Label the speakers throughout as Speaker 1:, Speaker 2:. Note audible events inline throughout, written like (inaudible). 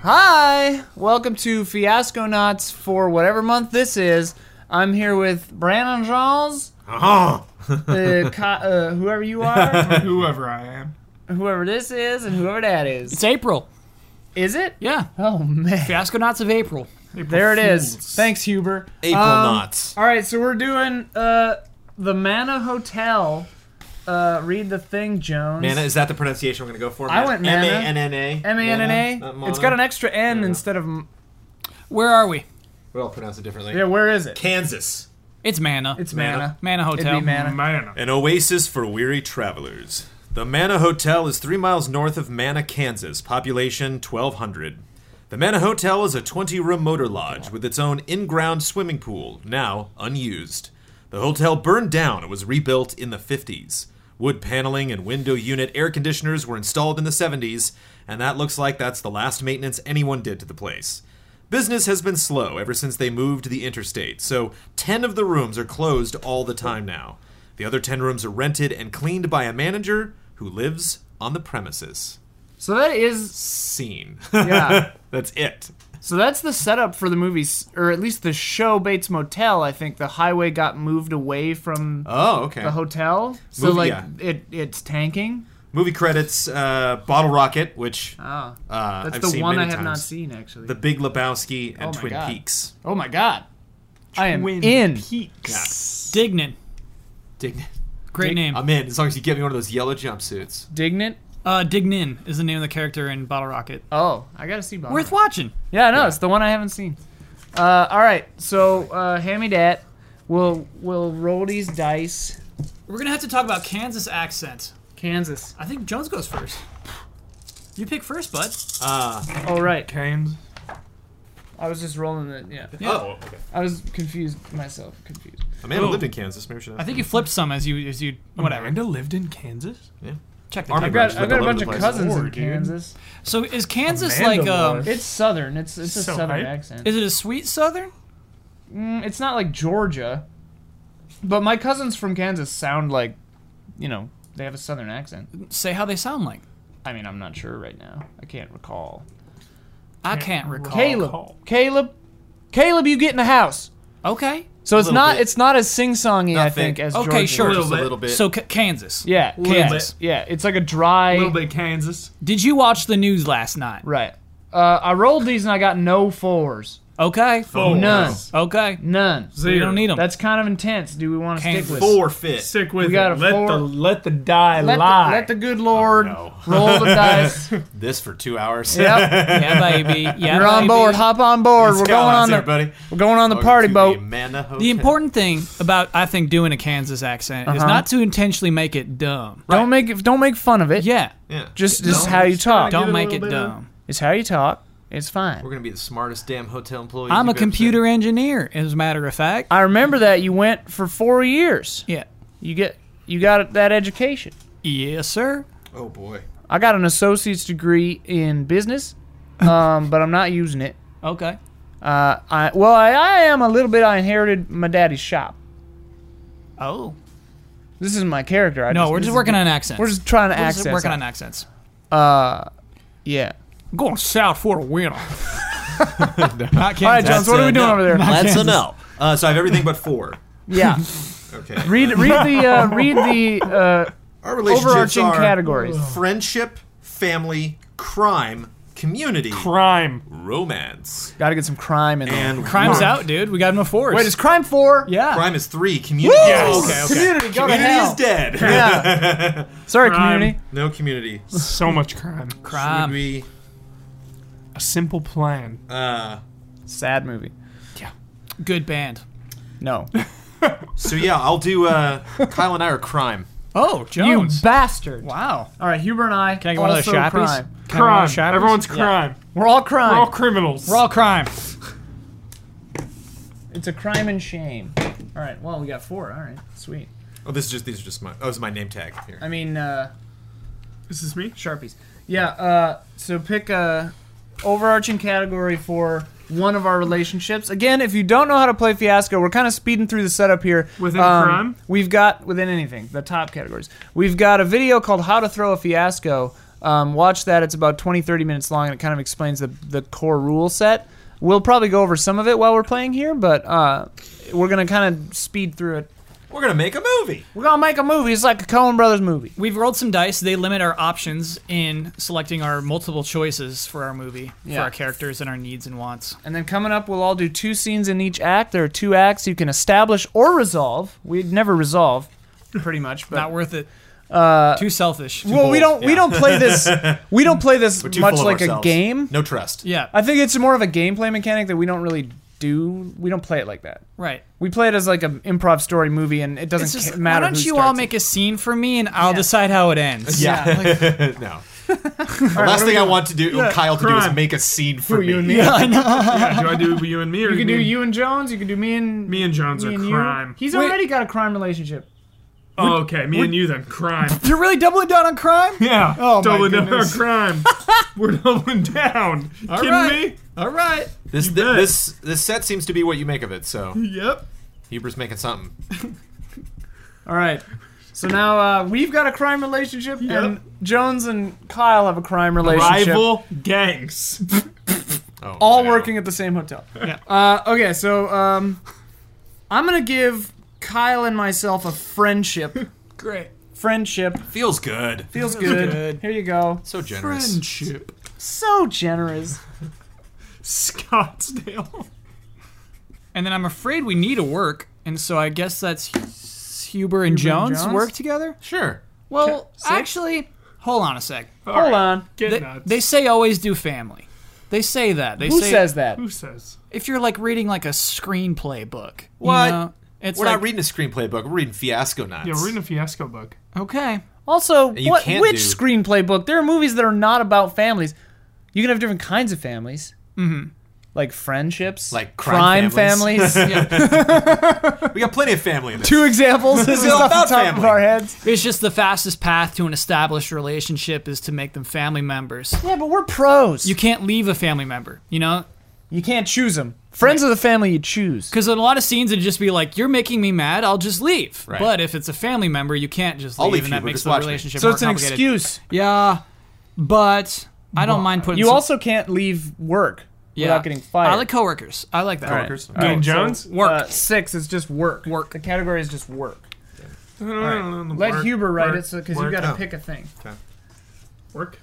Speaker 1: Hi, welcome to Fiasco Knots for whatever month this is. I'm here with Brandon Charles,
Speaker 2: Uh-huh.
Speaker 1: uh, co- uh, whoever you are,
Speaker 3: Whoever I am.
Speaker 1: whoever this is, and whoever that is.
Speaker 4: It's April.
Speaker 1: Is it?
Speaker 4: Yeah.
Speaker 1: Oh man,
Speaker 4: Fiasco Knots of April.
Speaker 1: there it is. Thanks, Huber.
Speaker 2: April
Speaker 1: Um,
Speaker 2: knots.
Speaker 1: All right, so we're doing uh, the Mana Hotel. Uh, read the thing, Jones.
Speaker 2: Mana, is that the pronunciation we're going to go for?
Speaker 1: I went mana.
Speaker 2: M-A-N-N-A.
Speaker 1: M A N N
Speaker 2: Not
Speaker 1: A.
Speaker 2: mono.
Speaker 1: It's got an extra N instead of. m-
Speaker 4: Where are we?
Speaker 2: We all pronounce it differently.
Speaker 1: Yeah, where is it?
Speaker 2: Kansas.
Speaker 4: It's Mana.
Speaker 1: It's
Speaker 2: Mana.
Speaker 1: Mana.
Speaker 4: Mana Hotel.
Speaker 1: It'd be Mana.
Speaker 3: Man.
Speaker 2: An oasis for weary travelers. The Mana Hotel is three miles north of Mana, Kansas, population 1,200. The Mana Hotel is a 20 room motor lodge with its own in ground swimming pool, now unused. The hotel burned down and was rebuilt in the 50s. Wood paneling and window unit air conditioners were installed in the 70s, and that looks like that's the last maintenance anyone did to the place. Business has been slow ever since they moved to the interstate, so 10 of the rooms are closed all the time now. The other 10 rooms are rented and cleaned by a manager who lives on the premises.
Speaker 1: So that is.
Speaker 2: Scene.
Speaker 1: Yeah.
Speaker 2: (laughs) That's it.
Speaker 1: So that's the setup for the movie, s- or at least the show Bates Motel. I think the highway got moved away from
Speaker 2: Oh, okay.
Speaker 1: the hotel, so
Speaker 2: Movie,
Speaker 1: like
Speaker 2: yeah.
Speaker 1: it it's tanking.
Speaker 2: Movie credits uh, Bottle Rocket, which uh,
Speaker 1: Oh, that's
Speaker 2: I've
Speaker 1: the
Speaker 2: seen
Speaker 1: one I
Speaker 2: many
Speaker 1: have not
Speaker 2: times.
Speaker 1: seen actually.
Speaker 2: The Big Lebowski and
Speaker 1: Oh my
Speaker 2: Twin
Speaker 1: God.
Speaker 2: Peaks.
Speaker 1: oh my god, I am in.
Speaker 3: Peaks.
Speaker 4: Dignan.
Speaker 2: Dignan.
Speaker 4: Great name.
Speaker 2: I'm in, as long as you get me one of those yellow jumpsuits.
Speaker 1: Dignant.
Speaker 4: Uh, Dignan is the name of the character in Bottle Rocket.
Speaker 1: Oh, I gotta see Bob.
Speaker 4: Worth watching.
Speaker 1: yeah, no, it's the one I haven't seen. Uh, all right, so uh, hand me that. We'll we'll roll these dice.
Speaker 4: We're gonna have to talk about Kansas accents.
Speaker 1: Kansas.
Speaker 4: I think Jones goes first. You pick first, bud.
Speaker 2: Uh,
Speaker 1: All right,
Speaker 3: Canes.
Speaker 1: I was just rolling the yeah.
Speaker 2: Oh, okay.
Speaker 1: I was confused myself. Confused.
Speaker 2: Amanda lived in Kansas. Maybe we should
Speaker 4: I
Speaker 2: have.
Speaker 4: think you flipped some as you as you whatever.
Speaker 3: Amanda lived in Kansas?
Speaker 4: Check the
Speaker 2: Army
Speaker 4: tape.
Speaker 2: Bro-
Speaker 1: I've
Speaker 2: Just
Speaker 1: got, I've got
Speaker 2: look
Speaker 1: a
Speaker 2: all over
Speaker 1: bunch
Speaker 2: the
Speaker 1: of
Speaker 2: place.
Speaker 1: cousins
Speaker 3: Or,
Speaker 1: in
Speaker 3: dude.
Speaker 1: Kansas.
Speaker 4: So is Kansas
Speaker 3: Amanda
Speaker 4: like um?
Speaker 3: was.
Speaker 1: It's southern. It's it's a
Speaker 3: So
Speaker 1: southern
Speaker 3: hype.
Speaker 1: accent.
Speaker 4: Is it a sweet Southern?
Speaker 1: Mm, it's not like Georgia, but my cousins from Kansas sound like, you know, they have a southern accent.
Speaker 4: Say how they sound like.
Speaker 1: I mean, I'm not sure right now. I can't recall.
Speaker 4: I can't recall.
Speaker 1: Caleb,
Speaker 3: call.
Speaker 1: Caleb, Caleb, you get in the house.
Speaker 4: Okay.
Speaker 1: So it's
Speaker 2: little
Speaker 1: not
Speaker 2: bit.
Speaker 1: it's not as sing songy I
Speaker 2: Nothing.
Speaker 1: think as Georgia.
Speaker 4: Okay, sure.
Speaker 2: Just a
Speaker 3: Little bit.
Speaker 2: little bit.
Speaker 4: So K- Kansas.
Speaker 1: Yeah,
Speaker 3: Little
Speaker 1: Kansas. Yeah, it's like a dry.
Speaker 3: A little bit Kansas.
Speaker 4: Did you watch the news last night?
Speaker 1: Right. Uh, I rolled these and I got no fours.
Speaker 4: Okay.
Speaker 3: Four.
Speaker 1: None.
Speaker 4: Okay.
Speaker 1: None.
Speaker 4: We don't need them.
Speaker 1: That's kind of intense. Do we want to stick
Speaker 4: Kansas.
Speaker 1: with?
Speaker 2: Forfeit.
Speaker 3: Stick with
Speaker 1: We got
Speaker 3: it.
Speaker 1: a
Speaker 3: Let
Speaker 1: four.
Speaker 3: the let the die
Speaker 1: Let the,
Speaker 3: lie.
Speaker 1: let the good
Speaker 4: Oh,
Speaker 1: Lord
Speaker 2: no.
Speaker 1: roll
Speaker 4: (laughs)
Speaker 1: the dice. Yep.
Speaker 2: This for two hours. (laughs)
Speaker 4: yeah, baby. Yeah,
Speaker 1: You're on
Speaker 4: baby.
Speaker 1: board. Hop on board. We're
Speaker 2: Skyline's
Speaker 1: going on the
Speaker 2: everybody.
Speaker 1: we're going on the
Speaker 2: Welcome
Speaker 1: party
Speaker 2: to
Speaker 1: boat.
Speaker 2: The, Amanda Hotel.
Speaker 4: The important thing about I think doing a Kansas accent is
Speaker 1: Uh-huh.
Speaker 4: not to intentionally make it dumb.
Speaker 1: Don't make it, don't make fun of it.
Speaker 4: Yeah,
Speaker 2: Yeah.
Speaker 1: Just just how you talk.
Speaker 3: Give it
Speaker 4: don't
Speaker 3: a
Speaker 4: make
Speaker 3: little
Speaker 4: it
Speaker 3: bit
Speaker 4: dumb.
Speaker 1: It's how you talk. It's fine.
Speaker 2: We're gonna be the smartest damn hotel employees.
Speaker 4: I'm a
Speaker 2: you've ever
Speaker 4: computer engineer, as a matter of fact.
Speaker 1: I remember that you went for 4 years.
Speaker 4: Yeah,
Speaker 1: You get you got that education.
Speaker 4: yes, sir.
Speaker 2: seen. Oh boy.
Speaker 1: I got an associate's degree in
Speaker 4: (laughs)
Speaker 1: business. Um, but I'm not using it.
Speaker 4: Okay,
Speaker 1: Uh, I well, I, I am a little bit. I inherited my daddy's shop.
Speaker 4: oh
Speaker 1: This is my character. I
Speaker 4: no, we're
Speaker 1: this
Speaker 4: just
Speaker 1: is-
Speaker 4: working on accents.
Speaker 1: We're just trying to
Speaker 4: We're just
Speaker 1: access.
Speaker 4: working
Speaker 1: it.
Speaker 4: on accents.
Speaker 1: Uh, yeah.
Speaker 4: Going south for a winter. not Kansas.
Speaker 1: (laughs) All right, Jones. What are we doing over there?
Speaker 2: That's a no. Uh, so I have everything but four.
Speaker 1: Yeah.
Speaker 2: Okay.
Speaker 1: Read read the (laughs) uh, read the uh,
Speaker 2: Our relationships
Speaker 1: overarching
Speaker 2: are
Speaker 1: categories.
Speaker 2: friendship, family, crime, community,
Speaker 3: Crime.
Speaker 2: romance,
Speaker 1: Got to get some crime in there.
Speaker 2: and
Speaker 4: Crime's
Speaker 2: work.
Speaker 4: out, dude. We got him a force.
Speaker 1: Wait, is crime four?
Speaker 4: yeah.
Speaker 2: Crime is three. Community. Is,
Speaker 4: Okay, okay.
Speaker 1: Community, go to
Speaker 2: Community
Speaker 1: hell.
Speaker 2: is dead.
Speaker 1: Yeah. Sorry,
Speaker 3: Crime.
Speaker 1: community.
Speaker 2: no community.
Speaker 3: So much crime.
Speaker 2: Would
Speaker 4: Crime.
Speaker 2: we?
Speaker 3: A simple plan.
Speaker 2: Uh,
Speaker 1: Sad movie.
Speaker 4: Good band.
Speaker 1: (laughs) No.
Speaker 2: so yeah, I'll do. Uh, Kyle and I are crime.
Speaker 4: Oh,
Speaker 1: you
Speaker 4: Jones.
Speaker 1: bastard.
Speaker 4: wow.
Speaker 1: All right, Huber and I. Can
Speaker 4: I get one of those
Speaker 1: also
Speaker 4: Shappies?
Speaker 1: crime.
Speaker 4: Can I wear
Speaker 3: Crime.
Speaker 4: the shackles?
Speaker 3: Everyone's crime.
Speaker 1: We're all crime.
Speaker 3: We're all criminals.
Speaker 4: We're all crime.
Speaker 1: it's a crime and shame. All right. Well, we got four. All right. Sweet.
Speaker 2: Oh, this is just. These are just my. Oh, this is my name tag here.
Speaker 1: I mean, uh,
Speaker 3: this is me.
Speaker 1: sharpies. Yeah. Uh, so pick a overarching category for one of our relationships. Again, if you don't know how to play Fiasco, we're kind of speeding through the setup here. Um,
Speaker 3: Within crime?
Speaker 1: we've got within anything the top categories. We've got a video called "How to Throw a Fiasco." Um, watch that. It's about 20, 30 minutes long, and it kind of explains the, the core rule set. We'll probably go over some of it while we're playing here, but uh, we're going to kind of speed through it.
Speaker 2: We're gonna make a movie.
Speaker 1: We're going to make a movie. It's like a Coen Brothers movie.
Speaker 4: We've rolled some dice. They limit our options in selecting our multiple choices for our movie,
Speaker 1: Yeah.
Speaker 4: for our characters and our needs and wants.
Speaker 1: And then coming up, we'll all do two scenes in each act. There are two acts you can establish or resolve. We'd never resolve, pretty much. But uh,
Speaker 4: Not worth it. Too selfish.
Speaker 1: well, we don't we
Speaker 2: yeah.
Speaker 1: don't play this we don't play this
Speaker 2: We're too
Speaker 1: much
Speaker 2: full of
Speaker 1: like a
Speaker 2: ourselves.
Speaker 1: game.
Speaker 2: No trust.
Speaker 4: yeah,
Speaker 1: I think it's more of a gameplay mechanic that we don't really do. We don't play it like that.
Speaker 4: right.
Speaker 1: We play it as like an improv story movie, and it doesn't
Speaker 4: It's just,
Speaker 1: ca- matter.
Speaker 4: why don't
Speaker 1: who
Speaker 4: you all
Speaker 1: starts
Speaker 4: make a scene for me and I'll decide how it ends?
Speaker 2: Yeah. (laughs) no. the last thing I want to do, Kyle, to do
Speaker 5: crime.
Speaker 2: is make a scene
Speaker 1: it.
Speaker 2: for
Speaker 1: you and
Speaker 2: me.
Speaker 1: me.
Speaker 5: (laughs) Yeah, do I do you and me, or
Speaker 1: You can do
Speaker 5: me and-
Speaker 1: you and Jones. You can do me and
Speaker 5: Me and Jones are
Speaker 1: me and you.
Speaker 5: crime.
Speaker 1: He's
Speaker 4: Wait.
Speaker 1: already got a crime relationship.
Speaker 5: Oh, okay, me and you then crime.
Speaker 4: You're really doubling down on crime?
Speaker 5: (laughs) Yeah.
Speaker 4: Oh, my
Speaker 5: doubling down on
Speaker 4: goodness.
Speaker 5: crime. We're doubling down. Kidding
Speaker 2: right.
Speaker 5: me?
Speaker 2: All right. This thi-
Speaker 5: bet.
Speaker 2: this this set seems to be what you make of it. So
Speaker 5: Yep.
Speaker 2: Huber's making something.
Speaker 1: All right. So now uh, we've got a crime relationship, and Jones and Kyle have a crime relationship.
Speaker 5: Rival gangs.
Speaker 2: Oh,
Speaker 1: all
Speaker 2: no.
Speaker 1: working at the same hotel. Uh, okay, so um, I'm gonna give Kyle and myself a friendship.
Speaker 4: (laughs) Great.
Speaker 1: Friendship
Speaker 2: feels good.
Speaker 1: feels good.
Speaker 4: good.
Speaker 1: Here you go.
Speaker 2: So generous.
Speaker 5: Friendship.
Speaker 1: So generous.
Speaker 5: Scottsdale. (laughs)
Speaker 4: And then I'm afraid we need a work, and so I guess that's Huber and,
Speaker 1: Huber and
Speaker 4: Jones,
Speaker 1: Jones?
Speaker 4: work together.
Speaker 2: Sure.
Speaker 4: Well,
Speaker 5: Six?
Speaker 4: actually, hold on a sec.
Speaker 1: Hold on.
Speaker 5: Get
Speaker 4: They,
Speaker 5: nuts.
Speaker 4: they say always do family. They say that. They
Speaker 1: Who
Speaker 4: say
Speaker 1: says
Speaker 4: (laughs)
Speaker 1: that?
Speaker 5: Who says?
Speaker 4: if you're like reading like a screenplay book. you
Speaker 2: What?
Speaker 4: know, it's
Speaker 2: We're
Speaker 4: like,
Speaker 2: not reading a screenplay book. We're reading Fiasco Nuts.
Speaker 5: Yeah, we're in a fiasco book.
Speaker 4: okay.
Speaker 1: Also,
Speaker 2: You
Speaker 1: what
Speaker 2: can't
Speaker 1: which
Speaker 2: do-
Speaker 1: screenplay book? There are movies that are not about families. You can have different kinds of families. Mm-hmm. Like friendships.
Speaker 2: Like crime
Speaker 1: families.
Speaker 2: families. (laughs)
Speaker 4: Yeah.
Speaker 2: we got plenty of family in this.
Speaker 1: Two examples. This is
Speaker 2: all
Speaker 1: off the
Speaker 2: about
Speaker 1: top of
Speaker 2: family.
Speaker 1: our heads.
Speaker 4: it's just the fastest path to an established relationship is to make them family members.
Speaker 1: Yeah, but we're pros.
Speaker 4: You
Speaker 1: You,
Speaker 4: can't leave a family member, you know?
Speaker 1: can't choose them. Friends of the family you choose.
Speaker 4: Because in a lot of scenes, it'd just be like, "You're making me mad. I'll just leave."
Speaker 2: Right.
Speaker 4: But if it's a family member, you can't just leave,
Speaker 2: I'll leave
Speaker 4: and
Speaker 2: you,
Speaker 4: that
Speaker 2: but
Speaker 4: makes
Speaker 2: just
Speaker 4: the
Speaker 2: watch me.
Speaker 4: relationship
Speaker 1: So
Speaker 4: more
Speaker 1: it's an
Speaker 4: complicated.
Speaker 1: excuse.
Speaker 4: Yeah, but I don't mind putting.
Speaker 1: You
Speaker 4: some-
Speaker 1: also can't leave work
Speaker 4: yeah.
Speaker 1: without getting fired.
Speaker 4: I like coworkers. I like that.
Speaker 2: Coworkers.
Speaker 1: All
Speaker 5: Ian
Speaker 1: right, so, (laughs)
Speaker 5: Jones?
Speaker 4: Work.
Speaker 1: uh, six is just work.
Speaker 4: Work.
Speaker 1: The category is just work.
Speaker 5: Alright,
Speaker 1: Let Huber write it, so because you
Speaker 5: work,
Speaker 1: got to
Speaker 2: Oh.
Speaker 1: pick a thing.
Speaker 5: work.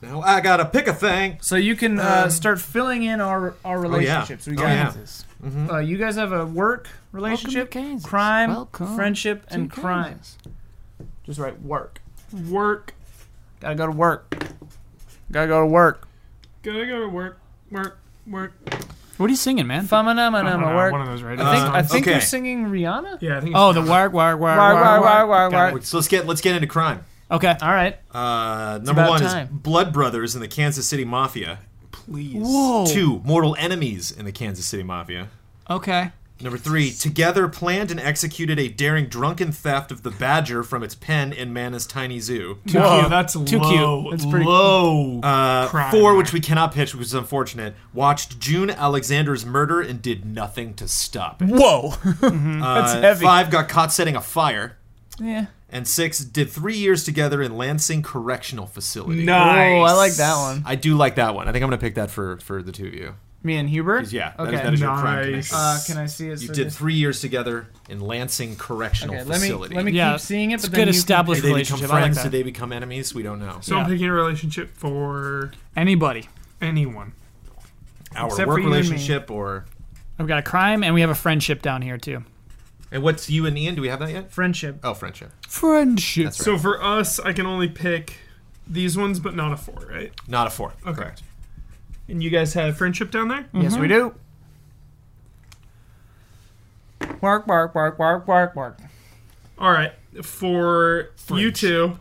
Speaker 2: Now I gotta pick a thing.
Speaker 1: So you can uh, start filling in our our relationships. We
Speaker 2: Oh,
Speaker 1: got,
Speaker 2: yeah.
Speaker 4: Kansas.
Speaker 1: uh, you guys have a work relationship,
Speaker 4: Kansas.
Speaker 1: crime,
Speaker 4: Welcome
Speaker 1: friendship, and
Speaker 4: Kansas.
Speaker 1: crime. Just write work.
Speaker 5: Work.
Speaker 1: Gotta go to work. Gotta go to work.
Speaker 5: Gotta go to work. Work. Work.
Speaker 4: What are you singing, man?
Speaker 5: I don't
Speaker 1: Famanamana
Speaker 5: know,
Speaker 1: work.
Speaker 5: One of those right
Speaker 1: I think,
Speaker 2: Uh,
Speaker 1: I think
Speaker 2: okay.
Speaker 1: you're singing Rihanna.
Speaker 5: Yeah, I think.
Speaker 4: Oh, the work, work, work,
Speaker 1: Wah, wah,
Speaker 4: work,
Speaker 1: wah,
Speaker 4: work.
Speaker 1: wah,
Speaker 4: Got
Speaker 1: wah.
Speaker 4: it.
Speaker 2: So let's get let's get into crime.
Speaker 4: Okay.
Speaker 1: All right.
Speaker 2: Uh, number
Speaker 1: about
Speaker 2: one
Speaker 1: time.
Speaker 2: is Blood Brothers in the Kansas City Mafia.
Speaker 5: please.
Speaker 1: Oh.
Speaker 4: Whoa.
Speaker 2: Two mortal enemies in the Kansas City Mafia.
Speaker 4: Okay.
Speaker 2: Number three, together planned and executed a daring drunken theft of the badger from its pen in Mana's tiny zoo.
Speaker 5: Too
Speaker 4: Whoa.
Speaker 5: cute. That's
Speaker 4: Too cute.
Speaker 5: low.
Speaker 1: That's pretty-
Speaker 5: low.
Speaker 2: Uh,
Speaker 5: Crime.
Speaker 2: four, which we cannot pitch, which is unfortunate, watched June Alexander's murder and did nothing to
Speaker 1: (laughs)
Speaker 2: stop it.
Speaker 1: Whoa.
Speaker 2: That's
Speaker 1: heavy.
Speaker 2: Five, got caught setting a fire.
Speaker 1: yeah.
Speaker 2: And six, did three years together in Lansing Correctional Facility.
Speaker 5: nice.
Speaker 1: Oh, I like that one.
Speaker 2: I do like that one. I think I'm going to pick that for, for the two of you.
Speaker 1: Me and Huber.
Speaker 2: 'Cause, Yeah, that is,
Speaker 1: Okay.
Speaker 2: that is your crime
Speaker 5: Nice.
Speaker 2: connection.
Speaker 1: Uh, can I see it?
Speaker 2: you
Speaker 1: So
Speaker 2: did
Speaker 1: just-
Speaker 2: three years together in Lansing Correctional
Speaker 1: Okay, let me
Speaker 2: Facility.
Speaker 1: let me
Speaker 4: Yeah,
Speaker 1: keep seeing it. But
Speaker 4: it's
Speaker 1: then
Speaker 4: good
Speaker 1: you can-
Speaker 2: Did
Speaker 4: established-
Speaker 2: they become
Speaker 4: relationship. I like
Speaker 2: friends?
Speaker 4: that.
Speaker 2: Did they become enemies? We don't know.
Speaker 5: So
Speaker 4: Yeah.
Speaker 5: I'm picking a relationship for
Speaker 4: Anybody.
Speaker 5: anyone.
Speaker 2: Our
Speaker 1: Except for
Speaker 2: work
Speaker 1: you and me.
Speaker 2: relationship, or
Speaker 4: I've got a crime, and we have a friendship down here too.
Speaker 2: and what's you and Ian? Do we have that yet?
Speaker 1: friendship.
Speaker 2: Oh, friendship.
Speaker 4: Friendship.
Speaker 2: That's right.
Speaker 5: So for us, I can only pick these ones, but not a four, right?
Speaker 2: Not a four.
Speaker 5: Okay.
Speaker 2: Correct.
Speaker 5: And you guys have friendship down there?
Speaker 1: Yes, we do. Bark, bark, bark, bark, bark, bark.
Speaker 5: All right. For you two,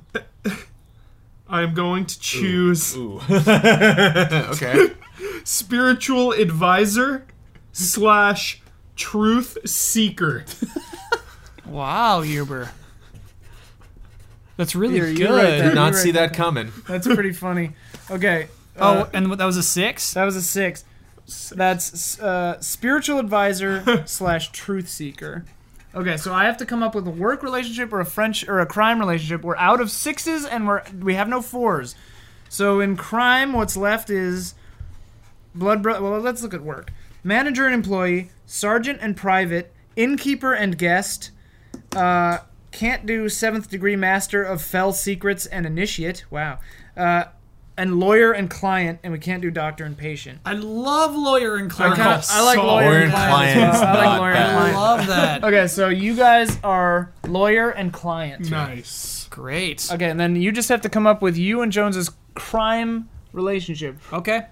Speaker 5: (laughs) I'm going to choose
Speaker 2: Ooh. (laughs)
Speaker 1: (laughs)
Speaker 2: okay.
Speaker 5: spiritual advisor slash truth seeker.
Speaker 4: Wow, Huber. That's really
Speaker 1: You're-
Speaker 4: good.
Speaker 1: you're right there.
Speaker 2: Did not
Speaker 1: You're
Speaker 2: see
Speaker 1: right.
Speaker 2: that coming.
Speaker 1: That's pretty funny. Okay.
Speaker 4: Oh,
Speaker 1: Uh,
Speaker 4: and what- that was a six.
Speaker 1: that was a uh, six. That's uh, spiritual advisor slash truth seeker. Okay, so I have to come up with a work relationship or a French or a crime relationship. We're out of sixes and we're we have no fours. So in crime, what's left is blood brother. Well, let's look at work. Manager and employee, sergeant and private, innkeeper and guest. Uh, can't do seventh degree master of fell secrets and initiate. Wow. Uh, and lawyer and client, and we can't do doctor and patient.
Speaker 4: I love lawyer and
Speaker 1: I,
Speaker 4: clerk.
Speaker 1: kinda, I like
Speaker 5: Saul.
Speaker 1: lawyer and
Speaker 2: Lawyer and
Speaker 1: client. as
Speaker 2: client's
Speaker 1: well. I like
Speaker 2: not
Speaker 1: lawyer and
Speaker 2: bad.
Speaker 1: client.
Speaker 4: love
Speaker 1: (laughs)
Speaker 4: that.
Speaker 1: Okay, so you guys are lawyer and client.
Speaker 5: Nice.
Speaker 4: Great.
Speaker 1: Okay, and then you just have to come up with you and Jones's crime relationship.
Speaker 4: Okay.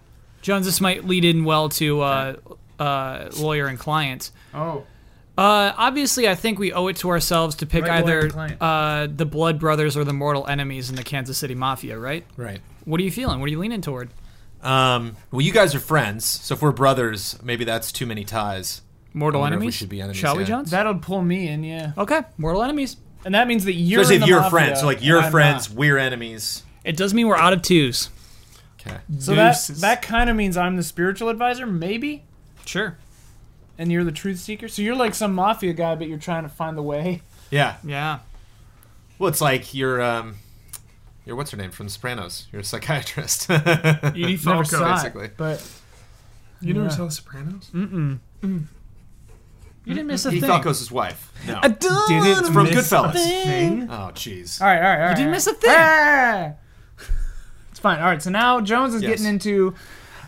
Speaker 4: Jones, this might lead in well to uh, uh, lawyer and client.
Speaker 1: Oh,
Speaker 4: Uh, obviously, I think we owe it to ourselves to pick
Speaker 1: Right, lawyer
Speaker 4: either
Speaker 1: and client.
Speaker 4: uh, the Blood Brothers or the Mortal Enemies in the Kansas City Mafia, right?
Speaker 2: Right.
Speaker 4: What are you feeling? What are you leaning toward?
Speaker 2: Um, well, you guys are friends, so if we're brothers, maybe that's too many ties. I
Speaker 4: Mortal
Speaker 2: wonder if we
Speaker 4: Enemies?
Speaker 2: should be enemies,
Speaker 4: Shall we,
Speaker 2: yeah.
Speaker 4: Jones?
Speaker 1: that'll pull me in, yeah.
Speaker 4: okay, Mortal Enemies.
Speaker 1: And that means that you're
Speaker 2: Especially
Speaker 1: in
Speaker 2: if
Speaker 1: the
Speaker 2: you're
Speaker 1: mafia,
Speaker 2: friends. So, like,
Speaker 1: and
Speaker 2: you're
Speaker 1: I'm
Speaker 2: friends,
Speaker 1: not.
Speaker 2: we're enemies.
Speaker 4: It does mean we're out of twos.
Speaker 2: Okay.
Speaker 1: So that
Speaker 5: Deuces.
Speaker 1: that kind of means I'm the spiritual advisor, maybe,
Speaker 4: Sure.
Speaker 1: and you're the truth seeker. So you're like some mafia guy, but you're trying to find the way.
Speaker 2: Yeah.
Speaker 4: Yeah.
Speaker 2: Well, it's like you're, um, you're what's her name from Sopranos? You're a psychiatrist. (laughs)
Speaker 5: Edie
Speaker 1: Never
Speaker 5: Falco.
Speaker 1: saw it,
Speaker 2: basically.
Speaker 1: but
Speaker 5: You never
Speaker 1: Yeah. Mm-hmm.
Speaker 5: saw The Sopranos?
Speaker 4: You didn't miss a
Speaker 2: He
Speaker 4: thing.
Speaker 2: thought goes his wife. No.
Speaker 5: Did it
Speaker 2: from
Speaker 5: miss
Speaker 2: Goodfellas.
Speaker 5: a thing?
Speaker 2: Oh, jeez.
Speaker 1: All right, all right, all right.
Speaker 4: didn't
Speaker 1: all
Speaker 4: miss a
Speaker 1: right.
Speaker 4: thing.
Speaker 1: Ah! (laughs) It's fine. All right, so now Jones is
Speaker 2: Yes.
Speaker 1: getting into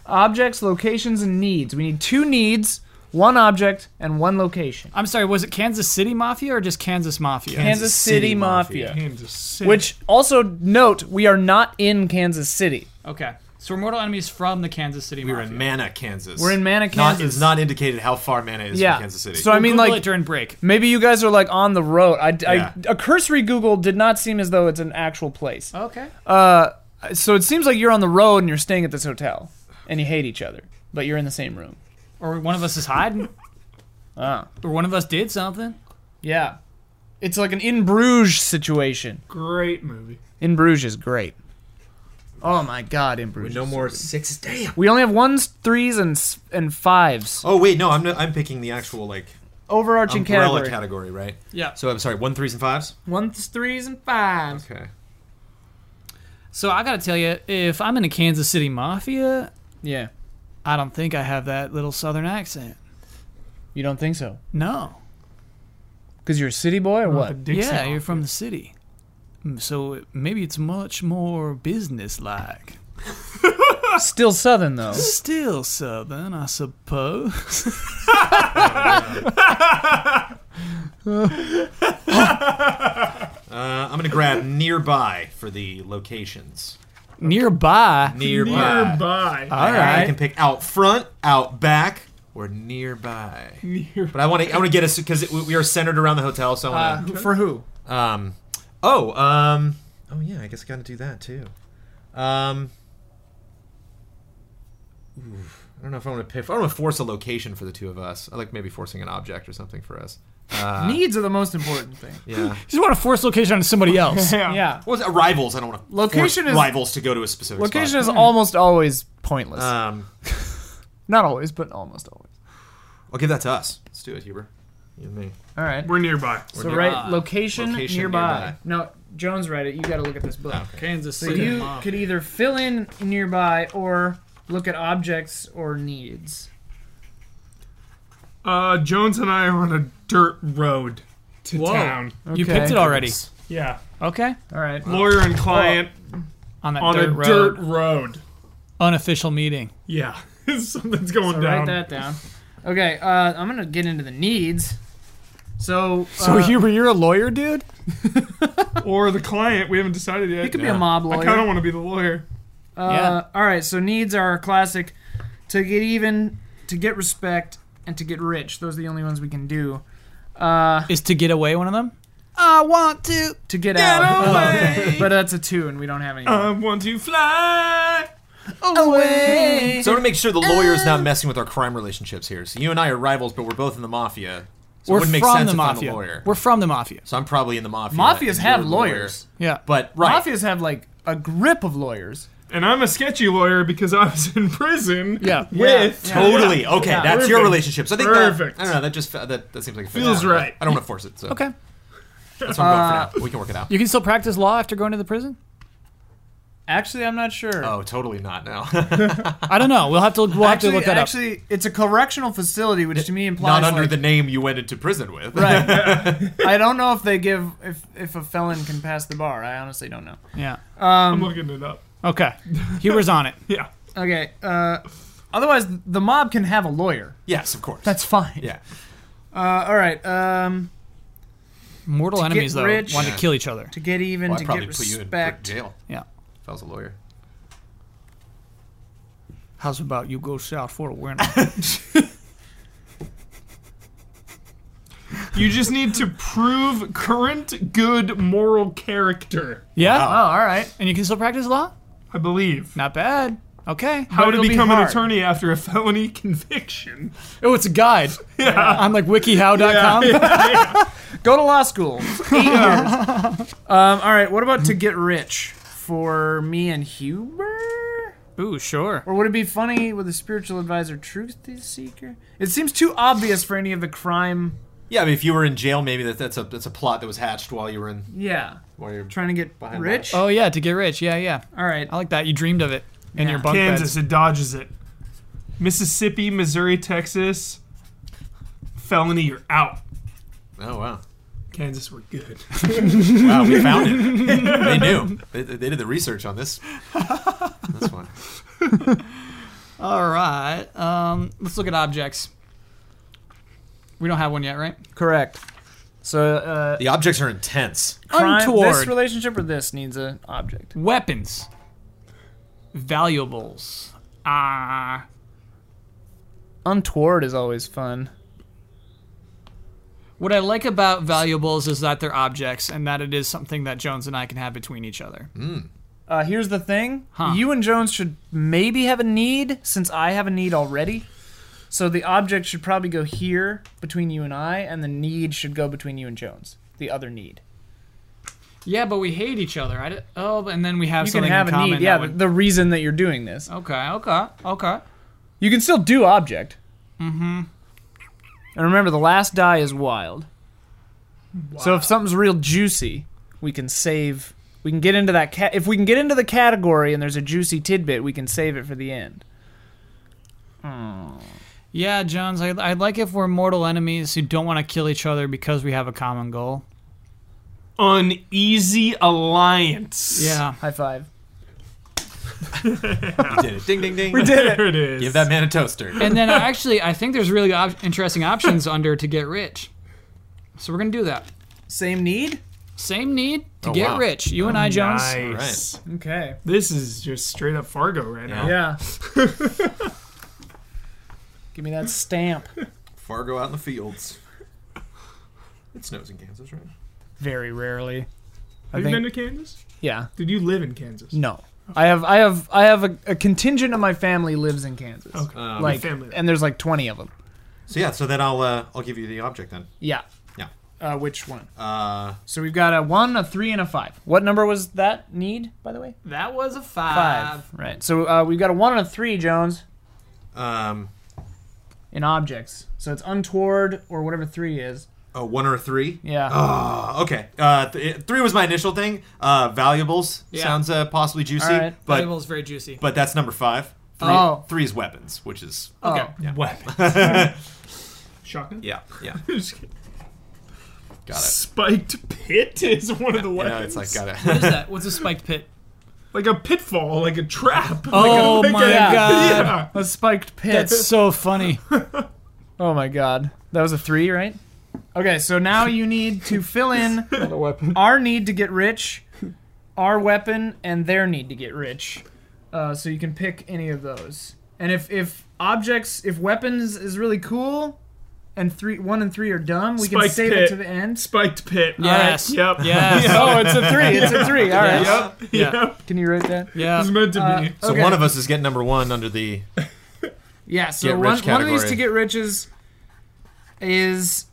Speaker 1: objects, locations, and needs. We need two needs, one object, and one location.
Speaker 4: I'm sorry, was it Kansas City Mafia or just Kansas Mafia?
Speaker 2: Kansas
Speaker 1: Kansas City,
Speaker 2: City
Speaker 1: Mafia.
Speaker 2: Mafia.
Speaker 5: Kansas City.
Speaker 1: Which also note we are not in Kansas City.
Speaker 4: Okay. So we're Mortal Enemies from the Kansas City
Speaker 2: We were
Speaker 4: Mafia.
Speaker 2: in Mana, Kansas.
Speaker 1: We're in Mana,
Speaker 2: Not-
Speaker 1: Kansas.
Speaker 2: it's not indicated how far Mana is
Speaker 1: yeah.
Speaker 2: from Kansas City.
Speaker 1: So I mean,
Speaker 4: Google
Speaker 1: like
Speaker 4: it during break.
Speaker 1: maybe you guys are like on the road. I, I-
Speaker 2: Yeah.
Speaker 1: a cursory Google did not seem as though it's an actual place.
Speaker 4: Okay.
Speaker 1: Uh, so it seems like you're on the road and you're staying at this hotel, and you hate each other, but you're in the same room.
Speaker 4: Or one of us is hiding.
Speaker 1: Ah.
Speaker 4: Or one of us did something.
Speaker 1: Yeah. It's like an in Bruges situation.
Speaker 5: Great movie.
Speaker 1: In Bruges is great. Oh my god, in Bruges.
Speaker 2: no more sixes. Damn.
Speaker 1: We only have ones, threes, and s- and fives.
Speaker 2: Oh wait, no, I'm I'm picking the actual like
Speaker 1: Overarching
Speaker 2: umbrella
Speaker 1: category.
Speaker 2: category, right?
Speaker 4: Yeah.
Speaker 2: So I'm sorry, one threes and fives.
Speaker 1: Ones, threes, and fives.
Speaker 2: Okay.
Speaker 4: So I gotta tell you, if I'm in a Kansas City Mafia,
Speaker 1: Yeah.
Speaker 4: I don't think I have that little Southern accent.
Speaker 1: You don't think so?
Speaker 4: No.
Speaker 1: Because you're a city boy or what?
Speaker 5: The Dixie
Speaker 4: yeah,
Speaker 5: Mafia.
Speaker 4: you're from the city. Mm, So it- maybe it's much more business-like.
Speaker 1: Still southern though.
Speaker 4: Still Southern, I suppose. (laughs)
Speaker 2: Uh, I'm gonna grab nearby for the locations.
Speaker 4: Nearby.
Speaker 2: Nearby.
Speaker 5: Nearby.
Speaker 1: Uh,
Speaker 4: All
Speaker 2: I can
Speaker 4: right.
Speaker 2: pick out front, out back, or nearby. But I want to. I want to get us because we are centered around the hotel. So I
Speaker 1: Uh,
Speaker 2: want
Speaker 1: who- (laughs) for who?
Speaker 2: to. um. Oh. Um. Oh yeah. I guess I got to do that too. Um. ooh, I don't know if I want to pick. I don't want to force a location for the two of us. I like maybe forcing an object or something for us. Uh,
Speaker 1: Needs are the most important
Speaker 2: (laughs)
Speaker 1: thing.
Speaker 2: yeah.
Speaker 4: You just want to force location on somebody else.
Speaker 5: Yeah.
Speaker 1: Yeah.
Speaker 2: Well, it's rivals. I don't want to
Speaker 1: Location
Speaker 2: force
Speaker 1: is-
Speaker 2: rivals to go to a specific
Speaker 1: Location
Speaker 2: spot.
Speaker 1: is almost always pointless.
Speaker 2: Um,
Speaker 1: Not always, but almost always.
Speaker 2: I'll give that to us. Let's do it, Huber. You and me.
Speaker 1: All right.
Speaker 5: We're nearby.
Speaker 1: So
Speaker 2: nearby.
Speaker 1: right location,
Speaker 2: Location
Speaker 1: nearby.
Speaker 2: nearby.
Speaker 1: No, Jones read it. You got to look at this book.
Speaker 4: Kansas
Speaker 1: So you could either fill in nearby or look at objects or needs.
Speaker 5: Uh, Jones and I are on a dirt road to
Speaker 4: Whoa.
Speaker 5: town.
Speaker 4: You
Speaker 1: Okay.
Speaker 4: picked it already.
Speaker 5: Yeah.
Speaker 4: Okay.
Speaker 1: All right.
Speaker 5: Lawyer and client
Speaker 4: On Oh, that
Speaker 5: on
Speaker 4: dirt
Speaker 5: a
Speaker 4: road.
Speaker 5: dirt road.
Speaker 4: Unofficial meeting.
Speaker 5: Yeah. (laughs) Something's going
Speaker 1: So
Speaker 5: down.
Speaker 1: write that down. Okay, uh, I'm gonna get into the needs. So, uh,
Speaker 4: So Huber, you're a lawyer, dude?
Speaker 5: Or the client. We haven't decided yet.
Speaker 1: you could be
Speaker 2: Yeah.
Speaker 1: a mob
Speaker 5: I
Speaker 1: lawyer.
Speaker 5: kind of want to be the lawyer.
Speaker 1: uh,
Speaker 4: Yeah.
Speaker 1: All right. So needs are classic. To get even, to get respect, and to get rich. Those are the only ones we can do. Uh,
Speaker 4: Is to get away one of them? I want to.
Speaker 1: to get,
Speaker 5: Get
Speaker 1: out.
Speaker 5: away.
Speaker 1: (laughs)
Speaker 5: Uh,
Speaker 1: But that's a two, and we don't have any.
Speaker 5: I want to fly.
Speaker 1: away.
Speaker 2: So I want to make sure the lawyer's
Speaker 1: Uh,
Speaker 2: not messing with our crime relationships here. So you and I are rivals, but we're both in the mafia. So
Speaker 4: We're
Speaker 2: it wouldn't make
Speaker 4: from
Speaker 2: sense
Speaker 4: the
Speaker 2: if
Speaker 4: mafia.
Speaker 2: I'm a lawyer.
Speaker 4: We're from the mafia.
Speaker 2: so I'm probably in the mafia.
Speaker 1: Mafias
Speaker 2: and
Speaker 1: have
Speaker 2: you're a lawyer.
Speaker 1: lawyers.
Speaker 4: Yeah.
Speaker 2: But right,
Speaker 1: Mafias have like a grip of lawyers.
Speaker 5: And I'm a sketchy lawyer because I was (laughs) in prison
Speaker 6: Yeah.
Speaker 5: with.
Speaker 2: Totally. Okay,
Speaker 1: Yeah.
Speaker 2: that's your
Speaker 5: Perfect.
Speaker 2: relationship. So I think
Speaker 5: Perfect.
Speaker 2: That, I don't know. That just that, that seems like it fits.
Speaker 5: Feels
Speaker 2: Yeah,
Speaker 5: right.
Speaker 2: I don't want to force it. So
Speaker 4: Okay.
Speaker 2: that's what I'm
Speaker 1: Uh,
Speaker 2: going for now. We can work it out.
Speaker 4: You can still practice law after going to the prison?
Speaker 1: Actually, I'm not sure.
Speaker 2: Oh, totally not now. (laughs)
Speaker 4: I don't know. We'll have to we'll have
Speaker 1: actually,
Speaker 4: to look that up.
Speaker 1: actually, it's a correctional facility, which to me implies
Speaker 2: not under
Speaker 1: like-
Speaker 2: the name you went into prison
Speaker 1: (laughs)
Speaker 2: with.
Speaker 1: right. I don't know if they give if if a felon can pass the bar. I honestly don't know.
Speaker 4: Yeah.
Speaker 5: I'm looking it up.
Speaker 4: Okay. Huber's on it.
Speaker 5: Yeah.
Speaker 1: Okay. Uh, otherwise, the mob can have a lawyer.
Speaker 2: (laughs) yes, of course.
Speaker 1: That's fine.
Speaker 2: yeah.
Speaker 1: Uh, all right. Um,
Speaker 4: Mortal
Speaker 1: To get
Speaker 4: enemies though
Speaker 1: rich-
Speaker 4: want to
Speaker 2: Yeah.
Speaker 4: kill each other.
Speaker 1: to get even,
Speaker 2: Well, I'd
Speaker 1: to
Speaker 2: probably
Speaker 1: get
Speaker 2: put you in
Speaker 1: respect.
Speaker 2: pr- jail
Speaker 4: Yeah.
Speaker 2: if I was a lawyer.
Speaker 4: How's about you go south for a winner?
Speaker 5: You just need to prove current good moral character,
Speaker 4: (laughs) yeah.
Speaker 1: oh, all right.
Speaker 4: And you can still practice law?
Speaker 5: I believe.
Speaker 4: Not bad. (laughs) Okay.
Speaker 5: How
Speaker 1: but
Speaker 5: to
Speaker 1: it'll be
Speaker 5: become an
Speaker 1: hard.
Speaker 5: attorney after a felony conviction.
Speaker 4: Oh, it's a guide. (laughs) Yeah. On like wikihow.com.
Speaker 1: Go to law school. Eight years. Um, all right. What about to get rich for me and Huber?
Speaker 4: (laughs) Ooh, sure.
Speaker 1: Or would it be funny with a spiritual advisor, truth seeker? It seems too obvious for any of the crime.
Speaker 2: Yeah, I mean, if you were in jail, maybe that, that's a that's a plot that was hatched while you were in
Speaker 1: Yeah,
Speaker 2: while you're
Speaker 1: trying to get
Speaker 2: Behind
Speaker 1: rich.
Speaker 4: Oh yeah, to get rich. Yeah, yeah.
Speaker 1: All right.
Speaker 4: I like that. You dreamed of it in
Speaker 1: Yeah.
Speaker 4: your bunk
Speaker 5: Kansas,
Speaker 4: beds.
Speaker 5: it dodges it. Mississippi, Missouri, Texas, felony, you're out.
Speaker 2: Oh wow.
Speaker 5: Kansas, we're good.
Speaker 2: Wow, Uh, we found it. they knew. They, they did the research on this. That's one.
Speaker 4: All right. Um, let's look at objects. We don't have one yet, right?
Speaker 1: Correct. So, uh,
Speaker 2: The objects are intense.
Speaker 1: crime, this
Speaker 4: Untoward
Speaker 1: relationship or this needs an object.
Speaker 4: weapons, valuables. Ah,
Speaker 1: Untoward is always fun.
Speaker 4: what I like about valuables is that they're objects, and that it is something that Jones and I can have between each other.
Speaker 1: Uh, here's the thing:
Speaker 4: Huh.
Speaker 1: you and Jones should maybe have a need, since I have a need already. So the object should probably go here between you and I, and the need should go between you and Jones. The other need.
Speaker 4: Yeah, but we hate each other. I d- oh, and then we have
Speaker 1: You can
Speaker 4: something
Speaker 1: have
Speaker 4: in
Speaker 1: a
Speaker 4: common.
Speaker 1: need, yeah.
Speaker 4: that
Speaker 1: But
Speaker 4: would-
Speaker 1: the reason that you're doing this,
Speaker 4: okay, okay, okay.
Speaker 1: you can still do object. Mm-hmm. And remember, the last die is wild. So if something's real juicy, we can save. We can get into that. Ca- if we can get into the category and there's a juicy tidbit, we can save it for the end.
Speaker 4: Yeah, Jones, I, I'd like if we're mortal enemies who don't want to kill each other because we have a common goal.
Speaker 5: Uneasy alliance.
Speaker 4: Yeah.
Speaker 1: High five.
Speaker 2: We did it. Ding ding ding.
Speaker 5: There it is.
Speaker 2: Give that man a toaster.
Speaker 4: And then uh, actually, I think there's really op- interesting options under to get rich. So we're going to do that.
Speaker 1: Same need.
Speaker 4: Same need to
Speaker 2: Oh,
Speaker 4: get
Speaker 2: wow.
Speaker 4: rich. You and I, Jones.
Speaker 5: Nice.
Speaker 1: Okay.
Speaker 5: This is just straight up Fargo right now.
Speaker 1: (laughs) Yeah. Give me that stamp.
Speaker 2: Fargo out in the fields. It snows in Kansas, right?
Speaker 1: Very rarely.
Speaker 5: Have
Speaker 1: I
Speaker 5: you
Speaker 1: think-
Speaker 5: been to Kansas?
Speaker 1: Yeah.
Speaker 5: Did you live in Kansas?
Speaker 1: No. I have I have I have a, a contingent of my family lives in Kansas.
Speaker 5: Okay.
Speaker 2: Um,
Speaker 1: Like
Speaker 5: family there.
Speaker 1: and there's like 20 of them.
Speaker 2: so yeah, so then I'll uh, I'll give you the object then.
Speaker 1: Yeah.
Speaker 2: Yeah.
Speaker 1: Uh, which one?
Speaker 2: Uh,
Speaker 1: So we've got a 1, a 3 and a 5. What number was that need, by the way?
Speaker 4: That was a five.
Speaker 1: 5. Right. So uh, we've got a 1 and a 3, Jones,
Speaker 2: um,
Speaker 1: in objects. So it's untoward or whatever 3 is.
Speaker 2: a one or a three.
Speaker 1: Yeah.
Speaker 2: Uh, okay. Uh, th- it- three was my initial thing. Uh, valuables
Speaker 4: Yeah.
Speaker 2: sounds uh, possibly juicy,
Speaker 1: All right.
Speaker 2: but
Speaker 4: Valuable is very juicy.
Speaker 2: but that's number five. Three,
Speaker 1: Oh.
Speaker 2: three is weapons, which is
Speaker 4: okay.
Speaker 1: Oh.
Speaker 5: Weapons. Shotgun?
Speaker 2: yeah yeah
Speaker 5: (laughs) Just kidding.
Speaker 2: (laughs) got it.
Speaker 5: Spiked pit is one of the
Speaker 2: You
Speaker 5: weapons.
Speaker 2: know, it's like got
Speaker 4: What
Speaker 2: it. (laughs)
Speaker 4: is that? What's a spiked pit?
Speaker 5: Like a pitfall, like a trap. (laughs)
Speaker 4: Oh
Speaker 5: like a, like
Speaker 4: my
Speaker 5: a-
Speaker 3: (laughs)
Speaker 4: God.
Speaker 5: Yeah.
Speaker 1: A spiked pit.
Speaker 4: (laughs) That's so funny.
Speaker 1: Oh my god. That was a three, right? Okay, so now you need to fill (laughs) in our need to get rich, our weapon, and their need to get rich. Uh, so you can pick any of those. And if, if objects, if weapons is really cool, and three, one and three are dumb, we can
Speaker 5: Spiked
Speaker 1: save
Speaker 5: pit.
Speaker 1: it to the end.
Speaker 5: Spiked pit. All right.
Speaker 4: Yes.
Speaker 5: Yep.
Speaker 4: Yes.
Speaker 1: (laughs) Oh, it's a three. It's a three. All right.
Speaker 4: Yeah.
Speaker 5: Yep.
Speaker 4: Yeah.
Speaker 5: Yep.
Speaker 1: Can you write that?
Speaker 4: Yeah.
Speaker 5: It's meant to be.
Speaker 2: So
Speaker 1: Okay.
Speaker 2: one of us is getting number one under the
Speaker 1: Yeah, so
Speaker 2: Get
Speaker 1: one,
Speaker 2: rich
Speaker 1: one of these
Speaker 2: category.
Speaker 1: to get rich is, is,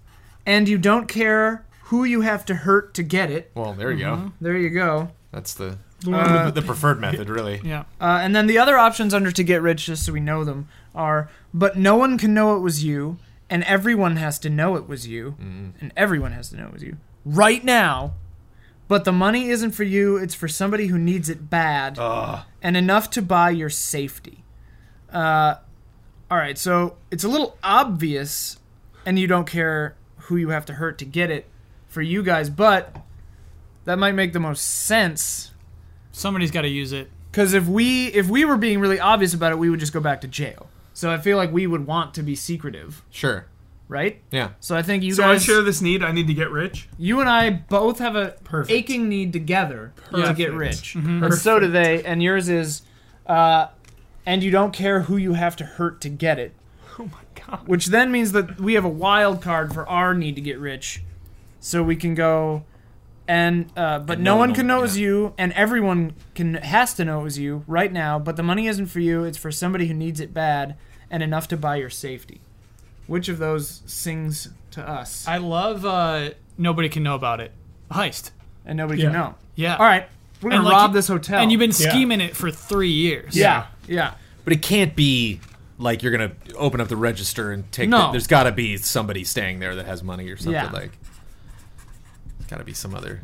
Speaker 1: and you don't care who you have to hurt to get it.
Speaker 2: well. There you go.
Speaker 4: Mm-hmm.
Speaker 1: There you go.
Speaker 2: That's the uh, the preferred method, really.
Speaker 4: Yeah.
Speaker 1: Uh, and then the other options under to get rich, just so we know them, are but no one can know it was you, and everyone has to know it was you, and everyone has to know it was you right now. But the money isn't for you; it's for somebody who needs it bad, and enough to buy your safety. Uh, all right, so it's a little obvious, and you don't care who you have to hurt to get it for you guys, but that might make the most sense.
Speaker 4: Somebody's got to use it.
Speaker 1: Because if we if we were being really obvious about it, we would just go back to jail. So I feel like we would want to be secretive,
Speaker 2: Sure.
Speaker 1: right?
Speaker 2: Yeah.
Speaker 1: So I think you
Speaker 5: So I
Speaker 1: guys,
Speaker 5: share this need. I need to get rich.
Speaker 1: you and I both have a
Speaker 5: Perfect.
Speaker 1: aching need together to
Speaker 5: Perfect. Mm-hmm.
Speaker 1: get rich, and so do they. And yours is, uh, and you don't care who you have to hurt to get it,
Speaker 5: Oh my god.
Speaker 1: which then means that we have a wild card for our need to get rich, so we can go. And uh, but
Speaker 2: And
Speaker 1: no, one can know it was you, and everyone can has to know it was you right now. But the money isn't for you; it's for somebody who needs it bad, and enough to buy your safety. Which of those sings to us,
Speaker 4: I love uh, nobody can know about it. Heist.
Speaker 1: and nobody
Speaker 5: Yeah.
Speaker 1: can know?
Speaker 4: Yeah.
Speaker 1: All right, we're gonna
Speaker 4: And, like,
Speaker 1: rob
Speaker 4: you-
Speaker 1: this hotel.
Speaker 4: And you've been
Speaker 5: Yeah.
Speaker 4: scheming it for three years.
Speaker 1: yeah, yeah.
Speaker 2: But it can't be like you're gonna open up the register and take.
Speaker 1: No.
Speaker 2: The, there's got to be somebody staying there that has money or something
Speaker 1: Yeah.
Speaker 2: like. It's got to be some other.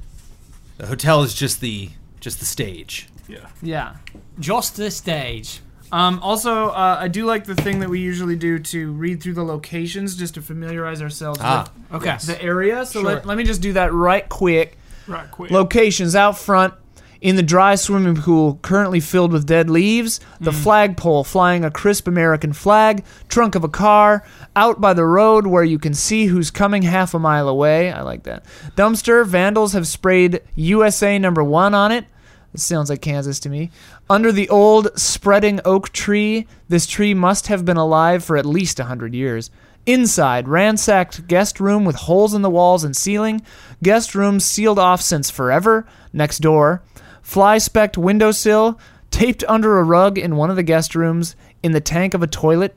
Speaker 2: The hotel is just the just the stage.
Speaker 5: Yeah.
Speaker 1: Yeah.
Speaker 4: Just the stage.
Speaker 1: Um, also, uh, I do like the thing that we usually do to read through the locations just to familiarize ourselves
Speaker 2: Ah,
Speaker 4: Okay.
Speaker 1: with the area. So
Speaker 4: Sure.
Speaker 1: let, let me just do that right quick.
Speaker 5: Right. Quick.
Speaker 1: Locations out front in the dry swimming pool, currently filled with dead leaves, the flagpole flying a crisp American flag, trunk of a car, out by the road where you can see who's coming half a mile away. I like that. Dumpster, vandals have sprayed USA number one on it. This sounds like Kansas to me. Under the old spreading oak tree, this tree must have been alive for at least a hundred years. Inside, ransacked guest room with holes in the walls and ceiling. Guest room sealed off since forever. Next door, fly specked windowsill, taped under a rug in one of the guest rooms, in the tank of a toilet.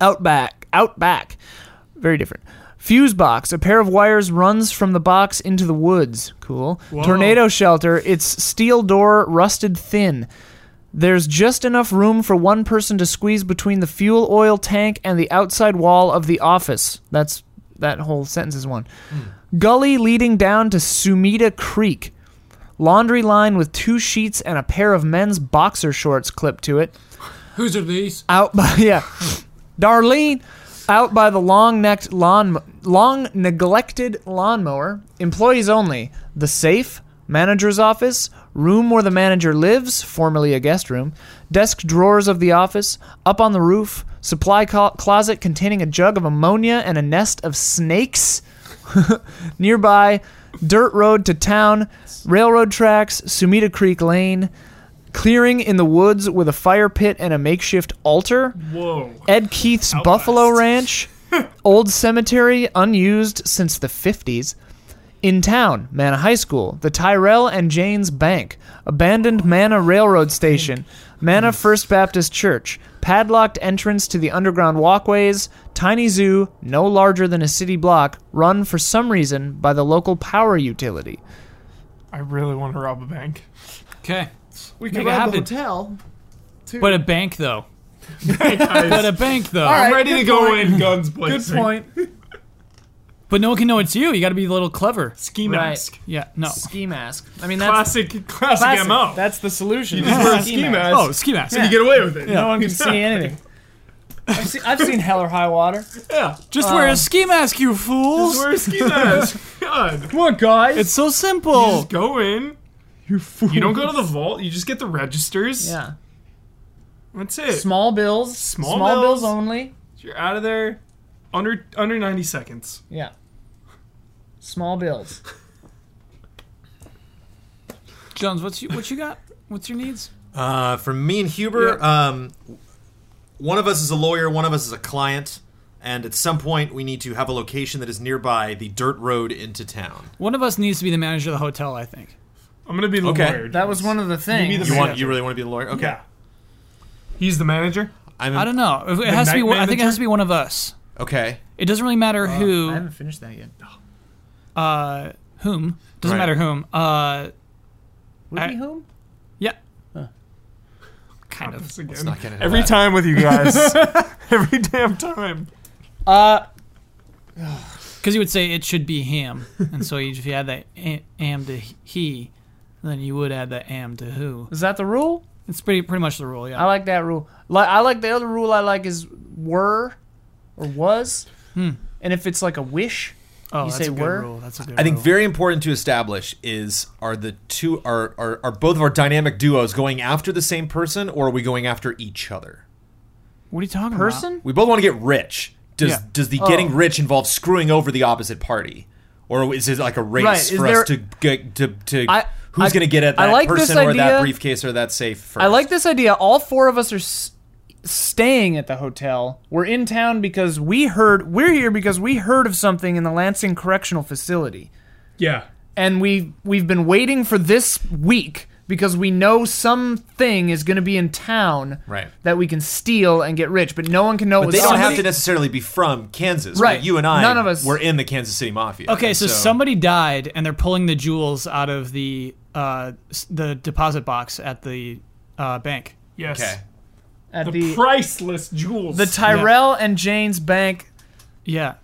Speaker 1: Out back, out back. Very different. Fuse box. A pair of wires runs from the box into the woods. Cool. Tornado shelter. Its steel door rusted thin. There's just enough room for one person to squeeze between the fuel oil tank and the outside wall of the office. That's that whole sentence is one.
Speaker 4: Hmm.
Speaker 1: Gully leading down to Sumida Creek. Laundry line with two sheets and a pair of men's boxer shorts clipped to it
Speaker 4: Whose are these?
Speaker 1: out by (laughs) yeah, Darlene out by the long-necked lawn long neglected lawnmower. Employees only. The safe, manager's office, room where the manager lives, formerly a guest room, desk drawers of the office, up on the roof, supply co- closet containing a jug of ammonia and a nest of snakes. (laughs) Nearby, dirt road to town, railroad tracks, Sumida Creek Lane. Clearing in the woods with a fire pit and a makeshift altar.
Speaker 5: Whoa.
Speaker 1: Ed Keith's
Speaker 5: (laughs)
Speaker 1: Buffalo Ranch, old cemetery unused since the 50s. In town, Manna High School, the Tyrell and Jane's Bank, abandoned Manna Railroad Station,
Speaker 5: Hmm.
Speaker 1: Manna First Baptist Church, padlocked entrance to the underground walkways, tiny zoo, no larger than a city block, run for some reason by the local power utility.
Speaker 5: I really want to rob a bank.
Speaker 4: Okay.
Speaker 1: We
Speaker 4: could Make it rob
Speaker 1: (laughs)
Speaker 4: the happen.
Speaker 1: hotel.
Speaker 4: But a bank though. But a bank though.
Speaker 1: uh, right.
Speaker 5: I'm ready to
Speaker 1: good
Speaker 5: go
Speaker 1: point.
Speaker 5: in guns blazing.
Speaker 4: But no one can know it's you. You got to be a little clever.
Speaker 5: Ski
Speaker 1: Right.
Speaker 5: mask.
Speaker 4: Yeah. No.
Speaker 1: Ski mask. I mean,
Speaker 5: Classic, classic. MO.
Speaker 1: That's the solution.
Speaker 5: you just wear a ski mask.
Speaker 4: Oh, ski mask.
Speaker 5: and you get away with it.
Speaker 1: No one can see anything. I've seen, I've seen Hell or High Water.
Speaker 5: Yeah.
Speaker 4: Just wear a ski mask, you fools.
Speaker 5: Just wear a
Speaker 1: (laughs)
Speaker 5: ski mask. God.
Speaker 1: Come on, guys.
Speaker 4: it's so simple.
Speaker 5: Just go in.
Speaker 1: you fool.
Speaker 5: You don't go to the vault. You just get the registers.
Speaker 1: Yeah.
Speaker 5: That's it.
Speaker 1: Small bills.
Speaker 5: Small
Speaker 1: bills.
Speaker 5: bills.
Speaker 1: only.
Speaker 5: You're out of there. Under under 90 seconds.
Speaker 1: Yeah. Small bills.
Speaker 4: Jones, what's you, what you got? What's your needs?
Speaker 2: Uh, for me and Huber, um, one of us is a lawyer, one of us is a client, and at some point we need to have a location that is nearby the dirt road into town.
Speaker 4: One of us needs to be the manager of the hotel, I think.
Speaker 5: I'm gonna be the
Speaker 2: Okay.
Speaker 5: lawyer.
Speaker 1: That was one of the
Speaker 5: be
Speaker 1: things.
Speaker 5: the
Speaker 2: You want?
Speaker 5: manager.
Speaker 2: You really want to be the lawyer? Okay.
Speaker 5: Yeah. He's the manager.
Speaker 2: I'm.
Speaker 4: I don't know. It has to be.
Speaker 5: night
Speaker 4: One, I think it
Speaker 5: manager?
Speaker 4: has to be one of us.
Speaker 2: Okay.
Speaker 4: It doesn't really matter
Speaker 1: I
Speaker 4: who,
Speaker 1: haven't finished that yet.
Speaker 4: uh, whom. Doesn't
Speaker 2: Right.
Speaker 4: matter whom. Uh,
Speaker 7: Would
Speaker 4: I-
Speaker 7: be home?
Speaker 4: Yeah. Kind of.
Speaker 5: again.
Speaker 2: Not gonna
Speaker 5: Every
Speaker 2: happen.
Speaker 5: time with you guys. (laughs) Every damn time.
Speaker 4: Because you would say it should be him, and so if you add that a- am to he, then you would add that am to who.
Speaker 1: Is that the rule?
Speaker 4: It's pretty pretty much the rule, yeah.
Speaker 1: I like that rule. Like I like the other rule I like is were or was. And if it's like a wish,
Speaker 4: oh,
Speaker 1: you
Speaker 4: that's
Speaker 1: say
Speaker 4: a good
Speaker 1: were?
Speaker 4: rule. That's a good
Speaker 2: I think
Speaker 4: rule.
Speaker 2: very important to establish is are the two are, are are both of our dynamic duos going after the same person or are we going after each other?
Speaker 4: What are you talking about?
Speaker 1: person?
Speaker 2: We both want to get rich. Does
Speaker 4: Yeah.
Speaker 2: does the
Speaker 5: Oh.
Speaker 2: getting rich involve screwing over the opposite party, or is it like a race
Speaker 1: Right, is
Speaker 2: for
Speaker 1: there-
Speaker 2: us to get to to
Speaker 1: I-
Speaker 2: who's
Speaker 1: I-
Speaker 2: going to get at
Speaker 1: I
Speaker 2: that
Speaker 1: like this
Speaker 2: person or
Speaker 1: idea.
Speaker 2: that briefcase or that safe first?
Speaker 1: I like this idea. All four of us are s- staying at the hotel. We're in town because we heard we're here because we heard of something in the Lansing Correctional Facility.
Speaker 5: Yeah.
Speaker 1: and we we've been waiting for this week because we know something is going to be in town
Speaker 2: Right.
Speaker 1: that we can steal and get rich, but no one can know. it
Speaker 2: But
Speaker 1: was
Speaker 2: they don't have
Speaker 1: somebody-
Speaker 2: to necessarily be from Kansas.
Speaker 1: Right.
Speaker 2: But you and I,
Speaker 1: None of us-
Speaker 2: were in the Kansas City Mafia.
Speaker 4: Okay,
Speaker 2: and
Speaker 4: so, somebody died, and they're pulling the jewels out of the uh, s- the deposit box at the uh, bank.
Speaker 5: Yes.
Speaker 2: Okay.
Speaker 1: at
Speaker 5: The,
Speaker 1: the
Speaker 5: priceless jewels.
Speaker 1: the Tyrell and Jane's bank.
Speaker 4: Yeah,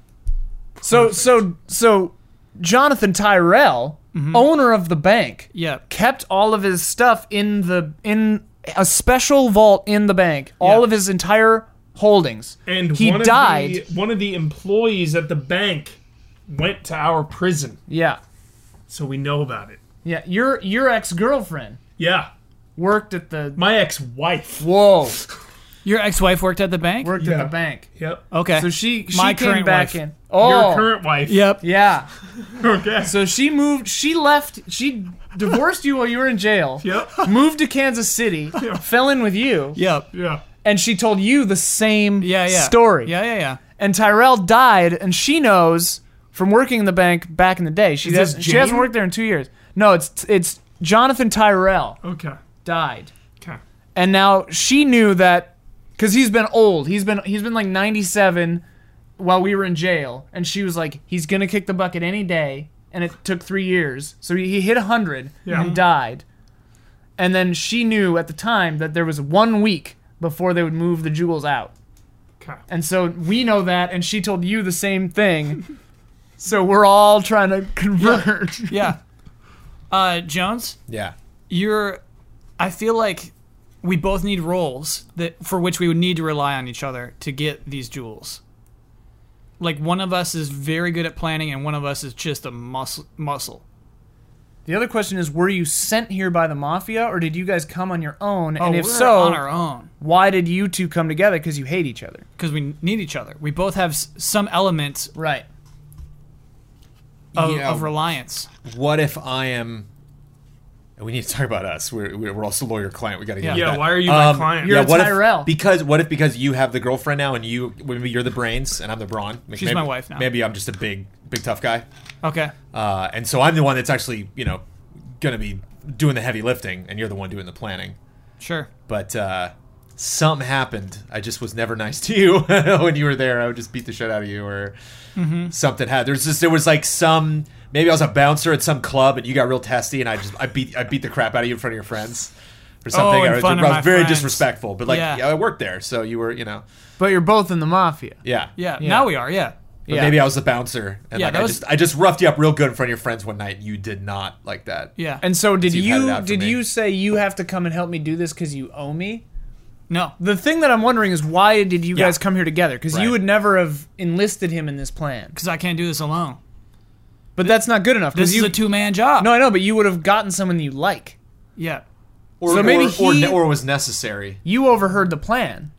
Speaker 1: So so so Jonathan Tyrell,
Speaker 2: Mm-hmm.
Speaker 1: owner of the bank,
Speaker 4: yeah.
Speaker 1: kept all of his stuff in the in a special vault in the bank. All
Speaker 4: Yeah.
Speaker 1: of his entire holdings.
Speaker 5: and
Speaker 1: he
Speaker 5: one
Speaker 1: died.
Speaker 5: Of the, one of the employees at the bank went to our prison,
Speaker 1: yeah.
Speaker 5: so we know about it.
Speaker 1: Yeah, your your ex-girlfriend
Speaker 5: Yeah.
Speaker 1: worked at the
Speaker 5: My ex-wife.
Speaker 1: Whoa.
Speaker 4: Your ex-wife worked at the bank.
Speaker 1: Worked
Speaker 5: Yeah.
Speaker 1: at the bank.
Speaker 5: Yep.
Speaker 4: okay.
Speaker 1: So she she
Speaker 4: (laughs) My
Speaker 1: came
Speaker 4: current
Speaker 1: back
Speaker 4: wife.
Speaker 1: in. Oh.
Speaker 5: Your current wife.
Speaker 4: Yep.
Speaker 1: yeah.
Speaker 5: (laughs) Okay.
Speaker 1: So she moved she left she divorced you while you were in jail.
Speaker 5: (laughs) Yep.
Speaker 1: Moved to Kansas
Speaker 5: (laughs)
Speaker 1: City, fell in with you,
Speaker 4: Yep.
Speaker 5: Yeah.
Speaker 1: and she told you the same
Speaker 4: Yeah. Yeah.
Speaker 1: story.
Speaker 4: Yeah. Yeah. Yeah.
Speaker 1: And Tyrell died, and she knows from working in the bank back in the day. She
Speaker 5: Is this
Speaker 1: doesn't she hasn't
Speaker 5: Jane?
Speaker 1: worked there in two years. No, it's it's Jonathan Tyrell
Speaker 5: Okay.
Speaker 1: died.
Speaker 5: Okay.
Speaker 1: and now she knew that because he's been old he's been he's been like 97 while we were in jail and she was like he's gonna kick the bucket any day and it took three years so he, he hit 100
Speaker 5: Yeah.
Speaker 1: and died and then she knew at the time that there was one week before they would move the jewels out
Speaker 5: Okay.
Speaker 1: and so we know that and she told you the same thing so we're all trying to converge
Speaker 4: Yeah.
Speaker 1: (laughs)
Speaker 4: Uh, Jones,
Speaker 2: yeah.
Speaker 4: you're. I feel like we both need roles that for which we would need to rely on each other to get these jewels. Like one of us is very good at planning, and one of us is just a muscle. Muscle.
Speaker 1: the other question is were you sent here by the mafia or did you guys come on your own
Speaker 4: Oh,
Speaker 1: and if
Speaker 4: we're
Speaker 1: so
Speaker 4: on our own.
Speaker 1: why did you two come together? Because you hate each other.
Speaker 4: because we need each other. We both have s- some element
Speaker 1: Right.
Speaker 4: of,
Speaker 2: Yeah.
Speaker 4: of reliance.
Speaker 2: What if I am? We need to talk about us. We're we're also lawyer client. We got to get
Speaker 4: Yeah.
Speaker 2: on
Speaker 5: Yeah.
Speaker 2: that.
Speaker 5: Why are you my
Speaker 2: Um,
Speaker 5: client?
Speaker 1: you're-
Speaker 2: yeah,
Speaker 1: a
Speaker 2: what if-
Speaker 1: Tyrell.
Speaker 2: because what if because you have the girlfriend now and you maybe you're the brains and I'm the brawn. Like,
Speaker 4: She's
Speaker 2: maybe-
Speaker 4: my wife now.
Speaker 2: Maybe I'm just a big big tough guy,
Speaker 4: Okay.
Speaker 2: uh, and so I'm the one that's actually you know gonna be doing the heavy lifting, and you're the one doing the planning.
Speaker 4: Sure.
Speaker 2: But uh, something happened. I just was never nice (laughs) to you when you were there. I would just beat the shit out of you, or
Speaker 4: Mm-hmm.
Speaker 2: something had. There's just there was like some. Maybe I was a bouncer at some club, and you got real testy, and I just I beat I beat the crap out of you in front of your friends, or something.
Speaker 4: Oh, in
Speaker 2: I, was-
Speaker 4: front of
Speaker 2: I was
Speaker 4: my
Speaker 2: very
Speaker 4: friends.
Speaker 2: disrespectful, but like
Speaker 4: Yeah.
Speaker 2: yeah, I worked there, so you were you know
Speaker 1: But you're both in the mafia.
Speaker 2: yeah
Speaker 4: Yeah. Now we are. Yeah.
Speaker 2: But
Speaker 1: Yeah.
Speaker 2: Maybe I was the bouncer, and
Speaker 4: Yeah,
Speaker 2: like
Speaker 4: that
Speaker 2: I
Speaker 4: was-
Speaker 2: just I just roughed you up real good in front of your friends one night. and You did not like that.
Speaker 4: Yeah.
Speaker 1: And so did
Speaker 2: So you've had it
Speaker 1: you
Speaker 2: out for
Speaker 1: did
Speaker 2: me.
Speaker 1: you say you have to come and help me do this because you owe me?
Speaker 4: no.
Speaker 1: The thing that I'm wondering is why did you guys come here together? Because
Speaker 2: Right.
Speaker 1: you would never have enlisted him in this plan.
Speaker 4: Because I can't do this alone.
Speaker 1: But that's not good enough. 'cause
Speaker 4: This
Speaker 1: you,
Speaker 4: is a two-man job.
Speaker 1: no, I know, but you would have gotten someone you like.
Speaker 4: Yeah.
Speaker 2: Or,
Speaker 1: So maybe
Speaker 2: or, or,
Speaker 1: he-
Speaker 2: ne- or was necessary.
Speaker 1: You overheard the plan.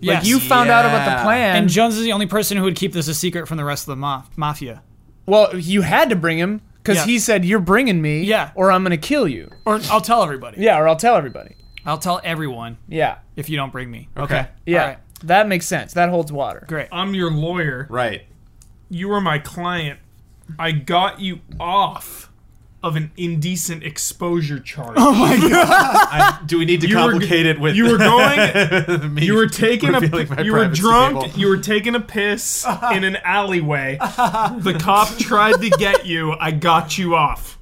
Speaker 4: Yes.
Speaker 1: Like you found out about the
Speaker 2: Yeah.
Speaker 1: plan.
Speaker 4: and Jones is the only person who would keep this a secret from the rest of the maf- mafia.
Speaker 1: well, you had to bring him because
Speaker 4: Yeah.
Speaker 1: he said you're bringing me.
Speaker 4: Yeah.
Speaker 1: Or I'm gonna kill you.
Speaker 4: Or I'll tell everybody.
Speaker 1: Yeah. Or I'll tell everybody.
Speaker 4: I'll tell everyone
Speaker 1: Yeah.
Speaker 4: if you don't bring me.
Speaker 2: Okay.
Speaker 1: Yeah.
Speaker 4: Alright.
Speaker 1: That makes sense. That holds water.
Speaker 4: Great.
Speaker 5: I'm your lawyer.
Speaker 4: (laughs)
Speaker 2: Right.
Speaker 5: You were my client. I got you off of an indecent exposure charge.
Speaker 2: I, do we need to
Speaker 5: You were-
Speaker 2: Oh, complicate it with
Speaker 5: you
Speaker 2: (laughs)
Speaker 5: were going
Speaker 2: me
Speaker 5: you were taking a
Speaker 2: revealing my
Speaker 5: you were
Speaker 2: privacy
Speaker 5: drunk
Speaker 2: people.
Speaker 5: you were taking a piss in an alleyway
Speaker 2: (laughs)
Speaker 5: the cop tried to get you i got you off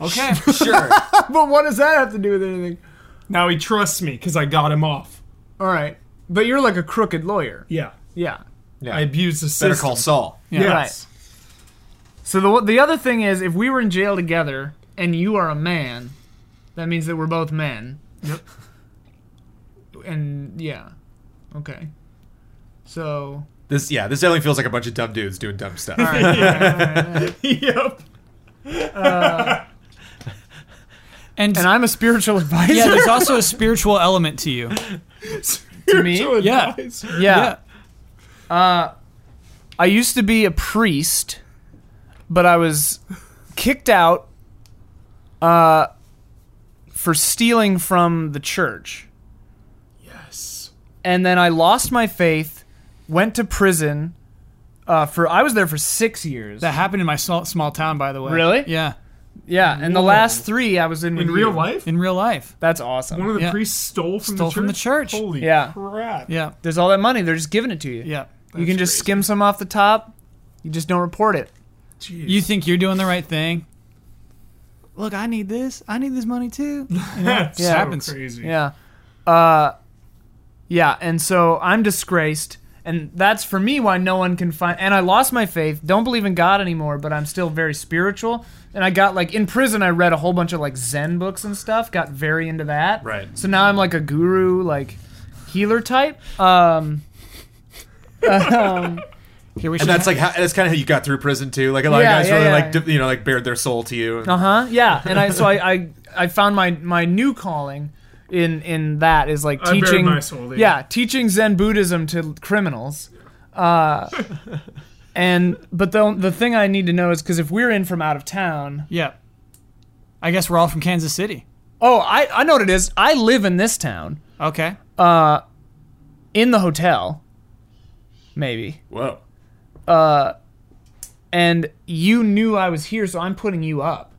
Speaker 1: Okay.
Speaker 2: Sure.
Speaker 1: but what does that have to do with anything?
Speaker 5: Now he trusts me because I got him off.
Speaker 1: All right. But you're like a crooked lawyer.
Speaker 5: Yeah.
Speaker 1: Yeah.
Speaker 2: yeah.
Speaker 5: I abused the system.
Speaker 2: Better call Saul.
Speaker 5: Yes. (laughs)
Speaker 1: So the the other thing is, if we were in jail together and you are a man, that means that we're both men. Yep. And yeah, okay. So
Speaker 2: This yeah, this definitely feels like a bunch of dumb dudes doing dumb stuff.
Speaker 5: yep.
Speaker 4: And,
Speaker 1: and I'm a (laughs) spiritual advisor
Speaker 4: yeah, (laughs) there's also a spiritual element to you.
Speaker 1: to me. Yeah.
Speaker 4: (laughs) Yeah.
Speaker 1: yeah. Uh, I used to be a priest, but I was kicked out uh, for stealing from the church.
Speaker 5: Yes.
Speaker 1: and then I lost my faith, went to prison. Uh, for I was there for six years.
Speaker 4: That happened in my small, small town, by the way.
Speaker 1: Really?
Speaker 4: Yeah.
Speaker 1: yeah, and the last three I was in
Speaker 5: In
Speaker 1: with
Speaker 5: real
Speaker 1: you.
Speaker 5: life,
Speaker 4: In real life.
Speaker 1: That's awesome.
Speaker 5: one of the
Speaker 4: Yeah.
Speaker 5: priests stole from
Speaker 4: Stole
Speaker 5: the church.
Speaker 4: from the church.
Speaker 5: Holy
Speaker 1: Yeah.
Speaker 5: crap!
Speaker 4: Yeah.
Speaker 1: There's all that money; they're just giving it to you.
Speaker 4: Yeah.
Speaker 1: you can just
Speaker 5: crazy.
Speaker 1: skim some off the top. You just don't report it.
Speaker 5: Jeez.
Speaker 4: You think you're doing the right thing? Look, I need this. I need this money too.
Speaker 5: that's so
Speaker 4: happens.
Speaker 5: crazy.
Speaker 1: Yeah. Uh, yeah, and so I'm disgraced, and that's for me why no one can find. And I lost my faith. Don't believe in God anymore, but I'm still very spiritual. And I got like in prison, I read a whole bunch of like Zen books and stuff. Got very into that.
Speaker 2: Right.
Speaker 1: So now I'm like a guru, like healer type. Um,
Speaker 4: Here we should
Speaker 2: And that's like how, that's kind of how you got through prison too. Like a lot
Speaker 1: Yeah,
Speaker 2: of guys
Speaker 1: yeah,
Speaker 2: really
Speaker 1: yeah.
Speaker 2: like d you know like bared their soul to you.
Speaker 1: uh huh. Yeah. And I so I, I I found my my new calling in in that is like
Speaker 5: I buried
Speaker 1: teaching.
Speaker 5: my soul, yeah.
Speaker 1: yeah. teaching Zen Buddhism to criminals. Uh, (laughs) And but the the thing I need to know is because if we're in from out of town,
Speaker 4: (laughs) yeah. I guess we're all from Kansas City.
Speaker 1: oh I I know what it is. I live in this town
Speaker 4: Okay.
Speaker 1: in the hotel, maybe,
Speaker 2: Whoa.
Speaker 1: and you knew I was here, so I'm putting you up,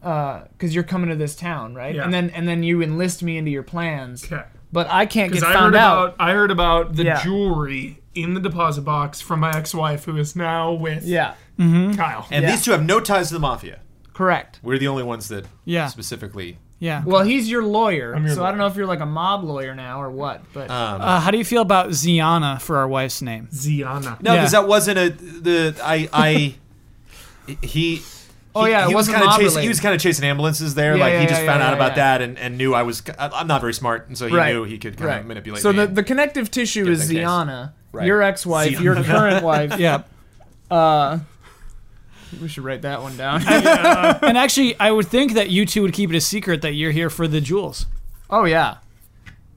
Speaker 1: because you're coming to this town, right?
Speaker 5: Yeah.
Speaker 1: And then and then you enlist me into your plans,
Speaker 5: Okay.
Speaker 1: but I can't get
Speaker 5: Because I
Speaker 1: found
Speaker 5: heard
Speaker 1: out.
Speaker 5: about I heard about the
Speaker 1: Yeah.
Speaker 5: jewelry in the deposit box from my ex-wife, who is now with
Speaker 1: Yeah,
Speaker 5: Kyle.
Speaker 2: And
Speaker 1: Yeah.
Speaker 2: these two have no ties to the mafia.
Speaker 1: correct.
Speaker 2: We're the only ones that
Speaker 4: Yeah.
Speaker 2: specifically.
Speaker 4: Yeah.
Speaker 1: Well, he's your lawyer,
Speaker 5: your
Speaker 1: so I don't know if you're like a mob lawyer now or what, but
Speaker 2: Um,
Speaker 4: Uh, how do you feel about Ziana for our wife's name?
Speaker 5: Ziana.
Speaker 2: no, because
Speaker 4: yeah.
Speaker 2: that wasn't a the I I
Speaker 1: (laughs)
Speaker 2: he.
Speaker 1: Oh,
Speaker 2: he-
Speaker 1: yeah, it
Speaker 2: he was
Speaker 1: wasn't
Speaker 2: kind of
Speaker 1: mob
Speaker 2: chasing. He
Speaker 1: related.
Speaker 2: was kind of chasing ambulances there.
Speaker 1: Yeah,
Speaker 2: like he
Speaker 1: yeah,
Speaker 2: just
Speaker 1: yeah,
Speaker 2: found
Speaker 1: yeah,
Speaker 2: out
Speaker 1: yeah,
Speaker 2: about
Speaker 1: yeah.
Speaker 2: that and, and knew I was. I, I'm not very smart, and so he
Speaker 1: Right.
Speaker 2: knew he could kind of manipulate.
Speaker 1: So
Speaker 2: me.
Speaker 1: the the connective tissue
Speaker 2: Just
Speaker 1: is
Speaker 2: in case.
Speaker 1: Ziana,
Speaker 2: Right.
Speaker 1: your ex-wife,
Speaker 2: Ziana.
Speaker 1: your current wife.
Speaker 4: (laughs) Yeah.
Speaker 1: Uh, we should write that one down. (laughs)
Speaker 4: and actually, I would think that you two would keep it a secret that you're here for the jewels.
Speaker 1: oh yeah,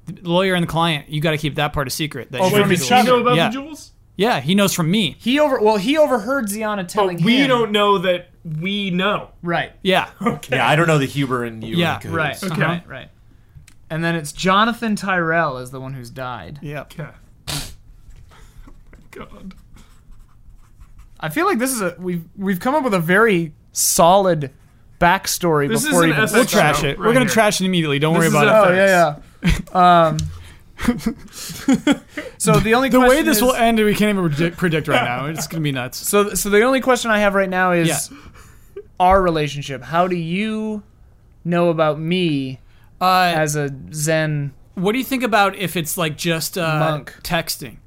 Speaker 4: The lawyer and the client, you got to keep that part a secret. That
Speaker 1: Oh,
Speaker 4: you're
Speaker 1: from
Speaker 4: the
Speaker 1: each
Speaker 4: jewels.
Speaker 5: you know about
Speaker 4: Yeah.
Speaker 5: the jewels?
Speaker 4: Yeah, he knows from me.
Speaker 1: he over. Well, he overheard Ziana telling
Speaker 5: But we
Speaker 1: him.
Speaker 5: don't know that we know.
Speaker 1: Right.
Speaker 4: (laughs) Yeah.
Speaker 5: Okay.
Speaker 2: yeah, I don't know the Huber and you.
Speaker 4: Yeah,
Speaker 2: and Cahoots.
Speaker 1: Right.
Speaker 5: Okay.
Speaker 1: Right. Right. And then it's Jonathan Tyrell is the one who's died.
Speaker 4: Yeah.
Speaker 5: Okay. oh my god.
Speaker 1: I feel like this is a we've we've come up with a very solid backstory
Speaker 5: This
Speaker 1: before
Speaker 5: is an
Speaker 1: even.
Speaker 5: epic-
Speaker 4: We'll trash
Speaker 5: No,
Speaker 4: it.
Speaker 5: right
Speaker 4: We're gonna
Speaker 5: here.
Speaker 4: trash it immediately. Don't
Speaker 5: This
Speaker 4: worry
Speaker 5: is
Speaker 4: about
Speaker 5: a-
Speaker 4: it.
Speaker 1: oh yeah yeah. Um, Oh, so the only
Speaker 4: the
Speaker 1: question
Speaker 4: way this
Speaker 1: is,
Speaker 4: will end, we can't even predict, predict right now. It's gonna be nuts.
Speaker 1: So, so the only question I have right now is
Speaker 4: (laughs) Yeah.
Speaker 1: our relationship. How do you know about me
Speaker 4: Uh,
Speaker 1: as a Zen?
Speaker 4: what do you think about if it's like just uh,
Speaker 1: Monk.
Speaker 4: texting?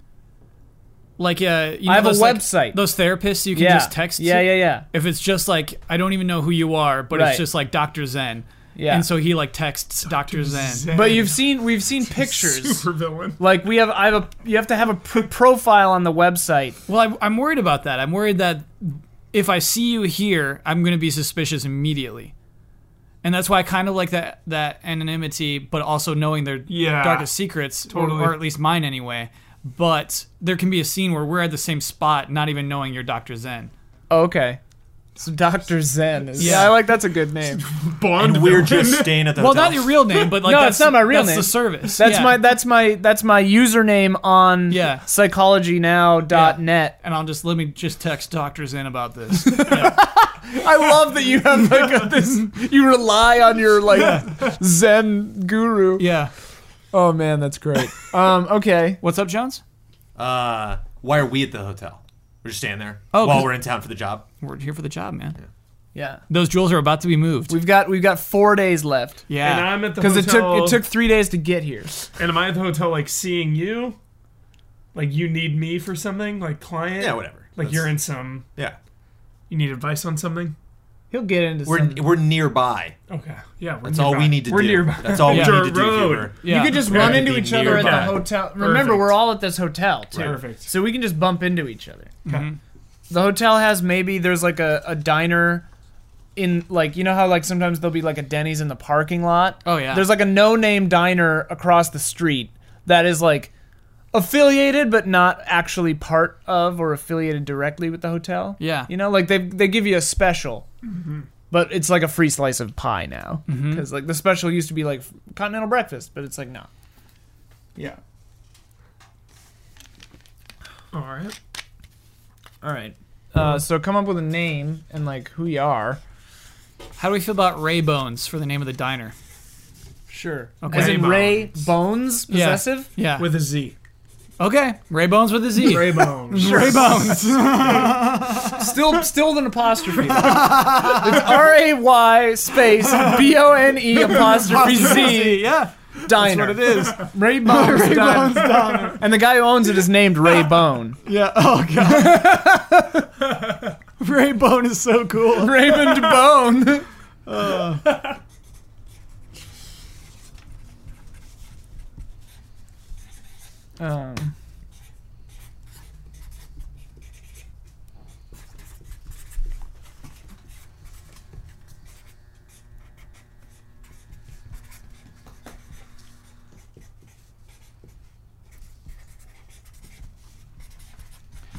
Speaker 4: Like, uh, you know
Speaker 1: I have a
Speaker 4: those, like-
Speaker 1: website.
Speaker 4: those therapists you can
Speaker 1: yeah.
Speaker 4: just text.
Speaker 1: Yeah, yeah, yeah,
Speaker 4: If it's just like I don't even know who you are, but
Speaker 1: Right.
Speaker 4: it's just like Doctor Zen,
Speaker 1: yeah.
Speaker 4: and so he like texts Doctor Zen.
Speaker 1: but you've seen we've seen pictures.
Speaker 5: super villain.
Speaker 1: Like we have, I have a. You have to have a pr- profile on the website.
Speaker 4: Well, I'm, I'm worried about that. I'm worried that if I see you here, I'm going to be suspicious immediately. And that's why I kind of like that that anonymity, but also knowing their
Speaker 5: Yeah.
Speaker 4: darkest secrets, or-
Speaker 5: Totally.
Speaker 4: or, at least mine anyway. But there can be a scene where we're at the same spot, not even knowing you're Doctor Zen.
Speaker 1: Oh, Okay. So Doctor Zen is.
Speaker 4: Yeah.
Speaker 1: Yeah, I like that's a good (laughs) name.
Speaker 5: (laughs) Bond
Speaker 2: And (laughs) we're
Speaker 5: villain.
Speaker 2: just staying at the
Speaker 4: Well,
Speaker 2: hotel.
Speaker 4: not your real name, but like
Speaker 1: (laughs) No,
Speaker 4: that's
Speaker 1: it's not my real
Speaker 4: that's
Speaker 1: name.
Speaker 4: the service.
Speaker 1: That's
Speaker 4: Yeah.
Speaker 1: my that's my that's my username on
Speaker 4: Yeah.
Speaker 1: psychologynow.net.
Speaker 4: And I'll just let me just text Doctor Zen about
Speaker 1: (laughs)
Speaker 4: this.
Speaker 1: I love that you have like a, this. You rely on your like Zen guru.
Speaker 4: yeah.
Speaker 1: Oh man, that's great. Um, okay.
Speaker 4: What's up, Jones?
Speaker 2: Uh, why are we at the hotel? We're just staying there
Speaker 4: Oh, 'cause-
Speaker 2: while we're in town for the job.
Speaker 4: We're here for the job, man.
Speaker 1: Yeah.
Speaker 4: Those jewels are about to be moved.
Speaker 1: We've got we've got four days left
Speaker 4: yeah.
Speaker 5: And I'm at the
Speaker 1: because
Speaker 5: hotel.
Speaker 1: it took it took three days to get here.
Speaker 5: And am I at the hotel like seeing you? Like you need me for something? Like client?
Speaker 2: Yeah, whatever.
Speaker 5: Like
Speaker 2: That's-
Speaker 5: you're in some.
Speaker 2: Yeah,
Speaker 5: You need advice on something?
Speaker 1: He'll get into
Speaker 2: we're
Speaker 1: some.
Speaker 2: we're nearby.
Speaker 5: Okay. Yeah. We're
Speaker 2: That's all we
Speaker 5: nearby.
Speaker 2: need to
Speaker 5: We're
Speaker 2: do.
Speaker 5: nearby. (laughs)
Speaker 2: That's all we
Speaker 4: Yeah.
Speaker 5: Dirt
Speaker 2: need to do.
Speaker 5: road.
Speaker 2: Huber.
Speaker 4: yeah.
Speaker 1: You could just run
Speaker 2: Yeah,
Speaker 1: into
Speaker 2: be
Speaker 1: each other at
Speaker 2: nearby.
Speaker 1: the hotel. Remember, we're all at this hotel too,
Speaker 5: Perfect.
Speaker 1: so we can just bump into each other.
Speaker 5: Okay.
Speaker 1: The hotel has maybe there's like a, a diner in like you know how like sometimes there'll be like a Denny's in the parking lot.
Speaker 4: Oh, yeah.
Speaker 1: There's like a no name diner across the street that is like affiliated but not actually part of or affiliated directly with the hotel.
Speaker 4: Yeah.
Speaker 1: You know, like they they give you a special. But it's like a free slice of pie now, because
Speaker 4: Mm-hmm.
Speaker 1: like the special used to be like continental breakfast, but it's like no.
Speaker 5: Yeah. All right.
Speaker 1: All right, uh, so come up with a name and like who you are.
Speaker 4: How do we feel about Ray Bones for the name of the diner?
Speaker 1: Sure.
Speaker 4: Okay.
Speaker 1: As in
Speaker 5: Ray
Speaker 1: Ray Bones,
Speaker 4: Yeah.
Speaker 1: possessive.
Speaker 4: (laughs) Yeah.
Speaker 5: With a Z.
Speaker 4: okay. Ray Bones with a Z.
Speaker 5: Ray (laughs) Bones.
Speaker 4: Ray Bones. (laughs)
Speaker 1: Still, still with an apostrophe. though. it's R A Y space B O N
Speaker 4: (laughs)
Speaker 1: E apostrophe Z
Speaker 4: yeah.
Speaker 1: diner.
Speaker 4: What it is.
Speaker 1: Ray Bones diner. And the guy who owns it is named
Speaker 4: (laughs)
Speaker 1: Ray Bone.
Speaker 4: Yeah. Oh god. Ray Bone is so cool. (laughs) Uh.
Speaker 1: Raymond Bone. Um,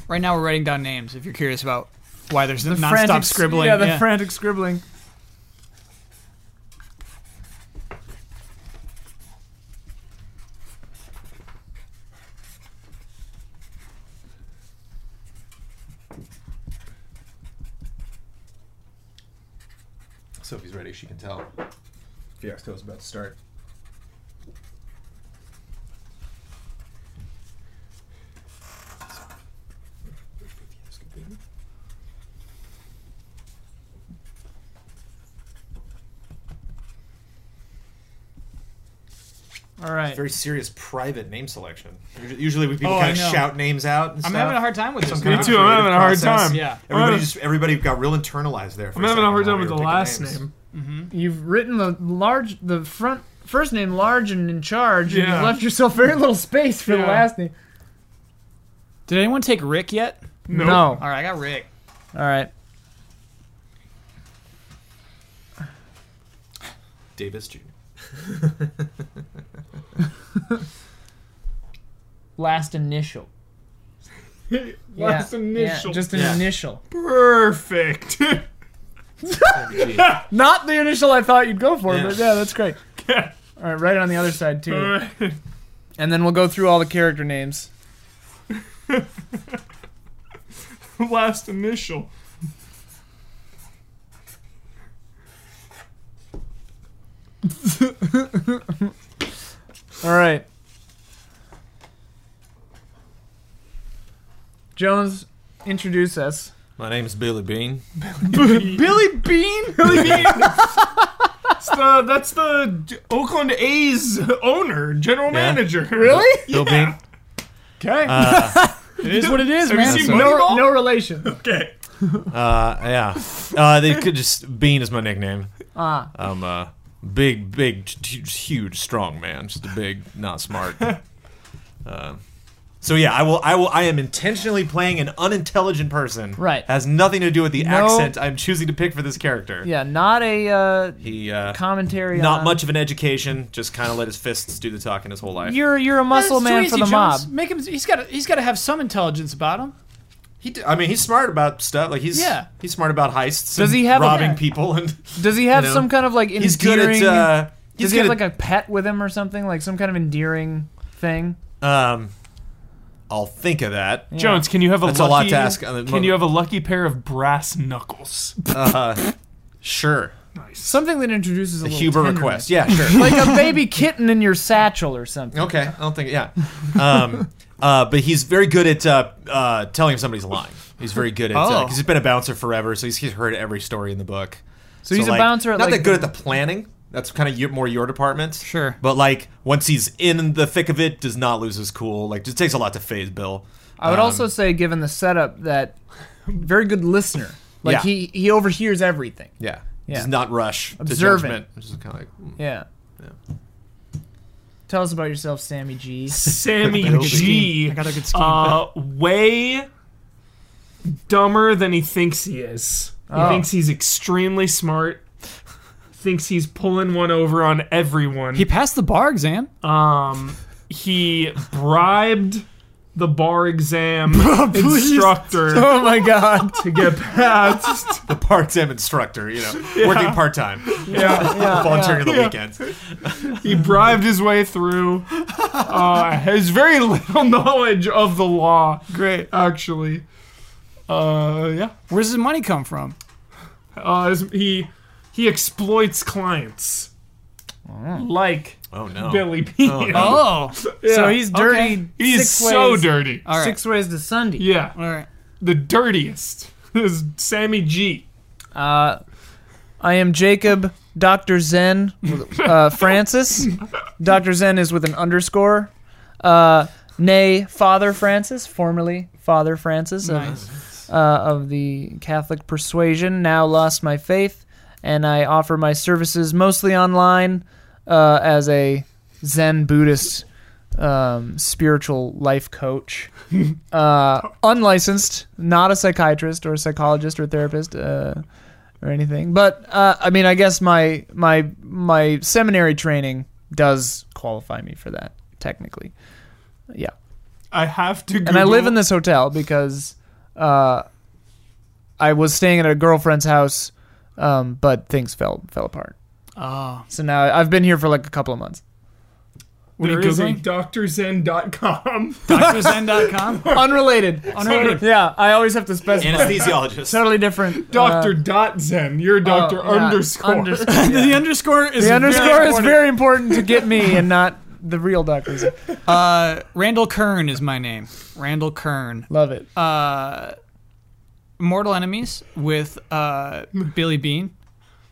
Speaker 4: Right now we're writing down names. If you're curious about why there's the nonstop
Speaker 1: frantic s-
Speaker 4: scribbling.
Speaker 1: Yeah, the frantic scribbling.
Speaker 2: Sophie's ready. She can tell. Fiasco is about to start.
Speaker 1: All right.
Speaker 2: Very serious private name selection. Usually- Usually, we people
Speaker 4: Oh, I
Speaker 2: kind of
Speaker 4: know.
Speaker 2: shout names out. And
Speaker 4: I'm
Speaker 2: stuff.
Speaker 4: having a hard time with this.
Speaker 2: Some kind
Speaker 4: now.
Speaker 2: of
Speaker 5: too, I'm
Speaker 2: creative
Speaker 5: having a hard
Speaker 2: process.
Speaker 5: time.
Speaker 4: Yeah.
Speaker 2: Everybody
Speaker 5: I'm-
Speaker 2: just everybody got real internalized there. For
Speaker 5: I'm having a hard time with
Speaker 2: second
Speaker 5: the
Speaker 2: while we were
Speaker 5: last
Speaker 2: picking names.
Speaker 5: name.
Speaker 1: You've written the large, the front first name large and in charge. And
Speaker 5: Yeah.
Speaker 1: you've left yourself very little space for
Speaker 5: Yeah.
Speaker 1: the last name.
Speaker 4: Did anyone take Rick yet?
Speaker 5: No.
Speaker 1: No.
Speaker 4: All right, I got Rick.
Speaker 1: All right.
Speaker 2: Davis
Speaker 5: (laughs)
Speaker 2: Jr.
Speaker 1: Last initial.
Speaker 5: (laughs) Last
Speaker 1: Yeah,
Speaker 5: initial.
Speaker 1: yeah, just an
Speaker 2: Yeah.
Speaker 1: initial.
Speaker 5: perfect. (laughs)
Speaker 1: Not the initial I thought you'd go for,
Speaker 2: Yeah.
Speaker 1: but yeah, that's great.
Speaker 5: Yeah.
Speaker 1: All right, right on the other side too.
Speaker 5: Alright.
Speaker 1: And then we'll go through all the character names.
Speaker 5: (laughs) Last initial.
Speaker 1: All right. Jones, introduce us.
Speaker 2: My name's Billy Bean.
Speaker 1: Billy Bean.
Speaker 5: That's the, that's the J- Oakland A's owner, general
Speaker 2: Yeah.
Speaker 5: manager. (laughs) Really?
Speaker 2: (laughs) Bill Bean.
Speaker 1: Okay.
Speaker 2: Uh,
Speaker 4: It is what it is,
Speaker 5: Have you
Speaker 4: man.
Speaker 5: seen
Speaker 4: So-
Speaker 1: no,
Speaker 5: Moneyball?
Speaker 1: no relation.
Speaker 5: Okay.
Speaker 2: Uh, yeah. Uh, they could just Bean is my nickname.
Speaker 1: Ah.
Speaker 2: I'm a big, big, t- t- huge, strong man. Just a big,
Speaker 1: (laughs)
Speaker 2: not smart. Uh, so yeah, I will. I will. I am intentionally playing an unintelligent person.
Speaker 1: Right.
Speaker 2: Has nothing to do with the
Speaker 1: No-
Speaker 2: accent I'm choosing to pick for this character.
Speaker 1: Yeah, not a uh,
Speaker 2: He uh,
Speaker 1: commentary.
Speaker 2: not
Speaker 1: on-
Speaker 2: much of an education. Just kind of let his fists do the talking his whole life.
Speaker 1: You're you're a muscle
Speaker 4: It's too
Speaker 1: man for
Speaker 4: easy,
Speaker 1: the mob.
Speaker 4: Jones. Make him. He's got. He's got to have some intelligence about him.
Speaker 2: He d- I mean, he's smart about stuff. Like he's
Speaker 4: Yeah.
Speaker 2: he's smart about heists.
Speaker 1: Does
Speaker 2: and
Speaker 1: he have a-
Speaker 2: robbing
Speaker 1: Yeah.
Speaker 2: people? And
Speaker 1: Does he have
Speaker 2: You know?
Speaker 1: some kind of like endearing?
Speaker 2: he's good at. Uh, he's
Speaker 1: does he have
Speaker 2: good
Speaker 1: like a pet with him or something? Like some kind of endearing thing?
Speaker 2: at, um. I'll think of that.
Speaker 1: Yeah.
Speaker 5: Jones, can you have a
Speaker 2: That's a
Speaker 5: lucky,
Speaker 2: lot to ask on the
Speaker 5: Can
Speaker 2: moment.
Speaker 5: you have a lucky pair of brass knuckles?
Speaker 2: Uh, sure.
Speaker 5: nice.
Speaker 1: Something that introduces a
Speaker 2: The
Speaker 1: little
Speaker 2: Huber
Speaker 1: tenderness.
Speaker 2: request. Yeah, sure.
Speaker 1: (laughs) like a baby kitten in your satchel or something.
Speaker 2: (laughs) okay, I don't think. Yeah. Um, uh, but he's very good at uh, uh, telling if somebody's lying. He's very good at
Speaker 4: Oh.
Speaker 2: because he's been a bouncer forever, so he's, he's heard every story in the book. So,
Speaker 1: he's a bouncer at,
Speaker 2: not
Speaker 1: like,
Speaker 2: that good at the planning. That's kind of your, more your department.
Speaker 4: Sure.
Speaker 2: but like once he's in the thick of it, does not lose his cool. Like just takes a lot to phase Bill.
Speaker 1: I would
Speaker 2: Um,
Speaker 1: also say, given the setup, that very good listener. Like
Speaker 2: Yeah.
Speaker 1: he he overhears everything.
Speaker 2: yeah,
Speaker 1: Yeah.
Speaker 2: does not rush
Speaker 1: Observant.
Speaker 2: to judgment. Which is kind of like mm.
Speaker 1: Yeah.
Speaker 2: Yeah.
Speaker 1: Tell us about yourself, Sammy G.
Speaker 3: Sammy G.
Speaker 4: I got a good scheme.
Speaker 3: Uh, way dumber than he thinks he is. He
Speaker 1: Oh.
Speaker 3: thinks he's extremely smart. Thinks he's pulling one over on everyone.
Speaker 4: he passed the bar exam.
Speaker 3: um, he bribed the bar exam instructor
Speaker 1: oh my God.
Speaker 3: to get passed.
Speaker 2: the part time instructor.
Speaker 1: (laughs)
Speaker 2: You know, working part time,
Speaker 3: Yeah,
Speaker 2: volunteering on the weekends.
Speaker 3: he bribed his way through. Uh, has very little (laughs) knowledge of the law,
Speaker 4: Great.
Speaker 3: actually. Uh, yeah.
Speaker 4: Where does his money come from?
Speaker 3: Uh, is- he he exploits clients like
Speaker 2: Oh no,
Speaker 3: Billy Bean. (laughs)
Speaker 4: Oh,
Speaker 1: So
Speaker 3: Yeah.
Speaker 1: he's dirty.
Speaker 4: Okay.
Speaker 3: he's
Speaker 1: six
Speaker 3: so
Speaker 1: ways,
Speaker 3: dirty.
Speaker 4: all right,
Speaker 1: Six ways to Sunday.
Speaker 3: Yeah,
Speaker 4: all right.
Speaker 3: the dirtiest (laughs) is Sammy G.
Speaker 1: Uh, I am Jacob Dr. Zen uh, Francis. Dr. Zen is with an underscore. Uh, nay, Father Francis, formerly Father Francis of, uh, of the Catholic persuasion, now lost my faith, and I offer my services mostly online uh, as a Zen Buddhist um, spiritual life coach. Uh, unlicensed, not a psychiatrist or a psychologist or therapist. Uh, or anything. But uh, I mean, I guess my my my seminary training does qualify me for that technically. Yeah,
Speaker 3: I have to. Google,
Speaker 1: and I live in this hotel because uh, I was staying at a girlfriend's house, um, but things fell fell apart.
Speaker 4: Oh,
Speaker 1: So now I've been here for like a couple of months.
Speaker 4: what are
Speaker 3: There
Speaker 4: you
Speaker 3: is a
Speaker 4: googling?
Speaker 3: drzen.com.
Speaker 1: (laughs) Uh,
Speaker 4: DrZen.com.
Speaker 1: Unrelated.
Speaker 4: Unrelated.
Speaker 1: Yeah, I always have to specify.
Speaker 2: anesthesiologist.
Speaker 1: Totally (laughs) different.
Speaker 3: Doctor
Speaker 1: uh,
Speaker 3: dot zen. You're Doctor
Speaker 1: oh, yeah,
Speaker 3: underscore.
Speaker 1: underscore.
Speaker 4: (laughs) The underscore is
Speaker 1: The underscore is (laughs)
Speaker 4: important.
Speaker 1: very important to get me and not the real doctors.
Speaker 4: Uh, Randall Kern is my name. Randall Kern.
Speaker 1: Love it.
Speaker 4: Uh, Mortal Enemies with uh, Billy Bean.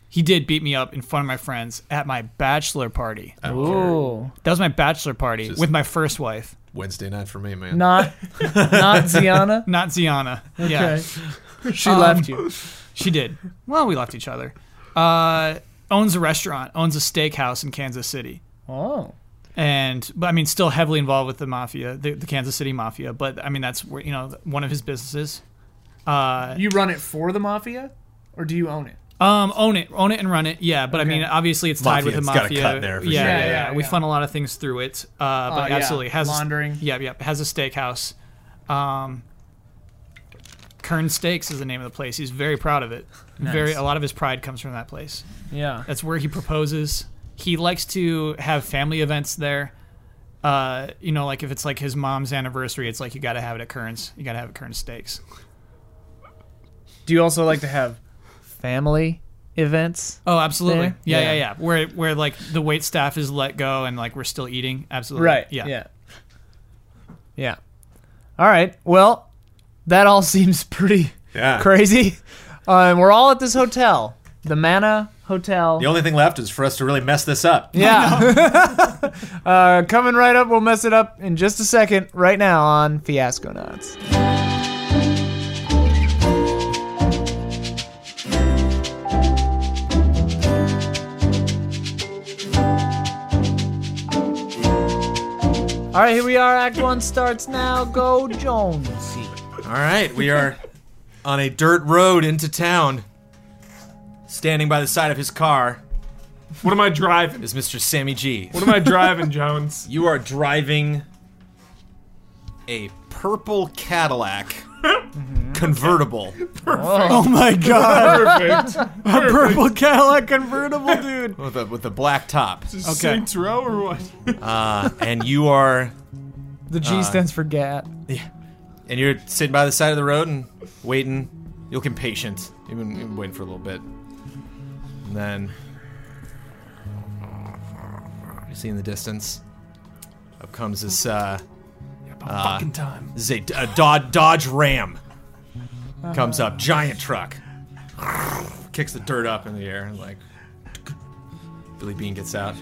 Speaker 4: He did beat me up in front of my friends at my bachelor party.
Speaker 1: Ooh.
Speaker 4: That was my bachelor party with my first wife,
Speaker 2: Wednesday night for me, man.
Speaker 1: Not not Ziana.
Speaker 4: not Ziana. Yeah,
Speaker 1: She left (laughs) you.
Speaker 4: she did. Well, we left each other. Uh, owns a restaurant, owns a steakhouse in Kansas City.
Speaker 1: Oh.
Speaker 4: and but I mean, still heavily involved with the mafia, the, the Kansas City mafia. But I mean, that's where you know one of his businesses. Uh,
Speaker 1: You run it for the mafia? Or do you own it?
Speaker 4: um, own it, own it, and run it. Yeah, but I mean, obviously it's tied with the
Speaker 2: Mafia, it's got a
Speaker 4: mafia.
Speaker 2: cut there for
Speaker 4: yeah,
Speaker 2: sure.
Speaker 4: yeah,
Speaker 1: Yeah,
Speaker 4: yeah.
Speaker 1: yeah,
Speaker 4: We
Speaker 1: yeah. Oh,
Speaker 4: fund a lot of things through it. Uh, but
Speaker 1: yeah.
Speaker 4: absolutely has
Speaker 1: Laundering.
Speaker 4: Yeah, yeah. Has a steakhouse. Um, Kern Steaks is the name of the place. He's very proud of it. Very, a lot of his pride comes from that place.
Speaker 1: Yeah.
Speaker 4: That's where he proposes. He likes to have family events there. Uh, you know, like if it's like his mom's anniversary, it's like you got to have it at Kern's. You got to have it at Kern's Steaks.
Speaker 1: Do you also like to have family events?
Speaker 4: Oh, absolutely.
Speaker 1: There?
Speaker 4: Yeah, yeah, yeah,
Speaker 1: Yeah.
Speaker 4: Where where like the wait staff is let go and like we're still eating. Absolutely. Yeah.
Speaker 1: Yeah. Yeah. All right. Well, that all (laughs) seems pretty
Speaker 2: Yeah.
Speaker 1: crazy. Uh, and we're all at this hotel, the Mana Hotel.
Speaker 2: The only thing left is for us to really mess this up. (laughs)
Speaker 1: Yeah. (laughs) uh, coming right up. We'll mess it up in just a second, right now on Fiasco Nuts. All right, here we are. Act one starts now. Go Jonesy.
Speaker 2: All right, we are on a dirt road into town. Standing by the side of his car
Speaker 3: (laughs) What am I driving?
Speaker 2: is Mr. Sammy G.
Speaker 3: What am I driving, Jones?
Speaker 2: You are driving a purple Cadillac convertible.
Speaker 4: Oh my (laughs) god,
Speaker 3: (laughs) (laughs) Perfect.
Speaker 4: purple Cadillac convertible, dude.
Speaker 2: with a with a black top,
Speaker 3: Saints Row or what?
Speaker 2: uh, and you are
Speaker 1: The G
Speaker 2: Uh,
Speaker 1: stands for Gat.
Speaker 2: and you're sitting by the side of the road and waiting. You look impatient. You've been, you've been waiting for a little bit, and then you see in the distance, up comes this uh,
Speaker 3: Fucking time.
Speaker 2: this is a, a Dodge, Dodge Ram. comes up, giant truck, kicks the dirt up in the air, and like Billy Bean gets out,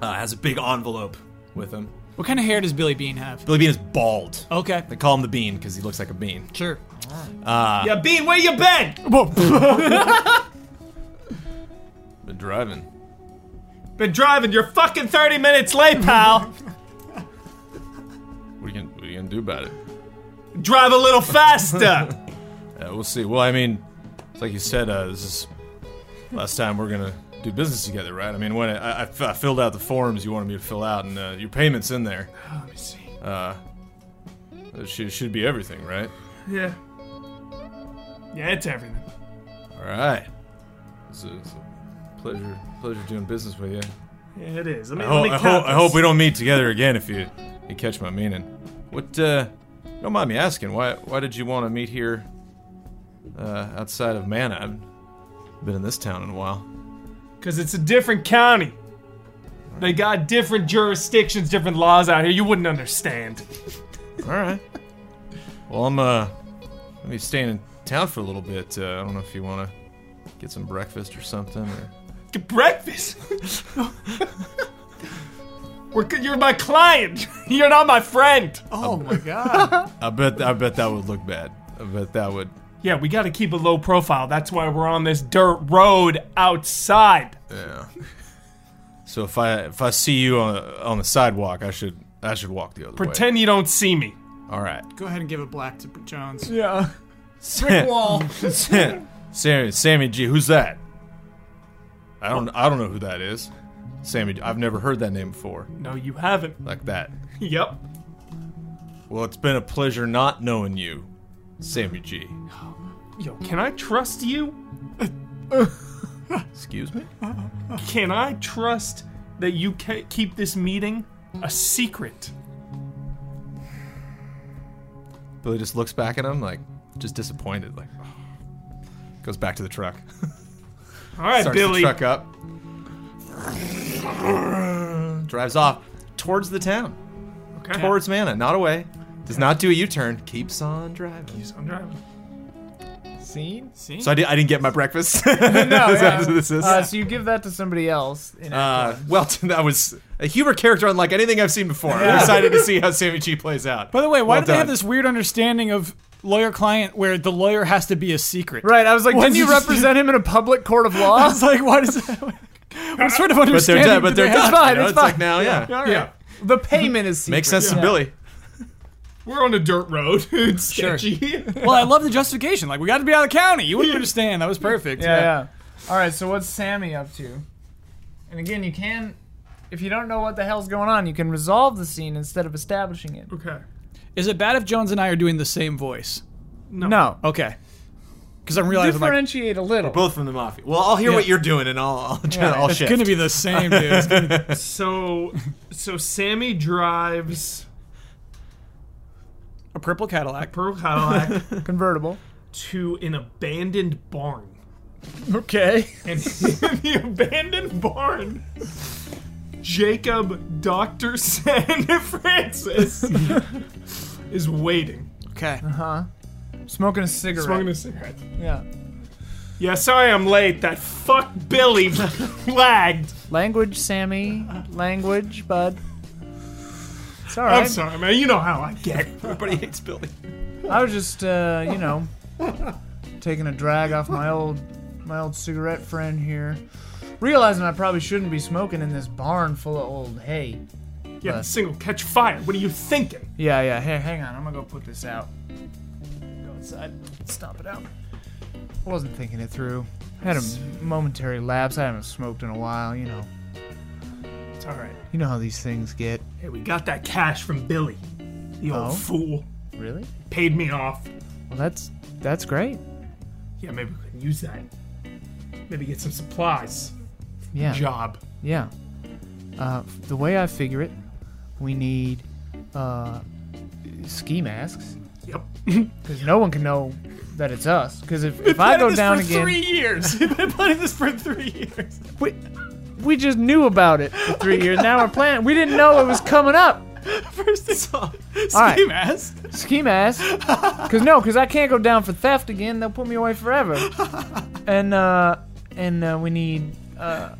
Speaker 2: uh, has a big envelope with him.
Speaker 4: What kind of hair does Billy Bean have?
Speaker 2: Billy Bean is bald.
Speaker 4: Okay,
Speaker 2: They call him the Bean because he looks like a bean.
Speaker 4: sure.
Speaker 3: yeah, Bean, where you been?
Speaker 2: Been driving.
Speaker 3: Been driving. You're fucking 30 minutes late, pal.
Speaker 2: What are you gonna, what are you gonna do about it?
Speaker 3: Drive a little faster.
Speaker 2: Uh, we'll see. Well, I mean, it's like you said, uh, this is last time we're gonna do business together, right? I mean, when I, I- I, fi- I filled out the forms you wanted me to fill out, and uh, your payments in there.
Speaker 3: (laughs) Let me see.
Speaker 2: Uh, it should, should be everything, right?
Speaker 3: Yeah. Yeah, it's everything.
Speaker 2: All right. It's a, it's a pleasure, pleasure doing business with you.
Speaker 3: Yeah, it is. Let me,
Speaker 2: I,
Speaker 3: let
Speaker 2: ho-
Speaker 3: me
Speaker 2: I, ho-
Speaker 3: count
Speaker 2: I
Speaker 3: this.
Speaker 2: hope we don't meet together again if you, you catch my meaning. What? Uh, don't mind me asking. Why? Why did you want to meet here? Uh, outside of Mana, I've been in this town in a while.
Speaker 3: Because it's a different county. They got different jurisdictions, different laws out here. You wouldn't understand.
Speaker 2: All right. Well, I'm uh, gonna be staying in town for a little bit. Uh, I don't know if you want to get some breakfast or something. Or...
Speaker 3: Get breakfast. (laughs) We're, c- you're my client. (laughs) You're not my friend.
Speaker 1: Oh my god.
Speaker 2: I bet. I bet that would look bad. I bet that would.
Speaker 3: Yeah, we got to keep a low profile. That's why we're on this dirt road outside.
Speaker 2: Yeah. (laughs) So if I if I see you on on the sidewalk, I should I should walk the other way.
Speaker 3: Pretend you don't see me.
Speaker 2: All right.
Speaker 4: Go ahead and give it black to Jones.
Speaker 3: Yeah.
Speaker 2: (laughs)
Speaker 4: Wall.
Speaker 2: Sammy, Sammy G, who's that? I don't I don't know who that is. Sammy, I've never heard that name before.
Speaker 3: No, you haven't. (laughs)
Speaker 2: Like that.
Speaker 3: Yep.
Speaker 2: Well, it's been a pleasure not knowing you, Sammy G.
Speaker 3: Yo, can I trust you?
Speaker 2: Excuse me?
Speaker 3: Can I trust that you ca- keep this meeting a secret?
Speaker 2: Billy just looks back at him like just disappointed, like goes back to the truck. (laughs)
Speaker 3: All right,
Speaker 2: Starts
Speaker 3: Billy.
Speaker 2: the truck up. Drives off towards the town.
Speaker 3: Okay.
Speaker 2: Towards Mana, not away. Does not do a U-turn. Keeps on driving.
Speaker 3: I'm driving.
Speaker 1: (laughs)
Speaker 2: Scene?
Speaker 4: Scene?
Speaker 2: So I, did, I didn't get my breakfast. no, (laughs) is that what this is?
Speaker 1: Uh, so you give that to somebody else. in
Speaker 2: Uh, well, (laughs) that was a humor character unlike anything I've seen before. I'm excited to see how Sammy G plays out.
Speaker 4: By the way, why
Speaker 2: Well
Speaker 4: do they have
Speaker 2: done.
Speaker 4: this weird understanding of lawyer client where the lawyer has to be a secret?
Speaker 1: Right, I was like,
Speaker 4: Why
Speaker 1: didn't
Speaker 4: did
Speaker 1: you
Speaker 4: you just-
Speaker 1: represent him in a public court of
Speaker 2: (laughs)
Speaker 4: I
Speaker 1: law?
Speaker 4: was like, why does that? What sort of
Speaker 2: But they're
Speaker 4: understanding?
Speaker 2: dead. But
Speaker 4: do
Speaker 2: they're
Speaker 4: they
Speaker 2: dead.
Speaker 4: have?
Speaker 1: fine,
Speaker 2: you know,
Speaker 1: it's
Speaker 2: it's like
Speaker 1: fine.
Speaker 2: now, yeah.
Speaker 1: All right.
Speaker 3: Yeah.
Speaker 1: The payment is secret.
Speaker 2: Makes sense to
Speaker 1: Yeah.
Speaker 2: Billy.
Speaker 3: We're on a dirt road. (laughs) It's
Speaker 4: Sure.
Speaker 3: sketchy.
Speaker 4: Well, I love the justification. Like, we got to be out of the county. You wouldn't understand. That was perfect.
Speaker 1: Yeah, yeah. All right, so what's Sammy up to? And again, you can, if you don't know what the hell's going on, you can resolve the scene instead of establishing it.
Speaker 3: okay.
Speaker 4: Is it bad if Jones and I are doing the same voice?
Speaker 1: No,
Speaker 4: Okay. Because I'm realizing like
Speaker 1: differentiate a little.
Speaker 2: Both from the mafia. Well, I'll hear
Speaker 4: Yeah.
Speaker 2: what you're doing, and I'll I'll,
Speaker 1: Yeah.
Speaker 2: I'll
Speaker 4: it's
Speaker 2: shift.
Speaker 4: gonna be the same, dude.
Speaker 3: (laughs)
Speaker 4: It's gonna be-
Speaker 3: So, so Sammy drives
Speaker 4: a purple Cadillac.
Speaker 3: Pearl Cadillac
Speaker 1: Convertible.
Speaker 3: to an abandoned barn,
Speaker 1: Okay.
Speaker 3: and (laughs) in the abandoned barn, Jacob, Doctor San (laughs) Francis (laughs) is waiting,
Speaker 4: Okay.
Speaker 1: Huh? Smoking a cigarette.
Speaker 3: smoking a cigarette.
Speaker 1: yeah.
Speaker 3: Yeah, sorry I'm late. That fuck Billy (laughs) lagged.
Speaker 1: Language, Sammy. Language, bud. It's all
Speaker 3: I'm
Speaker 1: right.
Speaker 3: sorry, man. You know how I get.
Speaker 1: (laughs)
Speaker 2: Everybody hates Billy.
Speaker 1: I was just, uh, you know, taking a drag off my old, my old cigarette friend here, realizing I probably shouldn't be smoking in this barn full of old hay.
Speaker 3: Yeah, single catch fire. What are you thinking?
Speaker 1: Yeah, yeah. Here, hang on. I'm gonna go put this out. Go inside. Stomp it out. I wasn't thinking it through. Had a momentary lapse. I haven't smoked in a while. You know.
Speaker 3: It's all right.
Speaker 1: You know how these things get.
Speaker 3: Hey, we got that cash from Billy, the
Speaker 1: Oh?
Speaker 3: old fool.
Speaker 1: Really?
Speaker 3: Paid me off.
Speaker 1: Well, that's that's great.
Speaker 3: Yeah, maybe we can use that. Maybe get some supplies.
Speaker 1: Yeah.
Speaker 3: Job.
Speaker 1: Yeah. Uh, the way I figure it, we need uh, ski masks
Speaker 3: Yep.
Speaker 1: because no one can know that it's us. Because if, if I go down
Speaker 3: for
Speaker 1: again,
Speaker 3: three years. (laughs) We've been planning this for three years. (laughs) Oh
Speaker 1: we we just knew about it for three years. Now we're planning. We didn't know it was coming up.
Speaker 4: First it's all scheme
Speaker 1: right.
Speaker 4: ass.
Speaker 1: Ski mask. Cause no, cause I can't go down for theft again. They'll put me away forever. And uh, and uh, we need. Uh,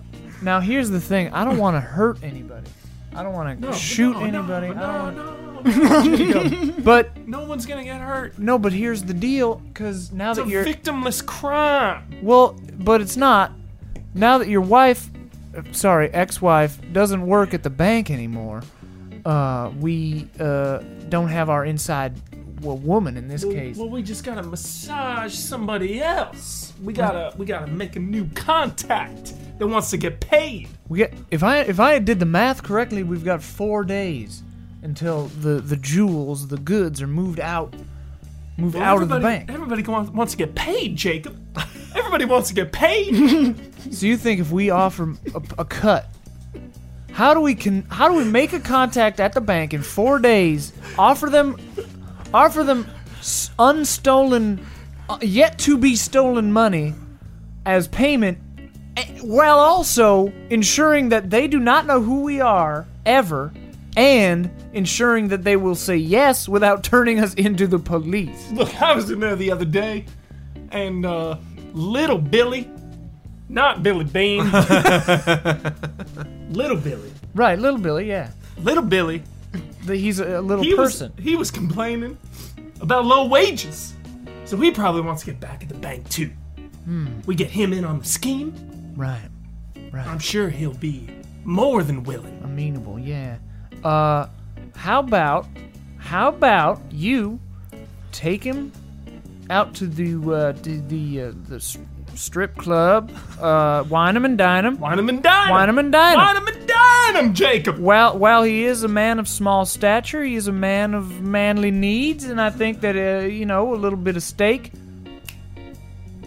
Speaker 1: now here's the thing. I don't want to hurt anybody. I don't want to shoot anybody. I don't wanna,
Speaker 3: (laughs)
Speaker 1: But
Speaker 3: no one's gonna get hurt.
Speaker 1: no, but here's the deal. Cause now
Speaker 3: It's a
Speaker 1: that you're
Speaker 3: victimless crime.
Speaker 1: well, but it's not. Now that your wife, uh, sorry, ex-wife, doesn't work at the bank anymore, uh, we uh, don't have our inside well, woman in this case.
Speaker 3: Well, we just gotta massage somebody else. We gotta, we gotta make a new contact that wants to get paid.
Speaker 1: We get, if I if I did the math correctly, we've got four days until the the jewels, the goods, are moved out, moved out of the
Speaker 3: everybody,
Speaker 1: bank.
Speaker 3: Everybody wants, wants to get paid, Jacob. Everybody wants to get paid.
Speaker 1: So you think if we offer a, a cut, how do we can how do we make a contact at the bank in four days? Offer them, offer them s- unstolen, uh, yet to be stolen money as payment, eh, while also ensuring that they do not know who we are ever, and ensuring that they will say yes without (laughs) turning us into the police.
Speaker 3: Look, I was in there the other day, and uh, little Billy, not
Speaker 1: (laughs)
Speaker 3: Billy Bean, little Billy,
Speaker 1: Right, little Billy, yeah,
Speaker 3: little Billy.
Speaker 1: The- he's a, a little
Speaker 3: He
Speaker 1: person.
Speaker 3: was he was complaining about low wages, so he probably wants to get back at the bank too.
Speaker 1: Hmm.
Speaker 3: We get him in on the scheme.
Speaker 1: Right,
Speaker 3: I'm sure he'll be more than willing.
Speaker 1: amenable, yeah. Uh, how about, how about you take him out to the uh, the the, uh, the s- strip club, uh, wine him and dine him,
Speaker 3: Wine him and dine
Speaker 1: wine him and dine him.
Speaker 3: Wine him and dine him, Jacob.
Speaker 1: While while he is a man of small stature, he is a man of manly needs, and I think that uh, you know a little bit of steak.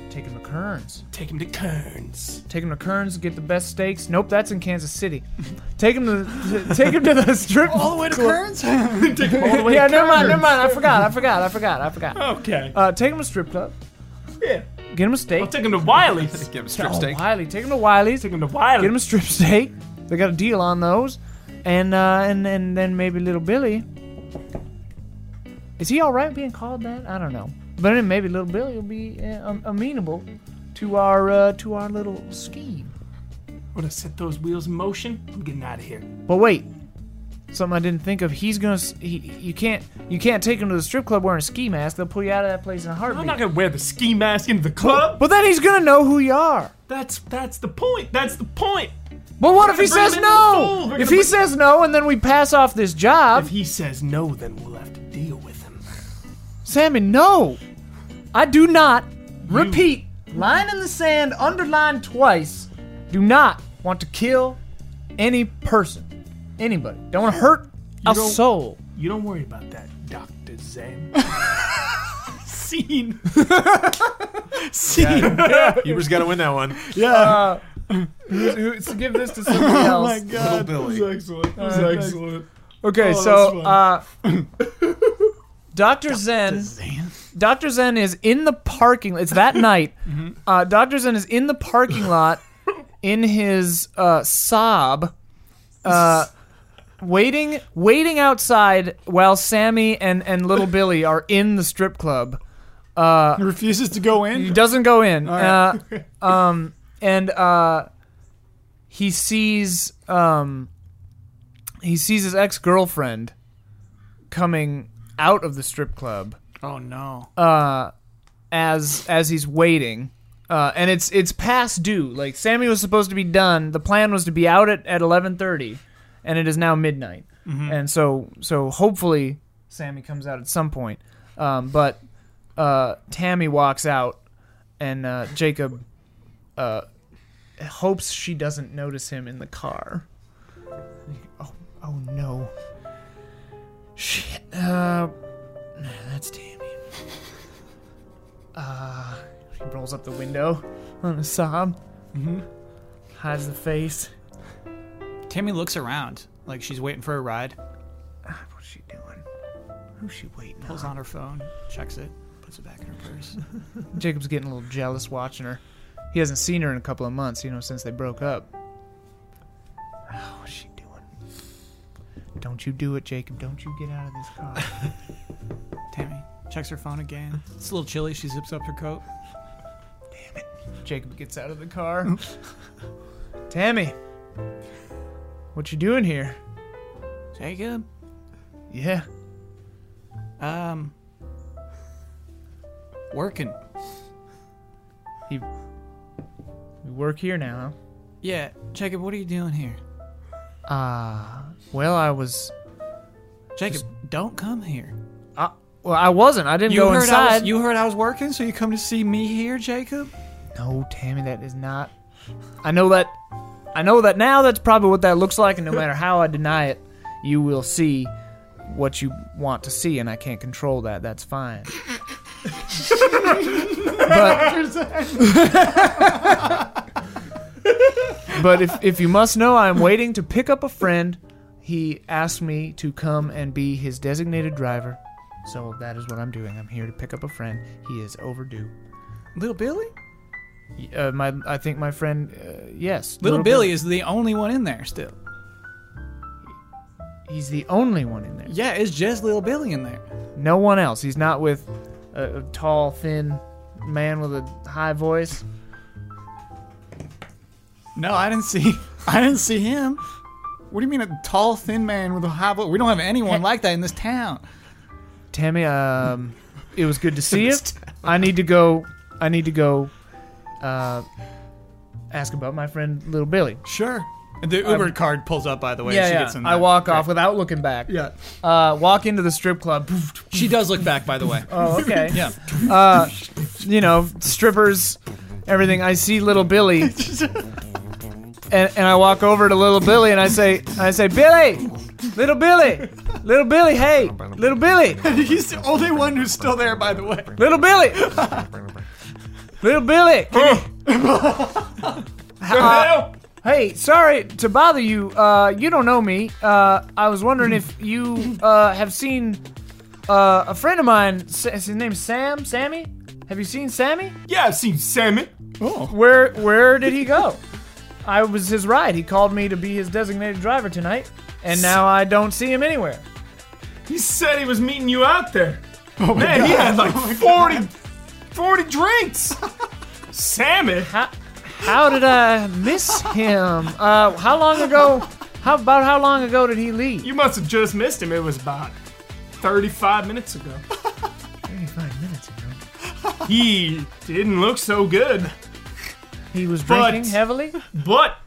Speaker 1: Take him to Kearns.
Speaker 3: Take him to Kearns. (laughs)
Speaker 1: Take him to Kearns, get the best steaks. Nope, that's in Kansas City. (laughs) Take him to (laughs) the, take him to the strip all the way to
Speaker 4: Burns?
Speaker 3: Take him all the way
Speaker 1: yeah,
Speaker 3: to
Speaker 1: never mind,
Speaker 3: Kearns.
Speaker 1: never mind. I forgot, I forgot, I forgot, I forgot.
Speaker 3: Okay.
Speaker 1: Uh, take him to strip club.
Speaker 3: yeah.
Speaker 1: Get him a steak.
Speaker 3: I'll take him to Wiley's.
Speaker 2: Give him a strip
Speaker 1: oh,
Speaker 2: steak.
Speaker 1: Wiley. Take him to Wiley's.
Speaker 3: Take
Speaker 1: Get
Speaker 3: him to Wiley's.
Speaker 1: him a strip (laughs) steak. They got a deal on those. And uh, and and then maybe little Billy. Is he all right being called that? I don't know. But then maybe little Billy will be uh, am- amenable to our uh, to our little scheme.
Speaker 3: We're gonna set those wheels in motion. I'm getting out of here.
Speaker 1: But wait, something I didn't think of. He's gonna. s- He, you can't you can't take him to the strip club wearing a ski mask. They'll pull you out of that place in a heartbeat.
Speaker 3: I'm not gonna wear the ski mask into the club.
Speaker 1: but then he's gonna know who you are.
Speaker 3: That's that's the point. That's the point.
Speaker 1: But what if
Speaker 3: We're
Speaker 1: he
Speaker 3: gonna
Speaker 1: says
Speaker 3: bring him in the
Speaker 1: no?
Speaker 3: fold. We're
Speaker 1: If
Speaker 3: gonna
Speaker 1: he
Speaker 3: bring-
Speaker 1: says no, and then we pass off this job,
Speaker 3: If he says no, then we'll have to deal with him.
Speaker 1: Sammy, no, I do not. Repeat, line in the sand, underlined twice. Do not want to kill any person, anybody. Don't want to hurt a
Speaker 3: don't-
Speaker 1: soul.
Speaker 3: You don't worry about that, Doctor Zen. Scene. Scene. (laughs)
Speaker 2: Huber's got to win that
Speaker 4: (laughs)
Speaker 2: one.
Speaker 3: Uh,
Speaker 1: give this to (laughs) somebody
Speaker 3: Oh
Speaker 1: else.
Speaker 2: Little Billy.
Speaker 3: excellent. That was excellent.
Speaker 1: Okay,
Speaker 3: Oh,
Speaker 1: so uh, (coughs) Doctor Zen, Doctor Zen is in the parking. It's that night. Uh, Doctor Zen is in the parking lot in his uh, sob, uh, waiting, waiting outside while Sammy and and little Billy are in the strip club.
Speaker 8: He refuses to go
Speaker 1: He
Speaker 8: in.
Speaker 1: doesn't go in. Uh, um, and uh, he sees um, he sees his ex girlfriend coming out of the strip club
Speaker 4: Oh no.
Speaker 1: as as he's waiting. Uh, and it's it's past due. Like Sammy was supposed to be done. The plan was to be out at, at eleven thirty, and it is now midnight. And so so hopefully Sammy comes out at some point. Um, but uh, Tammy walks out, and uh, Jacob uh, hopes she doesn't notice him in the car. Oh oh no. Shit. Uh, nah, that's Tammy. He rolls up the window on a sob. Mm-hmm. Hides the face.
Speaker 4: Tammy looks around like she's waiting for a ride.
Speaker 1: What's she doing? Who's she waiting on?
Speaker 4: Pulls on her phone, checks it, puts it back in her purse.
Speaker 1: Jacob's getting a little jealous watching her. He hasn't seen her in a couple of months, you know, since they broke up. Oh, what's she doing? Don't you do it, Jacob. Don't you get out of this car.
Speaker 4: (laughs) Tammy checks her phone again. It's a little chilly. She zips up her coat.
Speaker 1: Jacob gets out of the car. Tammy, what you doing here?
Speaker 4: Jacob,
Speaker 1: Yeah.
Speaker 4: um, working.
Speaker 1: We work here now,
Speaker 4: Yeah, Jacob, what are you doing here?
Speaker 1: huh? Uh, well, I was.
Speaker 4: Jacob, don't come here.
Speaker 1: Uh, well, I wasn't. I didn't
Speaker 4: You
Speaker 1: go
Speaker 4: heard, I
Speaker 1: inside.
Speaker 4: was, you heard I was working, so you come to see me here, Jacob?
Speaker 1: No, Tammy, that is not. I know that. I know that now. That's probably what that looks like, and no matter how I deny it, you will see what you want to see, and I can't control that. That's fine. but, (laughs) but if if you must know, I am waiting to pick up a friend. He asked me to come and be his designated driver, so that is what I'm doing. I'm here to pick up a friend. He is overdue.
Speaker 4: Little Billy?
Speaker 1: Uh, my, I think my friend, uh, yes,
Speaker 4: Little, Billy is the only one in there still.
Speaker 1: He's the only one in there.
Speaker 4: Yeah, it's just Little Billy in there.
Speaker 1: No one else. He's not with a, a tall, thin man with a high voice.
Speaker 4: No, I didn't see. (laughs) I didn't see him. What do you mean a tall, thin man with a high voice? We don't have anyone like that in this town.
Speaker 1: Tammy,
Speaker 4: (laughs)
Speaker 1: um, it was good to see you. I need to go. I need to go. Uh, ask about my friend, little Billy.
Speaker 4: Sure. The Uber card pulls up, by
Speaker 2: (laughs)
Speaker 4: the way. she Gets in
Speaker 1: I
Speaker 4: there.
Speaker 1: walk off without looking back.
Speaker 4: Yeah.
Speaker 1: Uh, walk into the strip club.
Speaker 4: She does look back, by the way.
Speaker 1: Oh, okay.
Speaker 4: Yeah.
Speaker 1: Uh, you know, strippers, everything. I see little Billy, and, and I walk over to little Billy and I say, I say, Billy, little Billy, little Billy, hey, little Billy,
Speaker 3: (laughs)
Speaker 4: He's the only one who's still there, by the way.
Speaker 1: little Billy, little Billy. can you- Uh, hey, sorry to bother you. Uh, you don't know me. Uh, I was wondering if you uh, have seen uh, a friend of mine. Sa- His name's Sam. Sammy. Have you seen Sammy?
Speaker 3: (laughs) Yeah, I've seen salmon.
Speaker 1: Where where did he go? I was his ride. He called me to be his designated driver tonight, and now I don't see him anywhere.
Speaker 3: He said he was meeting you out there. Oh Man, he had like 40, 40
Speaker 1: (laughs)
Speaker 3: drinks. salmon?
Speaker 1: How, how did I miss him? Uh, how long ago? How about how long ago did he leave?
Speaker 3: You must have just missed him. It was about 35 minutes ago.
Speaker 1: Thirty-five minutes ago. (laughs)
Speaker 3: He didn't look so good.
Speaker 1: He was
Speaker 3: But-
Speaker 1: drinking heavily.
Speaker 3: But,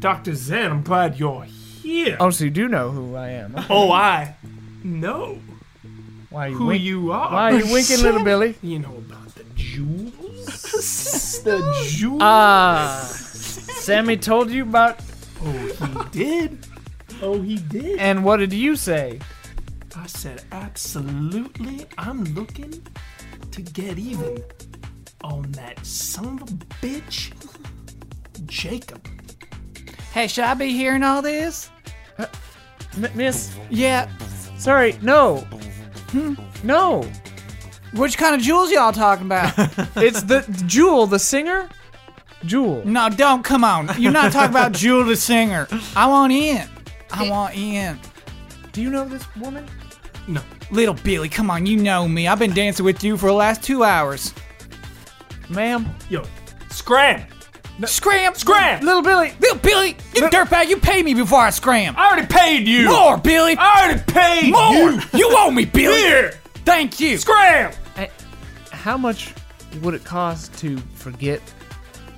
Speaker 3: Dr. Zen, I'm glad you're here.
Speaker 1: Oh, so you do know who I am?
Speaker 3: Oh, I know
Speaker 1: Why are you
Speaker 3: who
Speaker 1: wink-
Speaker 3: you are.
Speaker 1: Why are you winking, little Billy?
Speaker 3: You know about the
Speaker 1: (laughs)
Speaker 3: jewels?
Speaker 1: Uh,
Speaker 3: the jewels?
Speaker 1: Ah, Sammy told you about.
Speaker 3: oh, he did. Oh, he did.
Speaker 1: And what did you say?
Speaker 3: I said, absolutely. I'm looking to get even on that son of a bitch, Jacob.
Speaker 4: (laughs) Hey, should I be hearing all this?
Speaker 1: M- miss,
Speaker 4: Yeah.
Speaker 1: sorry, no, Hmm, no.
Speaker 4: Which kind of jewels y'all talking (laughs) about?
Speaker 1: It's the Jewel, the singer. Jewel.
Speaker 4: no, don't. Come on. You're not talking (laughs) about Jewel the singer. I want in. I want in.
Speaker 1: Do you know this woman?
Speaker 3: No.
Speaker 4: Little Billy, come on. You know me. I've been dancing with you for the last two hours.
Speaker 1: Ma'am.
Speaker 3: Yo, scram.
Speaker 4: Scram.
Speaker 3: Scram.
Speaker 1: Little Billy.
Speaker 4: Little Billy, you dirtbag, you pay me before I scram.
Speaker 3: I already paid you.
Speaker 4: More, Billy.
Speaker 3: I already paid
Speaker 4: More.
Speaker 3: you.
Speaker 4: You owe me, Billy.
Speaker 3: Here.
Speaker 4: Thank you.
Speaker 3: Scram.
Speaker 1: How much would it cost to forget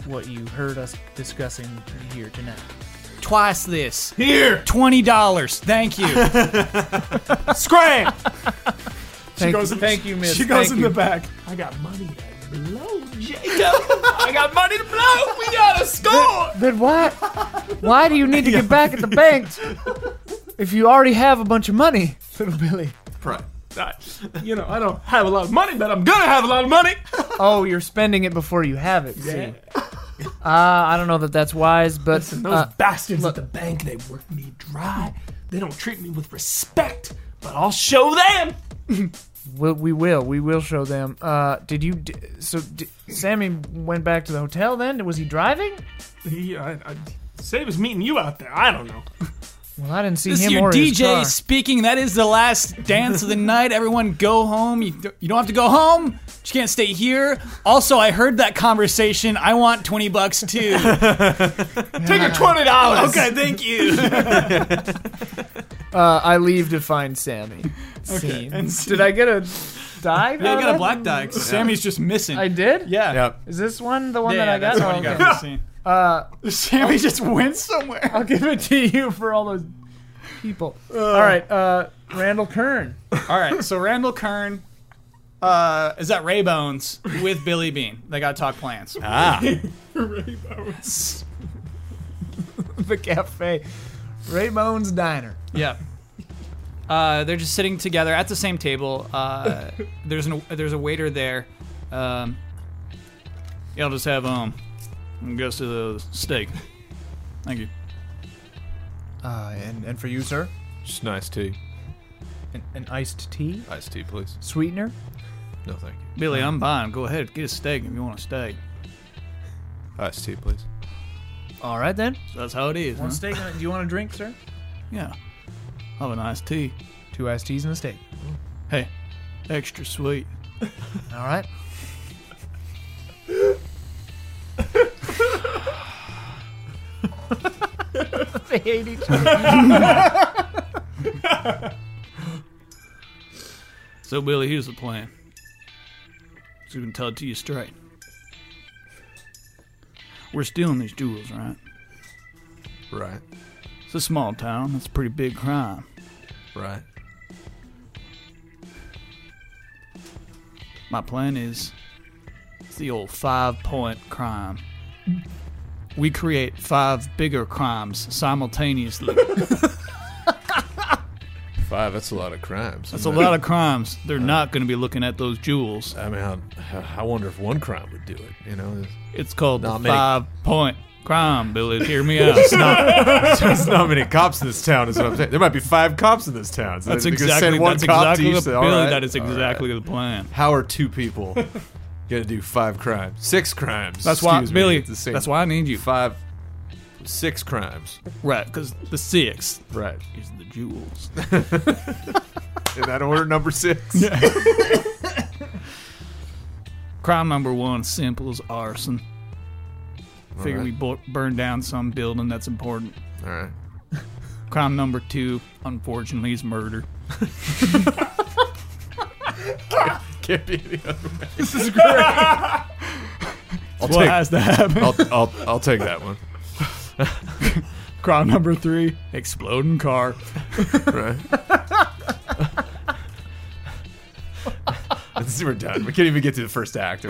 Speaker 1: what you heard us discussing here tonight?
Speaker 4: Twice this.
Speaker 3: Here.
Speaker 4: Twenty dollars. Thank (laughs) you.
Speaker 3: Scram.
Speaker 1: Thank,
Speaker 3: goes in-
Speaker 1: thank you, miss.
Speaker 3: She goes
Speaker 1: Thank
Speaker 3: in
Speaker 1: you.
Speaker 3: the back. I got money to blow, Jacob. I got money to blow. We got to score.
Speaker 1: But why? (laughs) Why do you need to get back
Speaker 3: (laughs)
Speaker 1: at the bank if you already have a bunch of money, little Billy?
Speaker 2: Pride.
Speaker 3: I, (laughs) you know, I don't have a lot of money, but I'm gonna have a lot of money.
Speaker 1: Oh, you're spending it before you have it. See. Uh, I don't know that that's wise, but
Speaker 3: Those
Speaker 1: uh,
Speaker 3: bastards at the bank, they work me dry. They don't treat me with respect, but I'll show them.
Speaker 1: we, we will. We will show them. Uh, did you? D- so d- Sammy went back to the hotel. Then was he driving?
Speaker 3: He, I, I, said he was meeting you out there. I don't know.
Speaker 1: Well, I didn't see
Speaker 4: This is
Speaker 1: him
Speaker 4: your
Speaker 1: or his
Speaker 4: DJ
Speaker 1: car.
Speaker 4: speaking. That is the last dance (laughs) of the night. Everyone go home. You, you don't have to go home. But you can't stay here. Also, I heard that conversation. I want 20 bucks (laughs) too.
Speaker 3: Take your twenty (laughs) dollars.
Speaker 4: okay, thank you.
Speaker 9: Uh, I leave to find Sammy. Scene. (laughs) Did I get a dive?
Speaker 4: I
Speaker 9: out of
Speaker 4: got a
Speaker 9: that?
Speaker 4: black die. Sammy's just missing.
Speaker 9: I did.
Speaker 4: yeah.
Speaker 10: Yep.
Speaker 9: Is this one the one
Speaker 4: Yeah,
Speaker 9: that I
Speaker 4: that's
Speaker 9: got?
Speaker 4: what
Speaker 9: Oh,
Speaker 4: you
Speaker 9: okay.
Speaker 4: got for (laughs) scene.
Speaker 9: Uh,
Speaker 4: Sammy just went somewhere.
Speaker 9: (laughs) I'll give it to you for all those people. all right, uh, Randall Kern. (laughs)
Speaker 4: All right, so Randall Kern uh, is at Raybones with Billy Bean. They got to talk plans.
Speaker 10: Ah,
Speaker 9: the cafe. Raymond's Diner.
Speaker 4: Yeah. Uh, they're just sitting together at the same table. Uh, there's an there's a waiter there. Um, yeah, I'll just have um, goes to the steak. Thank you.
Speaker 9: Uh, and, and for you, sir?
Speaker 2: Just nice tea.
Speaker 9: An, an iced tea?
Speaker 2: Iced tea, please.
Speaker 9: Sweetener?
Speaker 2: No, thank you.
Speaker 4: Billy, I'm buying. Go ahead, get a steak if you want a steak.
Speaker 2: Iced tea, please.
Speaker 9: All right, then.
Speaker 4: So that's how it is.
Speaker 1: One
Speaker 4: huh?
Speaker 1: steak. and a- Do you want a drink, sir?
Speaker 4: Yeah. Have a nice tea.
Speaker 9: Two iced teas and a steak.
Speaker 4: Hey, extra sweet.
Speaker 9: All
Speaker 1: (laughs)
Speaker 9: right. they hate each other.
Speaker 4: So, Billy, here's the plan. So we can tell it to you straight. We're stealing these jewels, right?
Speaker 2: Right,
Speaker 4: It's a small town. It's a pretty big crime.
Speaker 2: right.
Speaker 4: My plan is it's the old five point crime. We create five bigger crimes simultaneously.
Speaker 2: Five, that's a lot of crimes.
Speaker 4: That's a lot of crimes. They're not going to be looking at those jewels.
Speaker 2: I mean, I, I wonder if one crime would do it, you (laughs) know?
Speaker 4: It's called
Speaker 2: Not
Speaker 4: the
Speaker 2: many-
Speaker 4: five point crime, Billy. Hear me
Speaker 10: (laughs)
Speaker 4: out.
Speaker 10: there's not many cops in this town. Is what I'm saying. There might be five cops in this town. So
Speaker 4: That's
Speaker 10: they're gonna
Speaker 4: exactly,
Speaker 10: send one
Speaker 4: that's
Speaker 10: cop to
Speaker 4: exactly
Speaker 10: each
Speaker 4: the
Speaker 10: cell.
Speaker 4: Billy.
Speaker 10: All right.
Speaker 4: That is
Speaker 2: all right.
Speaker 4: exactly the plan.
Speaker 2: How are two
Speaker 10: (laughs)
Speaker 2: people going to do five crimes? Six crimes.
Speaker 4: That's why,
Speaker 2: excuse me,
Speaker 4: Billy.
Speaker 2: at the same-
Speaker 4: That's why I need you.
Speaker 2: Five, six crimes.
Speaker 4: Right, because the sixth
Speaker 2: Right.
Speaker 4: is the jewels. (laughs)
Speaker 10: In that order, number six.
Speaker 4: Crime number one, simple as arson. Figure we bu- burn down some building that's important.
Speaker 2: All right.
Speaker 4: Crime number two, unfortunately, is murder.
Speaker 2: Can't be any other
Speaker 4: (laughs)
Speaker 2: way. This is
Speaker 4: What
Speaker 2: great. I'll
Speaker 4: has to happen? (laughs)
Speaker 2: take, I'll, I'll, I'll take that one.
Speaker 4: Crime number three, exploding car. (laughs)
Speaker 2: Right.
Speaker 10: This is- We're done. We can't even get to the first act.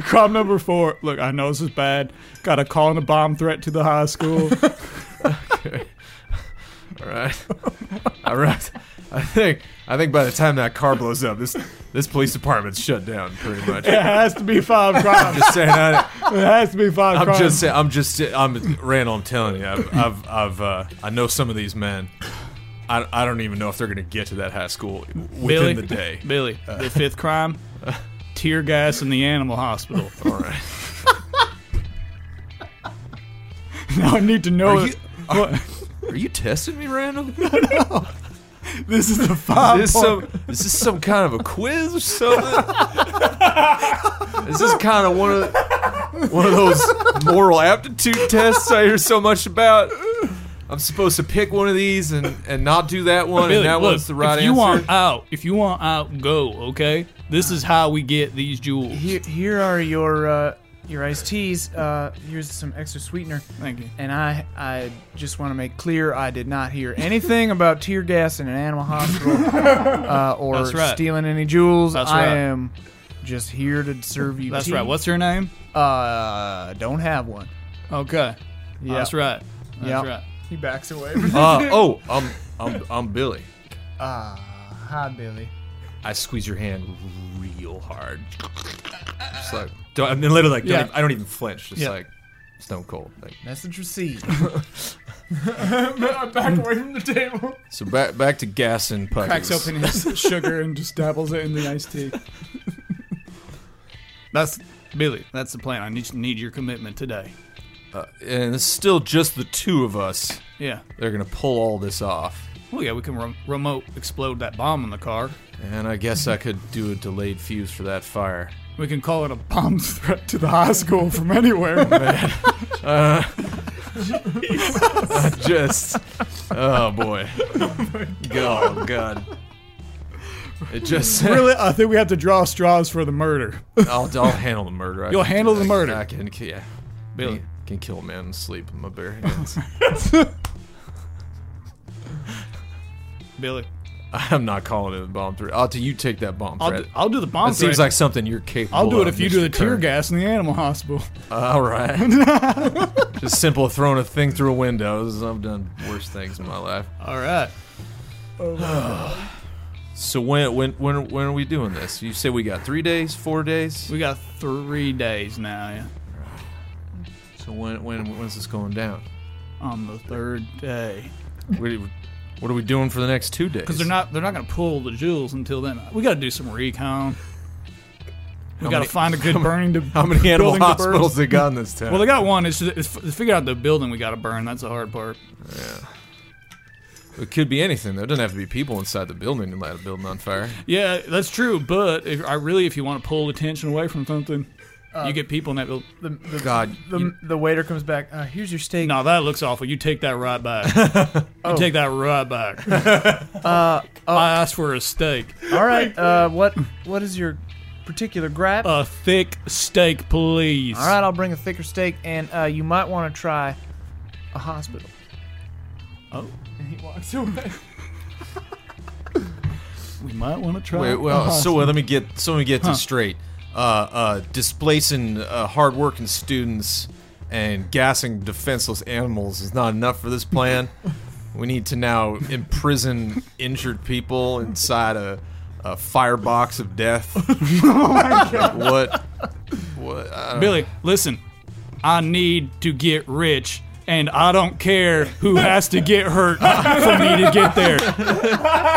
Speaker 4: Crime number four, look, I know this is bad. Got a call and a bomb threat to the high school. (laughs)
Speaker 2: All right.
Speaker 10: All right. I think I think by the time that car blows up, this this police department's shut down pretty much.
Speaker 4: it has to be five crimes.
Speaker 10: Just saying, I,
Speaker 4: It has to be 5
Speaker 2: I'm
Speaker 4: crimes.
Speaker 2: just saying. I'm just. I'm Randall. I'm telling you. I've. I've. I've uh, I know some of these men. I, I don't even know if they're going to get to that high school within
Speaker 4: Billy?
Speaker 2: the day. Uh.
Speaker 4: Billy, the
Speaker 2: (laughs)
Speaker 4: fifth crime, tear gas in the animal hospital.
Speaker 2: All right.
Speaker 4: (laughs) now I need to know.
Speaker 2: Are you,
Speaker 4: that-
Speaker 2: are, are you testing me, Randall?
Speaker 4: (laughs) this is the five.
Speaker 2: Is this some? Is this some kind of a quiz or something? is this kind of one of one of those moral aptitude tests I hear so much about? I'm supposed to pick one of these and, and not do that one,
Speaker 4: Billy,
Speaker 2: and that
Speaker 4: look,
Speaker 2: one's the right
Speaker 4: if you
Speaker 2: answer.
Speaker 4: want out, if you want out, go. Okay, this is how we get these jewels.
Speaker 1: Here, here are your uh, your iced teas. Uh, here's some extra sweetener.
Speaker 4: Thank you.
Speaker 1: And I, I just want to make clear, I did not hear anything about tear gas in an animal (laughs) hospital uh, or
Speaker 4: That's right.
Speaker 1: stealing any jewels.
Speaker 4: That's
Speaker 1: I
Speaker 4: right.
Speaker 1: am just here to serve you.
Speaker 4: That's
Speaker 1: tea.
Speaker 4: right. What's your name?
Speaker 1: Uh, don't have one.
Speaker 4: Okay.
Speaker 1: Yeah.
Speaker 4: That's right. That's
Speaker 1: Yeah.
Speaker 4: right.
Speaker 1: He backs away. (laughs)
Speaker 2: Uh, oh, I'm, I'm I'm Billy.
Speaker 1: Ah, hi, Billy.
Speaker 2: I squeeze your hand real hard. Just like don't, I mean, literally like don't
Speaker 4: Yeah.
Speaker 2: even, I don't even flinch. Just
Speaker 4: Yeah.
Speaker 2: like stone cold. Like
Speaker 1: Message
Speaker 4: (laughs)
Speaker 1: received. I'm back away from the table.
Speaker 2: so back back to gas and puppies.
Speaker 4: Cracks
Speaker 2: (laughs)
Speaker 4: open his sugar and just dabbles it in the iced tea. That's Billy. That's the plan. I need need your commitment today.
Speaker 2: and it's still just the two of us.
Speaker 4: Yeah.
Speaker 2: They're gonna pull all this off.
Speaker 4: Oh yeah, we can rem- remote explode that bomb in the car.
Speaker 2: And I guess I could do a delayed fuse for that fire.
Speaker 4: We can call it a bomb (laughs) threat to the high school
Speaker 2: (laughs)
Speaker 4: from anywhere.
Speaker 2: Just, oh
Speaker 4: (laughs)
Speaker 2: boy, God, God. It just (laughs)
Speaker 4: (laughs) really, I think we have to draw straws for the murder.
Speaker 2: I'll, I'll handle the murder. I
Speaker 4: You'll
Speaker 2: can-
Speaker 4: handle the
Speaker 2: I-
Speaker 4: murder.
Speaker 2: I can, yeah.
Speaker 4: Billy.
Speaker 2: I can kill a man and sleep with my
Speaker 4: (laughs)
Speaker 2: bare hands.
Speaker 4: Billy,
Speaker 2: I'm not calling it a bomb threat. Otto, you take that bomb
Speaker 4: I'll
Speaker 2: threat.
Speaker 4: do, I'll do the bomb
Speaker 2: that seems
Speaker 4: threat.
Speaker 2: like something you're capable
Speaker 4: I'll do it
Speaker 2: of,
Speaker 4: if you do
Speaker 2: Mr.
Speaker 4: the tear
Speaker 2: Kern.
Speaker 4: gas in the animal hospital. (laughs)
Speaker 2: All right. Just simple throwing a thing through a window. This is- I've done worse things in my life.
Speaker 4: All right.
Speaker 2: So when when when when are we doing this? You say we got three days, four days.
Speaker 4: We got three days now, yeah.
Speaker 2: So when when when's this going down?
Speaker 4: On the third day.
Speaker 2: What are- what are we doing for the next two days?
Speaker 4: Because they're not they're not gonna pull the jewels until then. We gotta do some recon. We gotta
Speaker 2: many-
Speaker 4: find a good burning
Speaker 2: (laughs)
Speaker 4: to
Speaker 2: How many animal
Speaker 4: building to burn.
Speaker 2: hospitals they got in
Speaker 4: (laughs)
Speaker 2: this town?
Speaker 4: Well, they got one. It's, just, it's f- it's figure out the building we gotta burn. That's the hard part.
Speaker 2: it could be anything. though. It doesn't have to be people inside the building to light a building on fire.
Speaker 4: Yeah, that's true. But if, I really, if you want to pull attention away from something,
Speaker 1: Uh,
Speaker 4: you get people in that building.
Speaker 1: The, the,
Speaker 2: God,
Speaker 1: the, the waiter comes back. Uh, here's your steak.
Speaker 4: No, that looks awful. You take that
Speaker 2: (laughs)
Speaker 4: right back. you take that right back.
Speaker 2: Uh,
Speaker 4: I asked for a steak,
Speaker 1: All
Speaker 4: (laughs)
Speaker 1: right. Uh, what what is your particular gripe?
Speaker 4: a thick steak, please.
Speaker 1: All right, I'll bring a thicker steak, and uh, you might want to try a hospital.
Speaker 4: Oh.
Speaker 1: And he walks away.
Speaker 4: we might want to try.
Speaker 2: Wait, well,
Speaker 4: Uh-huh.
Speaker 2: so uh, let me get so let me get this straight. Uh, uh, displacing uh, hardworking students and gassing defenseless animals is not enough for this
Speaker 4: (laughs)
Speaker 2: plan. we need to now imprison injured people inside a, a firebox of
Speaker 4: (laughs)
Speaker 2: death.
Speaker 4: Oh
Speaker 2: What? What? I don't-
Speaker 4: Billy, listen. I need to get rich, and I don't care who has to get hurt (laughs) for me to get there.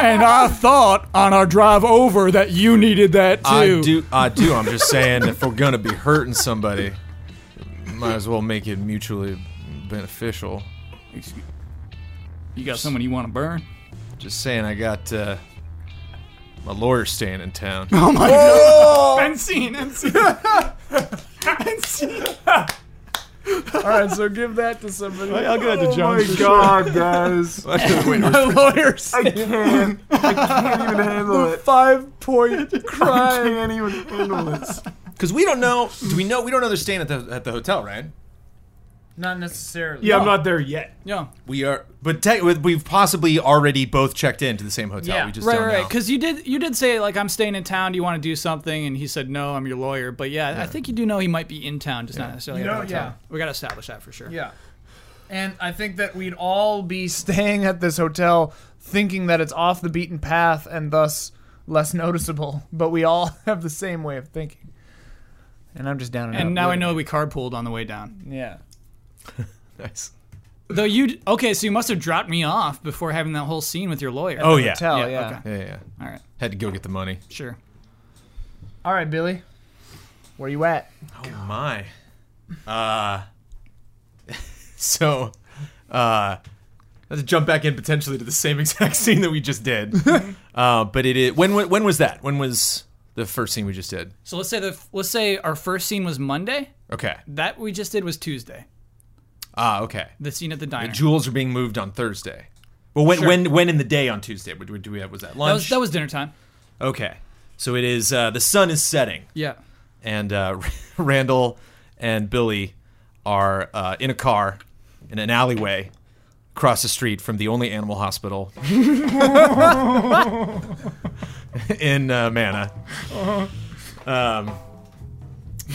Speaker 4: And I thought on our drive over that you needed that too.
Speaker 2: I do. I do. I'm just saying, if we're gonna be hurting somebody, might as well make it mutually beneficial.
Speaker 4: You got someone you want to burn?
Speaker 2: Just saying, I got uh, my lawyer staying in town.
Speaker 4: Unseen, unseen.
Speaker 1: All right, so give that to somebody. I'll give
Speaker 4: Oh
Speaker 1: that to John.
Speaker 3: (laughs) my god, guys.
Speaker 4: Lawyers.
Speaker 3: I can't. I can't even handle it.
Speaker 1: Five point
Speaker 3: I
Speaker 1: crime.
Speaker 3: can't even handle this.
Speaker 2: Because we don't know. Do we know? We don't understand at the at the hotel, right?
Speaker 1: Not necessarily.
Speaker 3: (laughs) Yeah, I'm not there yet.
Speaker 4: Yeah,
Speaker 2: We are, but te- we've possibly already both checked into the same hotel.
Speaker 1: Yeah.
Speaker 2: we just
Speaker 4: right,
Speaker 2: don't
Speaker 4: right.
Speaker 2: know.
Speaker 4: Because you did, you did say like I'm staying in town. Do you want to do something? And he said no, I'm your lawyer. But yeah, I think you do know he might be in town, just not necessarily.
Speaker 1: You
Speaker 4: at the
Speaker 1: know,
Speaker 4: hotel.
Speaker 1: yeah.
Speaker 4: we got to establish that for sure.
Speaker 1: Yeah. And I think that we'd all be staying at this hotel thinking that it's off the beaten path and thus less noticeable, but we all (laughs) have the same way of thinking. And I'm just down and,
Speaker 4: And
Speaker 1: out
Speaker 4: now I
Speaker 1: with
Speaker 4: know we carpooled on the way down.
Speaker 1: it. Yeah.
Speaker 2: Nice.
Speaker 4: Though you okay, so you must have dropped me off before having that whole scene with your lawyer.
Speaker 2: Oh yeah.
Speaker 1: Hotel, yeah.
Speaker 4: okay.
Speaker 2: Yeah, yeah.
Speaker 4: All right,
Speaker 2: Had to go get the money.
Speaker 4: sure.
Speaker 1: All right, Billy. Where you at?
Speaker 2: Oh my. Uh. so, uh, let's jump back in potentially to the same (laughs) exact scene that we just did.
Speaker 4: Mm-hmm.
Speaker 2: uh, but it is when when was that? When was the first scene we just did?
Speaker 4: So let's say the let's say our first scene was Monday.
Speaker 2: Okay.
Speaker 4: That we just did was Tuesday.
Speaker 2: Ah, okay.
Speaker 4: The scene at the diner.
Speaker 2: The jewels are being moved on Thursday. Well, when
Speaker 4: Sure.
Speaker 2: when when in the day on Tuesday? What do we- do we have? Was that
Speaker 4: that was
Speaker 2: lunch?
Speaker 4: that was dinner time.
Speaker 2: okay. So it is. Uh, the sun is setting,
Speaker 4: Yeah.
Speaker 2: and uh, (laughs) Randall and Billy are uh, in a car in an alleyway across the street from the only animal hospital (laughs) in uh, Mana. Um,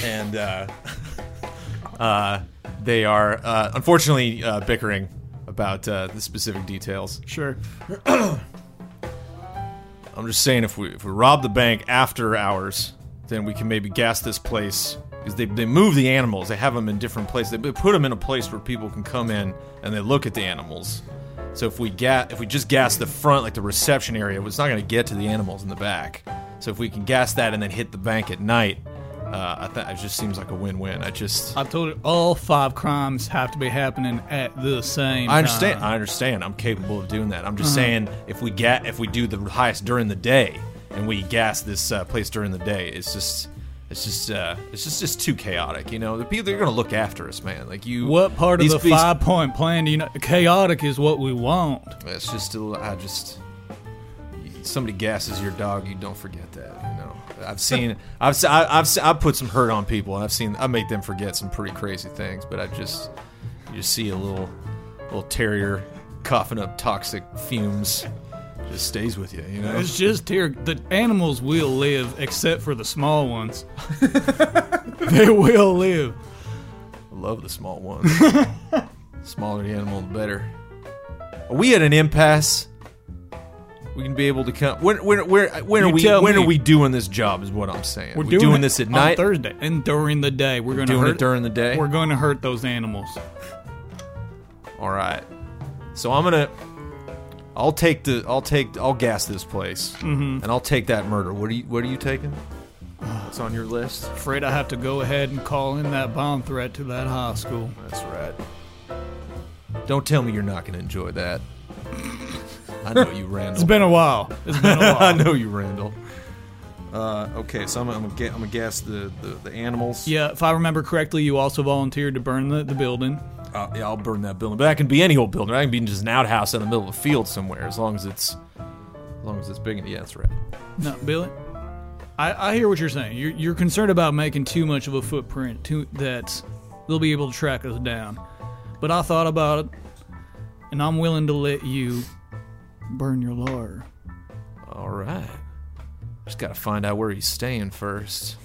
Speaker 2: and uh, (laughs) uh, they are uh, unfortunately uh, bickering about uh, the specific details.
Speaker 1: Sure.
Speaker 2: I'm just saying, if we if we rob the bank after hours, then we can maybe gas this place because they, they move the animals. They have them in different places. They put them in a place where people can come in and they look at the animals. So if we ga- if we just gas the front, like the reception area, it's not going to get to the animals in the back. So if we can gas that and then hit the bank at night, uh, Uh, I th- it just seems like a win-win. I just, I,
Speaker 4: I've told you all five crimes have to be happening at the same.
Speaker 2: understand.
Speaker 4: time. Uh-huh.
Speaker 2: I understand. I'm capable of doing that. I'm just saying, if we ga- if we do the heist during the day and we gas this uh, place during the day, it's just, it's just, uh, it's just, just too chaotic. You know, the people they're gonna look after us, man. Like you.
Speaker 4: What part of
Speaker 2: these-
Speaker 4: the
Speaker 2: these-
Speaker 4: five point plan do you know? Chaotic is what we want.
Speaker 2: It's just, a little- I just. Somebody gasses your dog, you don't forget that. You know, I've seen, I've, se- I- I've, se- I've put some hurt on people, and I've seen, I make them forget some pretty crazy things. But I just, you just see a little, little terrier coughing up toxic fumes, just stays with you. You know,
Speaker 4: It's just here. The animals will live, except for the small ones.
Speaker 2: (laughs)
Speaker 4: they will live.
Speaker 2: I love the small ones. (laughs) Smaller the animal, the better. Are we at an impasse? We can be able to come. When, when, where, when are
Speaker 4: You
Speaker 2: we?
Speaker 4: tell
Speaker 2: When
Speaker 4: me.
Speaker 2: are we doing this job? Is what I'm saying. We're, doing,
Speaker 4: it
Speaker 2: this at
Speaker 4: on
Speaker 2: night.
Speaker 4: Thursday, and during the day, we're going to
Speaker 2: doing
Speaker 4: hurt.
Speaker 2: it during the day.
Speaker 4: we're going to hurt those animals.
Speaker 2: All right. So I'm gonna. I'll take the. I'll take. I'll gas this place, mm-hmm. and I'll take that murder. What are you? What are you taking? What's on your list?
Speaker 4: Afraid I have to go ahead and call in that bomb threat to that high school.
Speaker 2: That's right. Don't tell me you're not gonna enjoy that. I know you, Randall.
Speaker 4: It's been a while. It's been
Speaker 2: (laughs)
Speaker 4: a
Speaker 2: I
Speaker 4: while.
Speaker 2: know you, Randall. Uh, okay, so I'm, I'm, gonna, ga- I'm gonna guess the, the, the animals.
Speaker 4: yeah, if I remember correctly, you also volunteered to burn the, the building.
Speaker 2: Uh, yeah, I'll burn that building, but that can be any old building. I can be just an outhouse in the middle of a field somewhere, as long as it's as long as it's big. en- Yeah, that's right.
Speaker 4: No, Billy. I, I hear what you're saying. You're, you're concerned about making too much of a footprint too, that they'll be able to track us down. But I thought about it, and I'm willing to let you burn your lawyer.
Speaker 2: All right, just gotta find out where he's staying first.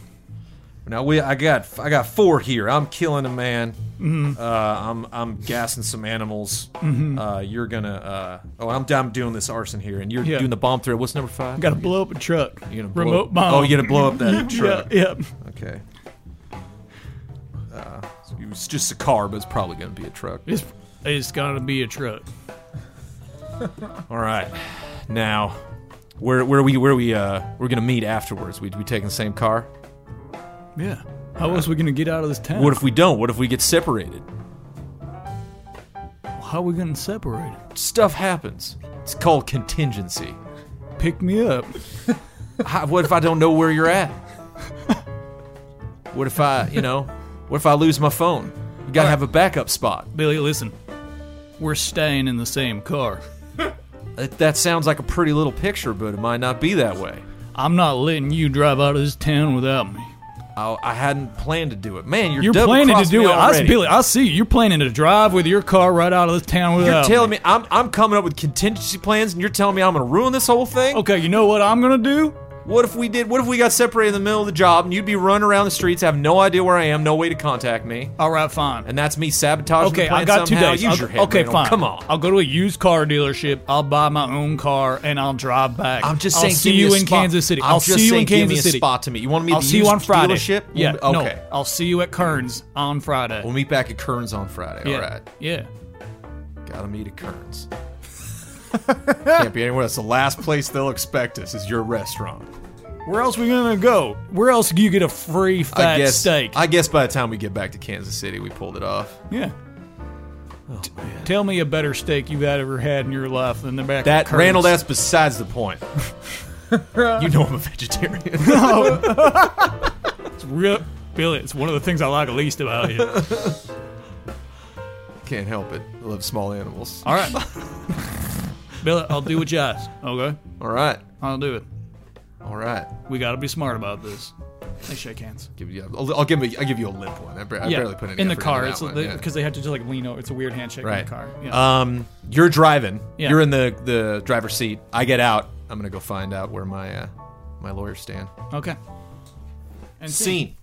Speaker 2: Now we, I got I got four here. I'm killing a man.
Speaker 4: Mm-hmm.
Speaker 2: Uh, I'm I'm gassing some animals. Uh, you're gonna. Uh, oh, I'm, I'm doing this arson here, and you're
Speaker 4: Yeah.
Speaker 2: doing the bomb threat. What's number five?
Speaker 4: Got to blow up a truck.
Speaker 2: You're gonna blow
Speaker 4: Remote
Speaker 2: up-
Speaker 4: bomb. (laughs)
Speaker 2: Oh, you're gonna blow up that truck.
Speaker 4: Yeah, yeah.
Speaker 2: Okay. Uh, it was just a car, but it's probably going to be a truck.
Speaker 4: It's, it's got to be a truck.
Speaker 2: All right. Now, where where we where we uh we're going to meet afterwards? We we taking the same car?
Speaker 4: Yeah. How else we going to get out of this town?
Speaker 2: What if we don't? What if we get separated?
Speaker 4: How we going to separate? it?
Speaker 2: Stuff happens. It's called contingency.
Speaker 4: Pick me up.
Speaker 2: How, what if I don't know where you're at? What if I, you know, what if I lose my phone? We got to have a backup spot.
Speaker 4: Billy, listen. We're staying in the same car.
Speaker 2: That, that sounds like a pretty little picture, but it might not be that way.
Speaker 4: I'm not letting you drive out of this town without me.
Speaker 2: I, I hadn't planned to do it. Man, you're,
Speaker 4: You're planning to
Speaker 2: double-crossing
Speaker 4: do
Speaker 2: me
Speaker 4: it. I,
Speaker 2: already.
Speaker 4: Billy, I see you. You're planning to drive with your car right out of this town
Speaker 2: You're
Speaker 4: without.
Speaker 2: telling me I'm, I'm coming up with contingency plans, and you're telling me I'm going to ruin this whole thing.
Speaker 4: Okay, you know what I'm gonna do?
Speaker 2: What if we did? What if we got separated in the middle of the job, and you'd be running around the streets, have no idea where I am, no way to contact me,
Speaker 4: All right, fine.
Speaker 2: and that's me sabotaging.
Speaker 4: okay,
Speaker 2: the plan
Speaker 4: I got two
Speaker 2: somehow.
Speaker 4: days.
Speaker 2: Use
Speaker 4: I'll-
Speaker 2: your head,
Speaker 4: okay,
Speaker 2: Randall.
Speaker 4: fine.
Speaker 2: Come on.
Speaker 4: I'll go to a used car dealership. I'll buy my own car and I'll drive back.
Speaker 2: I'm just
Speaker 4: I'll
Speaker 2: saying.
Speaker 4: see
Speaker 2: give me
Speaker 4: you
Speaker 2: a
Speaker 4: in
Speaker 2: spot.
Speaker 4: Kansas City.
Speaker 2: I'm
Speaker 4: will
Speaker 2: just
Speaker 4: see you
Speaker 2: saying,
Speaker 4: in
Speaker 2: give
Speaker 4: Kansas
Speaker 2: me a
Speaker 4: City.
Speaker 2: spot to meet. You want to meet?
Speaker 4: I'll
Speaker 2: the
Speaker 4: see you on
Speaker 2: used
Speaker 4: Friday.
Speaker 2: Dealership? We'll-
Speaker 4: Yeah.
Speaker 2: Okay.
Speaker 4: No, I'll see you at Kearns on Friday.
Speaker 2: We'll meet back at Kearns on Friday.
Speaker 4: yeah.
Speaker 2: All right.
Speaker 4: Yeah.
Speaker 2: Gotta meet at Kearns. (laughs) Can't be anywhere. That's the last place they'll expect us. Is your restaurant?
Speaker 4: Where else we gonna go? Where else do you get a free fat
Speaker 2: I guess.
Speaker 4: steak?
Speaker 2: I guess by the time we get back to Kansas City, we pulled it off.
Speaker 4: Yeah.
Speaker 2: Oh,
Speaker 4: T- Tell me a better steak you've ever had in your life than the back.
Speaker 2: That
Speaker 4: of Kurt's.
Speaker 2: Randall, that's besides the point. (laughs) you know I'm a vegetarian.
Speaker 4: It's real, Billy. It's one of the things I like least about
Speaker 2: (laughs)
Speaker 4: you.
Speaker 2: Can't help it. I love small animals.
Speaker 4: All
Speaker 2: (laughs)
Speaker 4: right, Billy. I'll do what you ask. Okay,
Speaker 2: All right,
Speaker 4: I'll do it.
Speaker 2: all right.
Speaker 4: We got to be smart about this. They shake hands.
Speaker 2: Give you. I'll, I'll give you. I'll give you a limp one. I, bar- I barely put any
Speaker 4: in the
Speaker 2: effort
Speaker 4: car.
Speaker 2: into
Speaker 4: It's
Speaker 2: that one,
Speaker 4: because
Speaker 2: yeah.
Speaker 4: they have to just like lean over. It's a weird handshake in
Speaker 2: Right.
Speaker 4: the car. Yeah.
Speaker 2: Um, you're driving.
Speaker 4: Yeah.
Speaker 2: You're in the the driver's seat. I get out. I'm gonna go find out where my uh, my lawyers stand.
Speaker 4: okay. And
Speaker 2: Scene.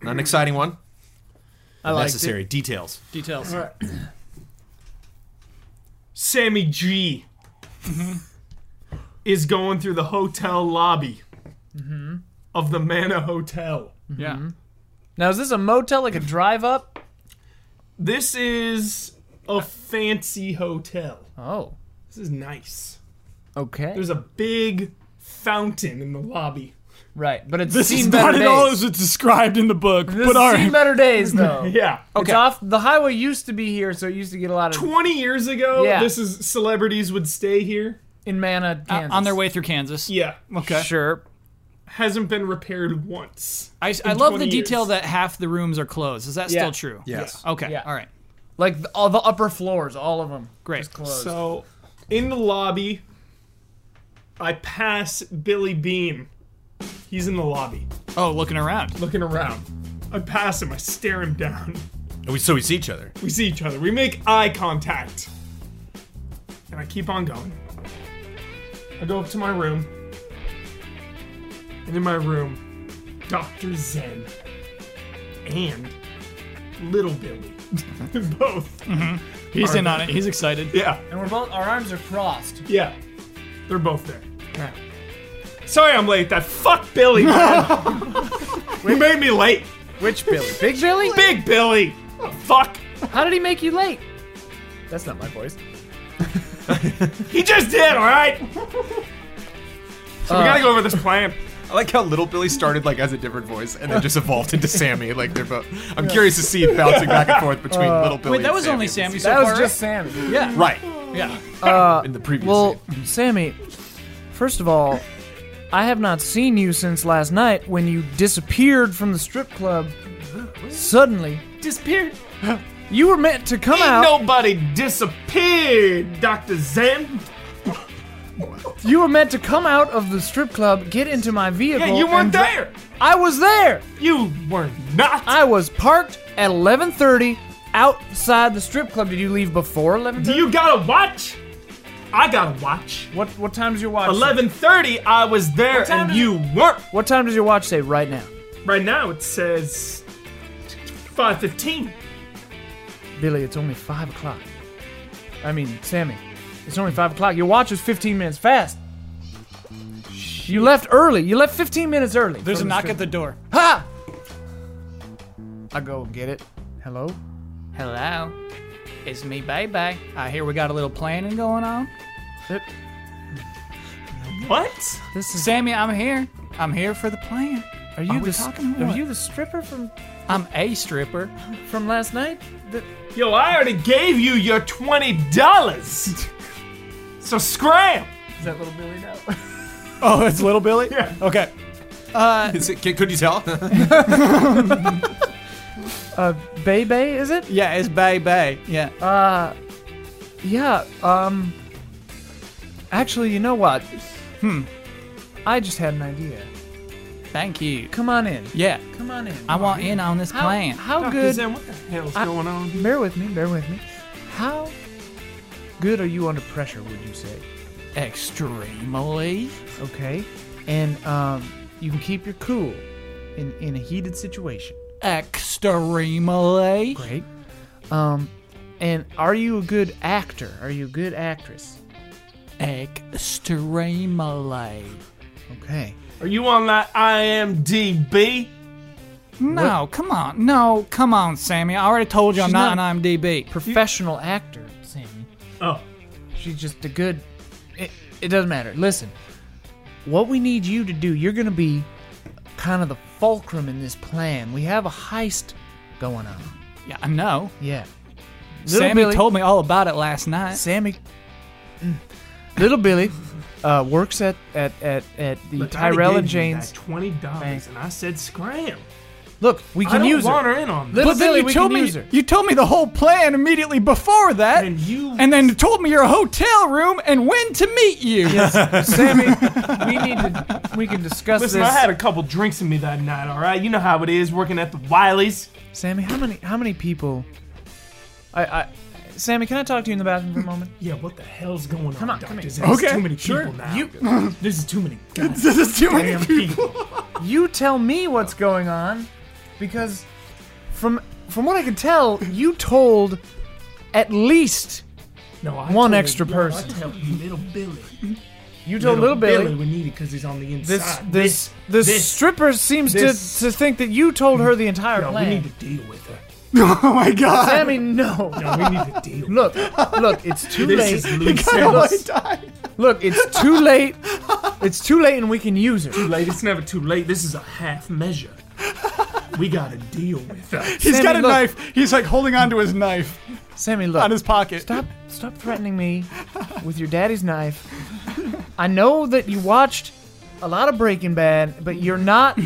Speaker 2: Not an exciting one.
Speaker 1: I like it.
Speaker 11: Necessary details.
Speaker 4: details.
Speaker 3: Sammy G Mm-hmm. is going through the hotel lobby Mm-hmm. of the Mana Hotel.
Speaker 1: Mm-hmm.
Speaker 4: Yeah.
Speaker 1: Now is this a motel like a drive up?
Speaker 3: This is a fancy hotel.
Speaker 1: Oh,
Speaker 3: This is nice.
Speaker 1: okay.
Speaker 3: There's a big fountain in the lobby.
Speaker 1: Right, but it's
Speaker 4: This
Speaker 1: seen
Speaker 4: is
Speaker 1: better
Speaker 4: not
Speaker 1: days.
Speaker 4: at all as it's described in the book.
Speaker 1: this has
Speaker 4: but all
Speaker 1: seen
Speaker 4: right.
Speaker 1: better days
Speaker 4: (laughs)
Speaker 1: though.
Speaker 3: Yeah.
Speaker 1: It's off the highway used to be here, so it used to get a lot of
Speaker 3: 20 years ago,
Speaker 1: Yeah.
Speaker 3: this is celebrities would stay here.
Speaker 1: in Mana, Kansas.
Speaker 4: Uh, On their way through Kansas.
Speaker 3: Yeah.
Speaker 4: Okay.
Speaker 1: Sure.
Speaker 3: Hasn't been repaired once.
Speaker 4: I, I love the
Speaker 3: 20
Speaker 4: detail
Speaker 3: years.
Speaker 4: that half the rooms are closed. Is that
Speaker 1: Yeah.
Speaker 4: still true?
Speaker 12: Yes.
Speaker 4: Okay.
Speaker 1: Yeah.
Speaker 4: All right.
Speaker 1: Like the, all the upper floors, all of them.
Speaker 4: Great.
Speaker 1: Closed.
Speaker 3: So, in the lobby, I pass Billy Beam. He's in the lobby,
Speaker 4: Oh, looking around.
Speaker 3: looking around. I pass him, I stare him down.
Speaker 12: And we, so we see each other.
Speaker 3: We see each other, we make eye contact. And I keep on going. I go up to my room. And in my room, Dr. Zen and Little Billy. (laughs) Both.
Speaker 4: He's in on it. (laughs) He's excited.
Speaker 3: Yeah.
Speaker 1: and we're both our arms are crossed.
Speaker 3: Yeah. They're both there. Sorry I'm late. That fuck Billy, man. he made me late.
Speaker 1: Which Billy? Big Billy?
Speaker 3: Big Billy. Fuck.
Speaker 1: How did he make you late? That's not my voice.
Speaker 3: He just did, alright? So we gotta go over this plan.
Speaker 2: I like how Little Billy started like as a different voice and then just evolved into Sammy. Like they're both. I'm curious to see it bouncing back and forth between Little Billy.
Speaker 4: Wait, that
Speaker 2: and
Speaker 4: was
Speaker 2: Sammy.
Speaker 4: only Sammy so
Speaker 1: Uh, That
Speaker 4: far.
Speaker 1: was
Speaker 4: right?
Speaker 1: just Sammy.
Speaker 2: right
Speaker 4: yeah.
Speaker 2: in the previous.
Speaker 1: Well, Sammy, first of all, I have not seen you since last night when you disappeared from the strip club suddenly.
Speaker 3: Disappeared.
Speaker 1: You were meant to come
Speaker 3: Ain't
Speaker 1: out.
Speaker 3: nobody disappeared, Dr. Zen.
Speaker 1: You were meant to come out of the strip club, get into my vehicle.
Speaker 3: Yeah, you
Speaker 1: and
Speaker 3: weren't
Speaker 1: dri-
Speaker 3: there.
Speaker 1: I was there.
Speaker 3: You were not.
Speaker 1: I was parked at 11:30 outside the strip club. Did you leave before 11:30?
Speaker 3: Do you got a watch? I got a watch.
Speaker 1: What what time does your watch?
Speaker 3: 11:30, I was there
Speaker 1: time
Speaker 3: and
Speaker 1: is it?
Speaker 3: you weren't.
Speaker 1: What time does your watch say right now?
Speaker 3: Right now it says 5:15.
Speaker 1: Billy, it's only five o'clock. I mean, Sammy, it's only five o'clock. Your watch was 15 minutes fast. You left early. You left 15 minutes early.
Speaker 4: There's a knock at the door.
Speaker 1: Ha! I go get it. Hello?
Speaker 4: Hello. It's me, baby. I hear Uh, we got a little planning going on.
Speaker 3: What?
Speaker 1: This is.
Speaker 4: Sammy, I'm here. I'm here for the plan.
Speaker 1: Are you
Speaker 4: we
Speaker 1: the s-
Speaker 4: talking or
Speaker 1: Are
Speaker 4: what?
Speaker 1: you the stripper from
Speaker 4: I'm a stripper.
Speaker 1: from last night? The-
Speaker 3: Yo, I already gave you your twenty dollars. So scram.
Speaker 1: is that little Billy now?
Speaker 4: Oh, it's little Billy?
Speaker 3: Yeah.
Speaker 4: Okay.
Speaker 12: Is it, can, could you
Speaker 1: (laughs)
Speaker 12: tell?
Speaker 1: uh, Bay Bay, is it?
Speaker 4: Yeah, it's Bay Bay. Yeah.
Speaker 1: Uh, yeah. Um, actually, you know what? Hmm. I just had an idea.
Speaker 4: Thank you.
Speaker 1: Come on in.
Speaker 4: Yeah.
Speaker 1: Come on in.
Speaker 4: I want in on this
Speaker 1: How,
Speaker 4: plan.
Speaker 1: how
Speaker 3: Dr.
Speaker 1: good?
Speaker 3: Zen, what the hell's
Speaker 1: I-
Speaker 3: going on?
Speaker 1: Bear with me. Bear with me. How good are you under pressure? Would you say?
Speaker 4: Extremely.
Speaker 1: Okay. And um, you can keep your cool in in a heated situation.
Speaker 4: Extremely.
Speaker 1: Great. Um, and are you a good actor? Are you a good actress?
Speaker 4: Extremely.
Speaker 1: Okay.
Speaker 3: Are you on that IMDb?
Speaker 4: No, come on. No, come on, Sammy. I already told you I'm
Speaker 1: She's
Speaker 4: not,
Speaker 1: not-
Speaker 4: an IMDb.
Speaker 1: Professional actor, Sammy.
Speaker 3: Oh,
Speaker 1: She's just a good. It, it doesn't matter. Listen, what we need you to do, you're going to be kind of the fulcrum in this plan. We have a heist going on.
Speaker 4: Yeah, I know.
Speaker 1: Yeah.
Speaker 4: Sammy told me all about it last night.
Speaker 1: Sammy. Mm. Little Billy uh, works at, at, at, at the
Speaker 3: Look, I already
Speaker 1: Tyrell
Speaker 3: gave
Speaker 1: and
Speaker 3: you
Speaker 1: Jane's.
Speaker 3: that Twenty dollars,
Speaker 1: Thanks.
Speaker 3: and I said scram.
Speaker 1: Look, we
Speaker 3: I
Speaker 1: can
Speaker 3: don't
Speaker 1: use
Speaker 3: want
Speaker 1: her.
Speaker 3: her in on this.
Speaker 1: Little
Speaker 4: But then
Speaker 1: Billy,
Speaker 4: you
Speaker 1: we
Speaker 4: told
Speaker 1: can
Speaker 4: me
Speaker 1: use
Speaker 4: (laughs)
Speaker 1: her.
Speaker 4: you told me the whole plan immediately before that,
Speaker 3: And you
Speaker 4: and then told me your hotel room and when to meet you. (laughs)
Speaker 1: Sammy, we need to. We can discuss
Speaker 3: listen.
Speaker 1: this.
Speaker 3: I had a couple drinks in me that night. All right, you know how it is working at the Wileys.
Speaker 1: Sammy, how many how many people? I, I, Sammy, can I talk to you in the bathroom for a moment?
Speaker 3: Yeah, what the hell's going on?
Speaker 1: on,
Speaker 3: Dr.
Speaker 1: come here.
Speaker 3: Zen? There's
Speaker 4: Okay,
Speaker 3: too many
Speaker 4: sure.
Speaker 3: people now.
Speaker 1: You-
Speaker 3: this is
Speaker 1: (laughs)
Speaker 3: too many.
Speaker 4: this is too many.
Speaker 3: Damn people.
Speaker 1: you tell me what's going on because from from what i can tell you told at least
Speaker 3: No, I
Speaker 1: One
Speaker 3: told-
Speaker 1: extra
Speaker 3: yo,
Speaker 1: person.
Speaker 3: I tell you, little Billy.
Speaker 1: you told little, billy,
Speaker 3: we need it because he's on the inside.
Speaker 1: this, this this
Speaker 3: this-
Speaker 1: stripper seems
Speaker 3: this-
Speaker 1: to to think that you told her the entire
Speaker 3: no, we
Speaker 1: plan
Speaker 3: need to deal with her.
Speaker 4: oh my god.
Speaker 1: sammy no (laughs)
Speaker 3: No, we need to deal.
Speaker 1: look look it's too (laughs)
Speaker 3: This
Speaker 1: late
Speaker 3: is loose
Speaker 1: Look, (laughs) Look, it's too late. It's too late, and we can use it.
Speaker 3: Too late. It's never too late. This is a half measure. We gotta deal with that.
Speaker 4: He's got
Speaker 1: Sammy,
Speaker 4: a
Speaker 1: look.
Speaker 4: knife. He's like holding onto his knife
Speaker 1: Sammy,
Speaker 4: on
Speaker 1: look.
Speaker 4: his pocket.
Speaker 1: Stop, stop threatening me with your daddy's knife. I know that you watched a lot of Breaking Bad, but you're not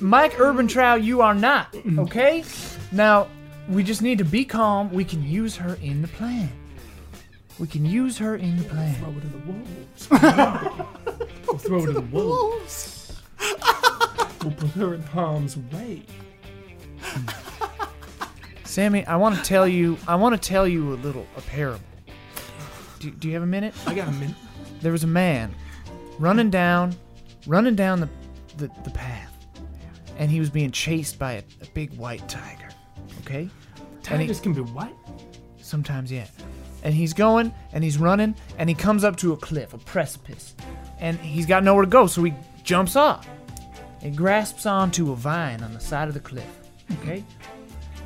Speaker 1: Mike Urban Trow. You are not okay. Now we just need to be calm. We can use her in the plan. We can use her in the plan.
Speaker 3: Throw it to the wolves. we'll throw it to the wolves. we'll put her in harm's way.
Speaker 1: Sammy, I want to tell you. I want to tell you a little a parable. Do, do you have a minute?
Speaker 3: I got a minute.
Speaker 1: there was a man running down running down the, the, the path and he was being chased by a, a big white tiger okay And he-
Speaker 3: Tigers can be white.
Speaker 1: sometimes yeah and he's going and he's running and he comes up to a cliff a precipice and he's got nowhere to go so he jumps off and grasps onto a vine on the side of the cliff okay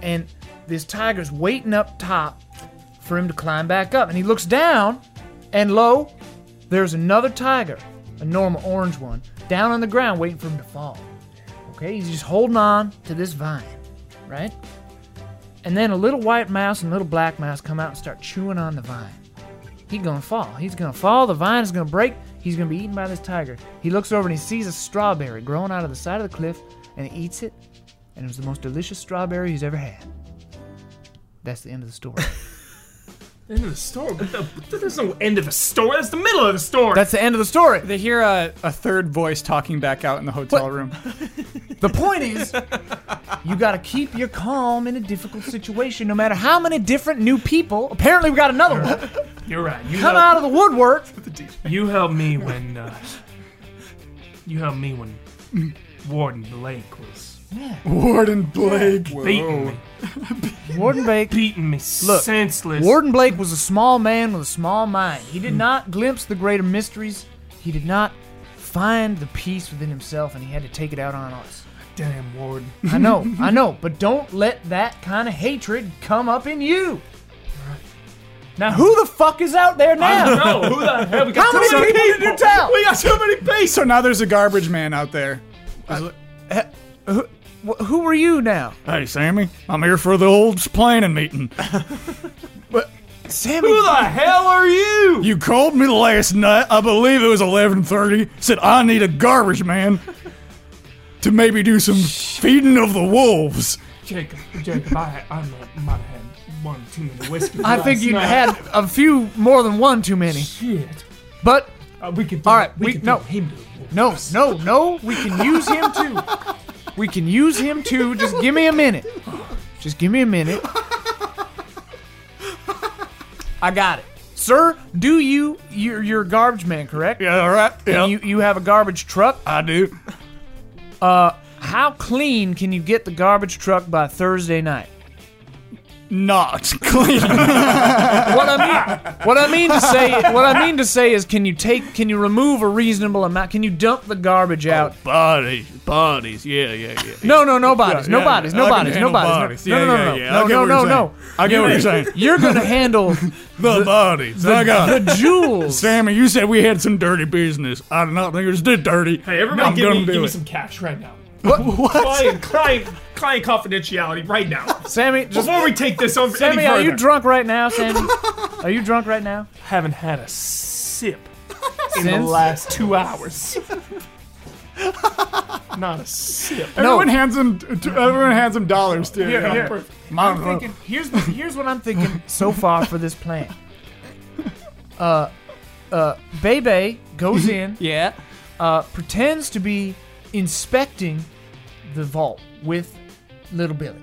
Speaker 1: and this tiger's waiting up top for him to climb back up and he looks down and lo there's another tiger, a normal orange one, down on the ground waiting for him to fall. Okay, he's just holding on to this vine, right? And then a little white mouse and a little black mouse come out and start chewing on the vine. He's gonna fall. He's gonna fall. The vine is gonna break. He's gonna be eaten by this tiger. He looks over and he sees a strawberry growing out of the side of the cliff, and he eats it. And it was the most delicious strawberry he's ever had. That's the end of the story.
Speaker 3: End of the story. But the, there's no end of the story. That's the middle of the story.
Speaker 1: That's the end of the story.
Speaker 13: They hear a, a third voice talking back out in the hotel room.
Speaker 1: The point is, you got to keep your calm in a difficult situation, no matter how many different new people. Apparently, we got another one
Speaker 3: You're right. You
Speaker 1: come
Speaker 3: helped-
Speaker 1: out of the woodwork.
Speaker 3: You helped me when. Uh, you helped me when Warden Blake was
Speaker 4: (laughs) Warden Blake.
Speaker 3: beating me,
Speaker 1: Warden Blake.
Speaker 3: beating me
Speaker 1: Look,
Speaker 3: senseless.
Speaker 1: Warden Blake was a small man with a small mind. He did not glimpse the greater mysteries. He did not find the peace within himself, and he had to take it out on us.
Speaker 3: Damn Warden.
Speaker 1: I know, I know, but don't let that kind of hatred come up in you. Now, who the fuck is out there now?
Speaker 3: No, who the hell? We got
Speaker 1: How
Speaker 3: too
Speaker 1: many
Speaker 3: many
Speaker 1: people did you tell?
Speaker 4: We got so many bases. So now there's a garbage man out there.
Speaker 1: Wh- Who were you now?
Speaker 4: Hey, Sammy, I'm here for the old planning meeting.
Speaker 1: Sammy,
Speaker 3: Who the hell are you?
Speaker 4: You called me last night. I believe it was 11:30. Said I need a garbage man to maybe do some feeding of the wolves.
Speaker 3: Jacob, Jacob, I, I might- might have had one too many whiskeys.
Speaker 1: I
Speaker 3: last
Speaker 1: think you
Speaker 3: night.
Speaker 1: had a few more than one too many.
Speaker 3: Shit.
Speaker 1: But
Speaker 3: Uh, we could.
Speaker 1: All right,
Speaker 3: we,
Speaker 1: we-
Speaker 3: could
Speaker 1: no.
Speaker 3: throw him to the wolves.
Speaker 1: no, no, no, we can use him too. We can use him too. Just give me a minute. Just give me a minute. I got it. Sir, do you you're, you're a garbage man, correct?
Speaker 4: Yeah, Uh, all right. Yeah,
Speaker 1: You you have a garbage truck?
Speaker 4: I do.
Speaker 1: How clean can you get the garbage truck by Thursday night?
Speaker 4: Not (laughs) clean.
Speaker 1: what I
Speaker 4: (laughs)
Speaker 1: mean, what I mean to say, what I mean to say is, can you take, can you remove a reasonable amount? Can you dump the garbage
Speaker 4: Oh.
Speaker 1: out?
Speaker 4: bodies, bodies. Yeah, yeah, yeah.
Speaker 1: No, no, no bodies,
Speaker 4: Yeah,
Speaker 1: no
Speaker 4: yeah,
Speaker 1: bodies,
Speaker 4: I
Speaker 1: no
Speaker 4: can
Speaker 1: bodies, no
Speaker 4: handle
Speaker 1: bodies. No,
Speaker 4: Yeah,
Speaker 1: no, no,
Speaker 4: yeah,
Speaker 1: no,
Speaker 4: yeah.
Speaker 1: no,
Speaker 4: I get
Speaker 1: no,
Speaker 4: what
Speaker 1: no,
Speaker 4: you're
Speaker 1: no.
Speaker 4: saying. I get what you're saying.
Speaker 1: You're gonna
Speaker 4: (laughs)
Speaker 1: handle
Speaker 4: The, bodies. I got
Speaker 1: the
Speaker 4: it.
Speaker 1: jewels.
Speaker 4: Sammy, you said we had some dirty business. I do not think it was did dirty.
Speaker 3: Hey, everybody,
Speaker 4: I'm
Speaker 3: give,
Speaker 4: gonna
Speaker 3: me,
Speaker 4: do
Speaker 3: give me
Speaker 4: it.
Speaker 3: some cash right now.
Speaker 4: What?
Speaker 3: Client, client, client confidentiality
Speaker 1: (laughs)
Speaker 3: right now.
Speaker 1: Sammy, just
Speaker 3: Before we take this over
Speaker 1: Sammy,
Speaker 3: any
Speaker 1: are
Speaker 3: further,
Speaker 1: you drunk right now,
Speaker 4: (laughs)
Speaker 1: Sammy? Are you drunk right now?
Speaker 3: haven't had a sip in the
Speaker 1: Since?
Speaker 3: last two hours. Not a sip.
Speaker 4: Everyone hands him. t- Everyone hands him dollars too. Yeah,
Speaker 3: (laughs) yeah.
Speaker 4: Mine-
Speaker 1: thinking- here's the- here's what I'm thinking so far for this plan. Uh, uh, Bebe goes in,
Speaker 13: Yeah.
Speaker 1: uh, pretends to be inspecting the vault with little Billy.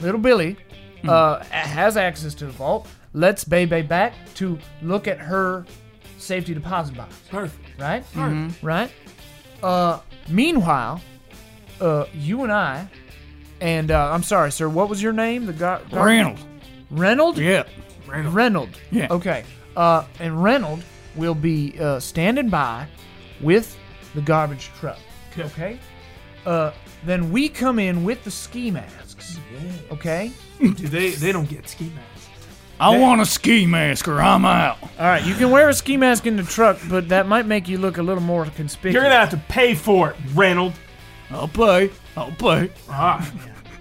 Speaker 1: Little Billy uh, a- has access to the vault. Lets Bebe back to look at her safety deposit box. Right. Right. Uh, meanwhile, uh, you and I, and uh, I'm sorry, sir. What was your name? The guy.
Speaker 4: Reynolds.
Speaker 1: Reynolds?
Speaker 4: Yeah.
Speaker 1: Reynolds.
Speaker 4: Yeah.
Speaker 1: Okay. Uh, and Reynolds will be uh, standing by with the garbage truck. Okay. Uh, then we come in with the ski masks. Okay.
Speaker 3: Dude, they, they don't get ski masks.
Speaker 14: I want a ski mask or I'm out.
Speaker 1: All right, you can wear a ski mask in the truck, but that might make you look a little more conspicuous.
Speaker 3: You're gonna have to pay for it, Reynold.
Speaker 14: I'll play. I'll play.
Speaker 3: Ah,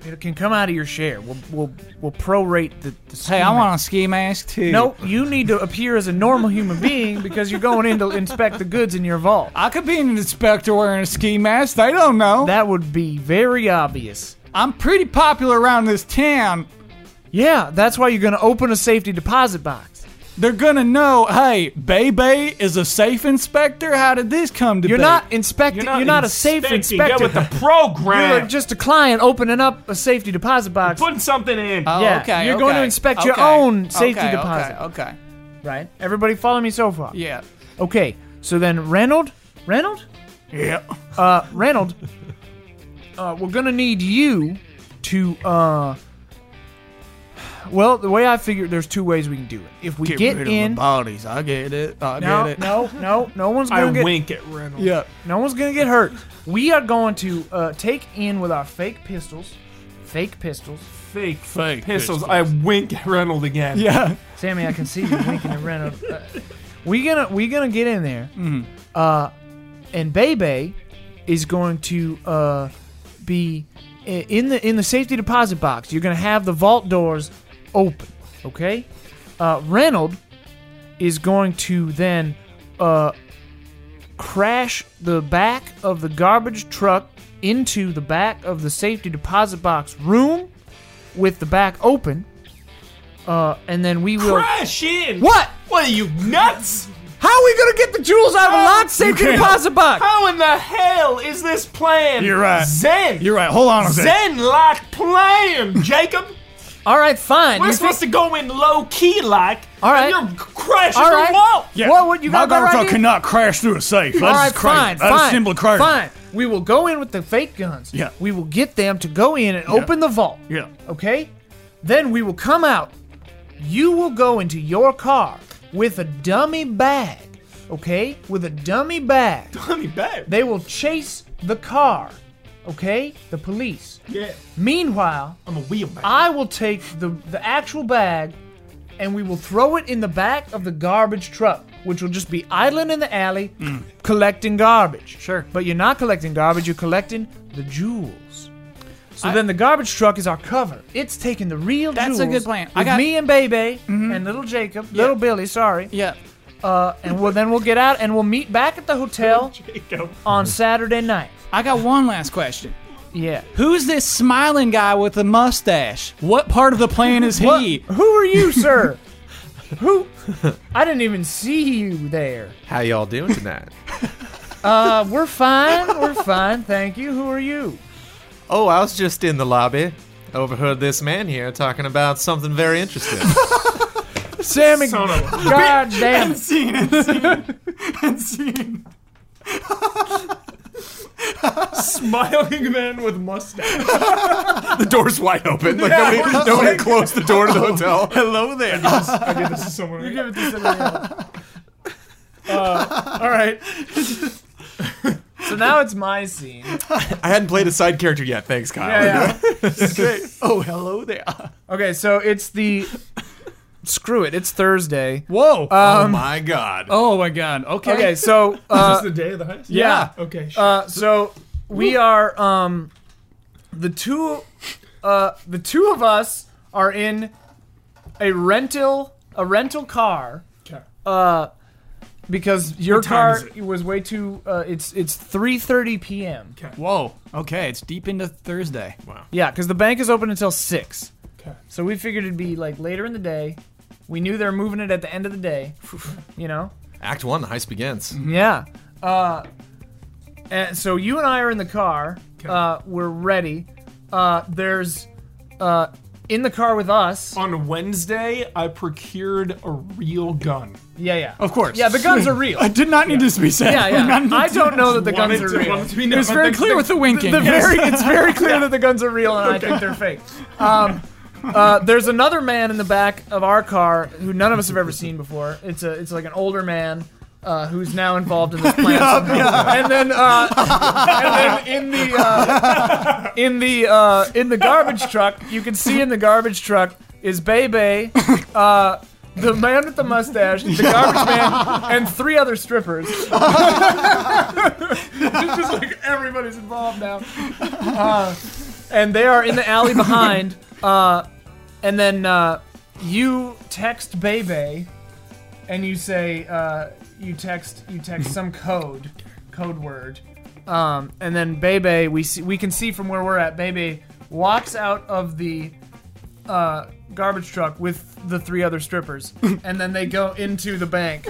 Speaker 1: It can come out of your share. We'll we'll we'll prorate the. the ski
Speaker 4: Hey, I
Speaker 1: mask.
Speaker 4: want a ski mask too.
Speaker 1: No, you need to appear as a normal human being because you're going in to inspect the goods in your vault.
Speaker 4: I could be an inspector wearing a ski mask. They don't know.
Speaker 1: That would be very obvious.
Speaker 4: I'm pretty popular around this town.
Speaker 1: Yeah, that's why you're going to open a safety deposit box.
Speaker 4: They're gonna know. Hey, Bebe is a safe inspector. How did this come to
Speaker 1: You're
Speaker 4: be?
Speaker 1: not inspecting. You're not, a safe
Speaker 3: thinking, get
Speaker 1: inspector.
Speaker 3: with the
Speaker 1: (laughs) You're
Speaker 3: program.
Speaker 1: just a client opening up a safety deposit box.
Speaker 3: putting something in.
Speaker 4: Oh,
Speaker 1: yeah,
Speaker 4: okay.
Speaker 1: you're going to
Speaker 4: okay,
Speaker 1: inspect your
Speaker 4: okay,
Speaker 1: own safety
Speaker 4: okay,
Speaker 1: deposit.
Speaker 4: Okay. Okay.
Speaker 1: right? Everybody follow me so far.
Speaker 4: Yeah.
Speaker 1: Okay, so then Reynold, Reynold,
Speaker 14: Yeah.
Speaker 1: uh, Reynold, uh, we're gonna need you to, uh, well, the way I figure, there's two ways we can do it. If we get,
Speaker 14: rid of
Speaker 1: in,
Speaker 14: the bodies. I get it. I
Speaker 1: no,
Speaker 14: get it.
Speaker 1: no, no, no one's
Speaker 3: I
Speaker 1: gonna get,
Speaker 3: wink at Reynolds.
Speaker 14: Yeah.
Speaker 1: no one's gonna get hurt. We are going to uh, take in with our fake pistols, fake pistols.
Speaker 3: Fake,
Speaker 14: Fake
Speaker 3: pistols. I wink at Reynolds again.
Speaker 1: (laughs)
Speaker 14: Yeah.
Speaker 1: Sammy, I can see you (laughs) winking at Reno. Uh, we gonna we gonna get in there. Uh, and Bebe is going to uh, be i- in the in the safety deposit box. You're gonna have the vault doors open. Okay. Uh, Reynold is going to then uh, crash the back of the garbage truck into the back of the safety deposit box room with the back open. Uh, and then we will.
Speaker 3: Crash in.
Speaker 1: What?
Speaker 3: What are you nuts?
Speaker 1: How are we gonna get the jewels out of a
Speaker 3: How?
Speaker 1: locked safety
Speaker 14: Oh, can't.
Speaker 1: deposit box?
Speaker 3: How in the hell is this plan?
Speaker 14: You're right.
Speaker 3: Zen.
Speaker 14: You're right. Hold on a second.
Speaker 3: Zen like
Speaker 1: (laughs)
Speaker 3: plan, Jacob.
Speaker 1: All right, fine.
Speaker 3: We're
Speaker 1: You
Speaker 3: supposed to go in low key like.
Speaker 1: All right.
Speaker 3: And you're crashing
Speaker 1: All
Speaker 3: the
Speaker 1: right.
Speaker 3: wall.
Speaker 14: Yeah.
Speaker 1: What would you
Speaker 14: My
Speaker 1: got that
Speaker 14: garbage
Speaker 1: right
Speaker 14: truck
Speaker 1: here?
Speaker 14: cannot crash through a safe. That's
Speaker 1: All right,
Speaker 14: just crazy.
Speaker 1: fine,
Speaker 14: That's
Speaker 1: fine,
Speaker 14: simply crazy.
Speaker 1: fine. We will go in with the fake guns.
Speaker 14: Yeah.
Speaker 1: We will get them to go in and open the vault.
Speaker 14: Yeah.
Speaker 1: Okay. Then we will come out. You will go into your car with a dummy bag. Okay, with a dummy bag.
Speaker 3: Let me back.
Speaker 1: They will chase the car. Okay, the police.
Speaker 3: Yeah.
Speaker 1: Meanwhile,
Speaker 3: I'm a wheelman.
Speaker 1: I will take the, the actual bag and we will throw it in the back of the garbage truck, which will just be idling in the alley collecting garbage.
Speaker 4: Mm. Sure.
Speaker 1: But you're not collecting garbage, you're collecting the jewels. So then the garbage truck is our cover. It's taking the real
Speaker 4: That's a
Speaker 1: jewels.
Speaker 4: good plan. I
Speaker 1: with
Speaker 4: got- Mm-hmm.
Speaker 1: me and Bebe and little Jacob, little Billy, sorry.
Speaker 4: Yeah.
Speaker 1: Uh, and we'll, then we'll get out and we'll meet back at the
Speaker 4: (laughs)
Speaker 1: hotel
Speaker 3: Jacob.
Speaker 1: on Saturday night.
Speaker 4: I got one last question.
Speaker 1: Yeah.
Speaker 4: Who's this smiling guy with the mustache? What part of the plan is
Speaker 1: What-
Speaker 4: he?
Speaker 1: Who are you,
Speaker 3: (laughs)
Speaker 1: sir? Who? I didn't even see you there.
Speaker 2: How y'all doing tonight?
Speaker 1: Uh, we're fine. We're fine. Thank you. Who are you?
Speaker 2: oh, I was just in the lobby. Overheard this man here talking about something very interesting.
Speaker 1: Sammy.
Speaker 3: Son of
Speaker 1: (laughs)
Speaker 3: a- (laughs)
Speaker 1: God damn it.
Speaker 14: Scene and scene and scene.
Speaker 3: Smiling man with mustache.
Speaker 2: the door's wide open. Like nobody, nobody closed the door to the hotel.
Speaker 14: Hello there.
Speaker 3: I did this to someone.
Speaker 1: Give it to somebody
Speaker 3: (laughs)
Speaker 1: else.
Speaker 3: Uh, All right.
Speaker 1: So now it's my scene.
Speaker 2: I hadn't played a side character yet. Thanks, Kyle.
Speaker 1: Yeah, yeah.
Speaker 2: (laughs)
Speaker 14: Oh, hello there.
Speaker 1: Okay, so it's the. Screw it. It's Thursday.
Speaker 14: Whoa.
Speaker 2: Oh my god.
Speaker 4: Oh my god. Okay.
Speaker 1: Okay, so uh,
Speaker 3: (laughs) Is this the day of the heist?
Speaker 1: yeah.
Speaker 3: Okay. Sure.
Speaker 1: Uh, so we are um, the two, uh, the two of us are in a rental a rental car.
Speaker 3: Okay.
Speaker 1: Uh, because your
Speaker 3: time
Speaker 1: car
Speaker 3: is it?
Speaker 1: was way too. Uh, it's it's three thirty p.m.
Speaker 4: Whoa. Okay, it's deep into Thursday.
Speaker 1: Yeah, because the bank is open until six.
Speaker 3: Okay.
Speaker 1: So we figured it'd be like later in the day. We knew they were moving it at the end of the day. You know.
Speaker 2: Act one, the heist begins.
Speaker 1: Yeah. Uh, and so you and I are in the car. Uh, we're ready. Uh, there's uh, in the car with us.
Speaker 3: On Wednesday, I procured a real gun.
Speaker 1: Yeah, yeah.
Speaker 14: of course.
Speaker 1: Yeah, the guns are
Speaker 4: (laughs)
Speaker 1: real.
Speaker 14: I did not need this to be said.
Speaker 1: Yeah,
Speaker 14: I
Speaker 1: yeah.
Speaker 14: did
Speaker 1: I
Speaker 14: not-
Speaker 1: don't know that the guns
Speaker 3: Wanted
Speaker 1: are
Speaker 3: to-
Speaker 1: real.
Speaker 3: wanted to be known.
Speaker 4: It's very clear with the winking.
Speaker 1: The
Speaker 4: yes.
Speaker 1: very, it's very clear that the guns are real, and I think they're fake. Um, uh, there's another man in the back of our car who none of us have ever seen before. It's a, it's like an older man uh, who's now involved in this plan. somehow. And then, uh, and then in the uh, in the uh, in the garbage truck, you can see in the garbage truck is Bebe, uh, the man with the mustache, the garbage man, and three other strippers. it's just like everybody's involved now. Uh, and they are in the alley behind. Uh, and then uh, you text Bebe, and you say uh, you text you text some code, code word. Um, and then Bebe, we see, we can see from where we're at. Bebe walks out of the uh, garbage truck with the three other strippers, and then they go into the bank.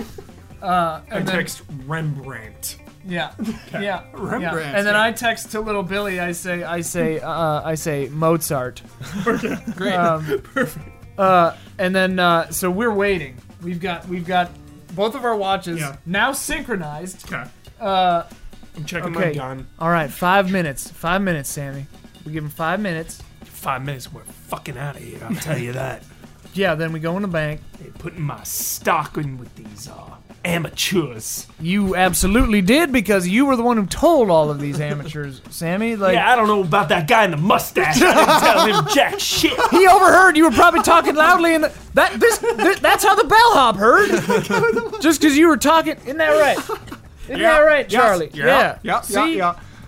Speaker 1: Uh, and then-
Speaker 3: Text Rembrandt.
Speaker 1: yeah, yeah, yeah.
Speaker 3: Rembrandt,
Speaker 1: And then I text to little Billy. I say, I say, uh, I say Mozart. (laughs) Um,
Speaker 4: Great.
Speaker 1: Uh, and then uh, so we're waiting. We've got we've got both of our watches
Speaker 3: Yeah.
Speaker 1: now synchronized.
Speaker 3: Okay.
Speaker 1: Uh,
Speaker 3: I'm checking my
Speaker 1: Okay.
Speaker 3: gun.
Speaker 1: all right, five minutes. Five minutes, Sammy. We give him five minutes.
Speaker 3: Five minutes, and we're fucking out of here. I'll tell you that. (laughs)
Speaker 1: Yeah, then we go in the bank.
Speaker 3: They're putting my stock in with these uh, amateurs.
Speaker 1: You absolutely did because you were the one who told all of these amateurs, Sammy. Like
Speaker 3: Yeah, I don't know about that guy in the mustache. I didn't tell him jack shit. (laughs)
Speaker 1: he overheard you were probably talking loudly, and that this, thi- that's how the bellhop heard. Just because you were talking, isn't that right? Isn't that right, Charlie? yeah. See,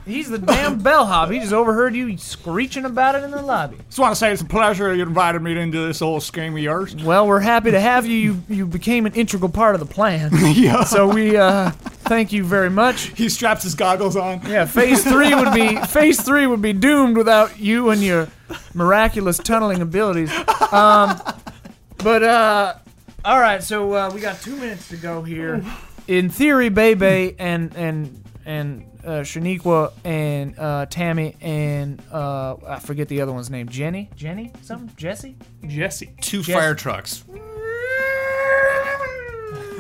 Speaker 1: he's the damn bellhop. He just overheard you screeching about it in the lobby.
Speaker 15: Just want to say it's a pleasure you invited me into this old scheme of yours.
Speaker 1: Well, we're happy to have you. You you became an integral part of the plan.
Speaker 15: yeah.
Speaker 1: So we uh, thank you very much.
Speaker 15: He straps his goggles on.
Speaker 1: Yeah, phase three would be phase three would be doomed without you and your miraculous tunneling abilities. Um, but uh, all right, so uh, we got two minutes to go here. In theory, Bebe and and and uh, Shaniqua and uh, Tammy and uh, I forget the other one's name. Jenny, Jenny, something, Jesse.
Speaker 3: Jesse.
Speaker 16: Two
Speaker 1: Jesse-
Speaker 16: fire trucks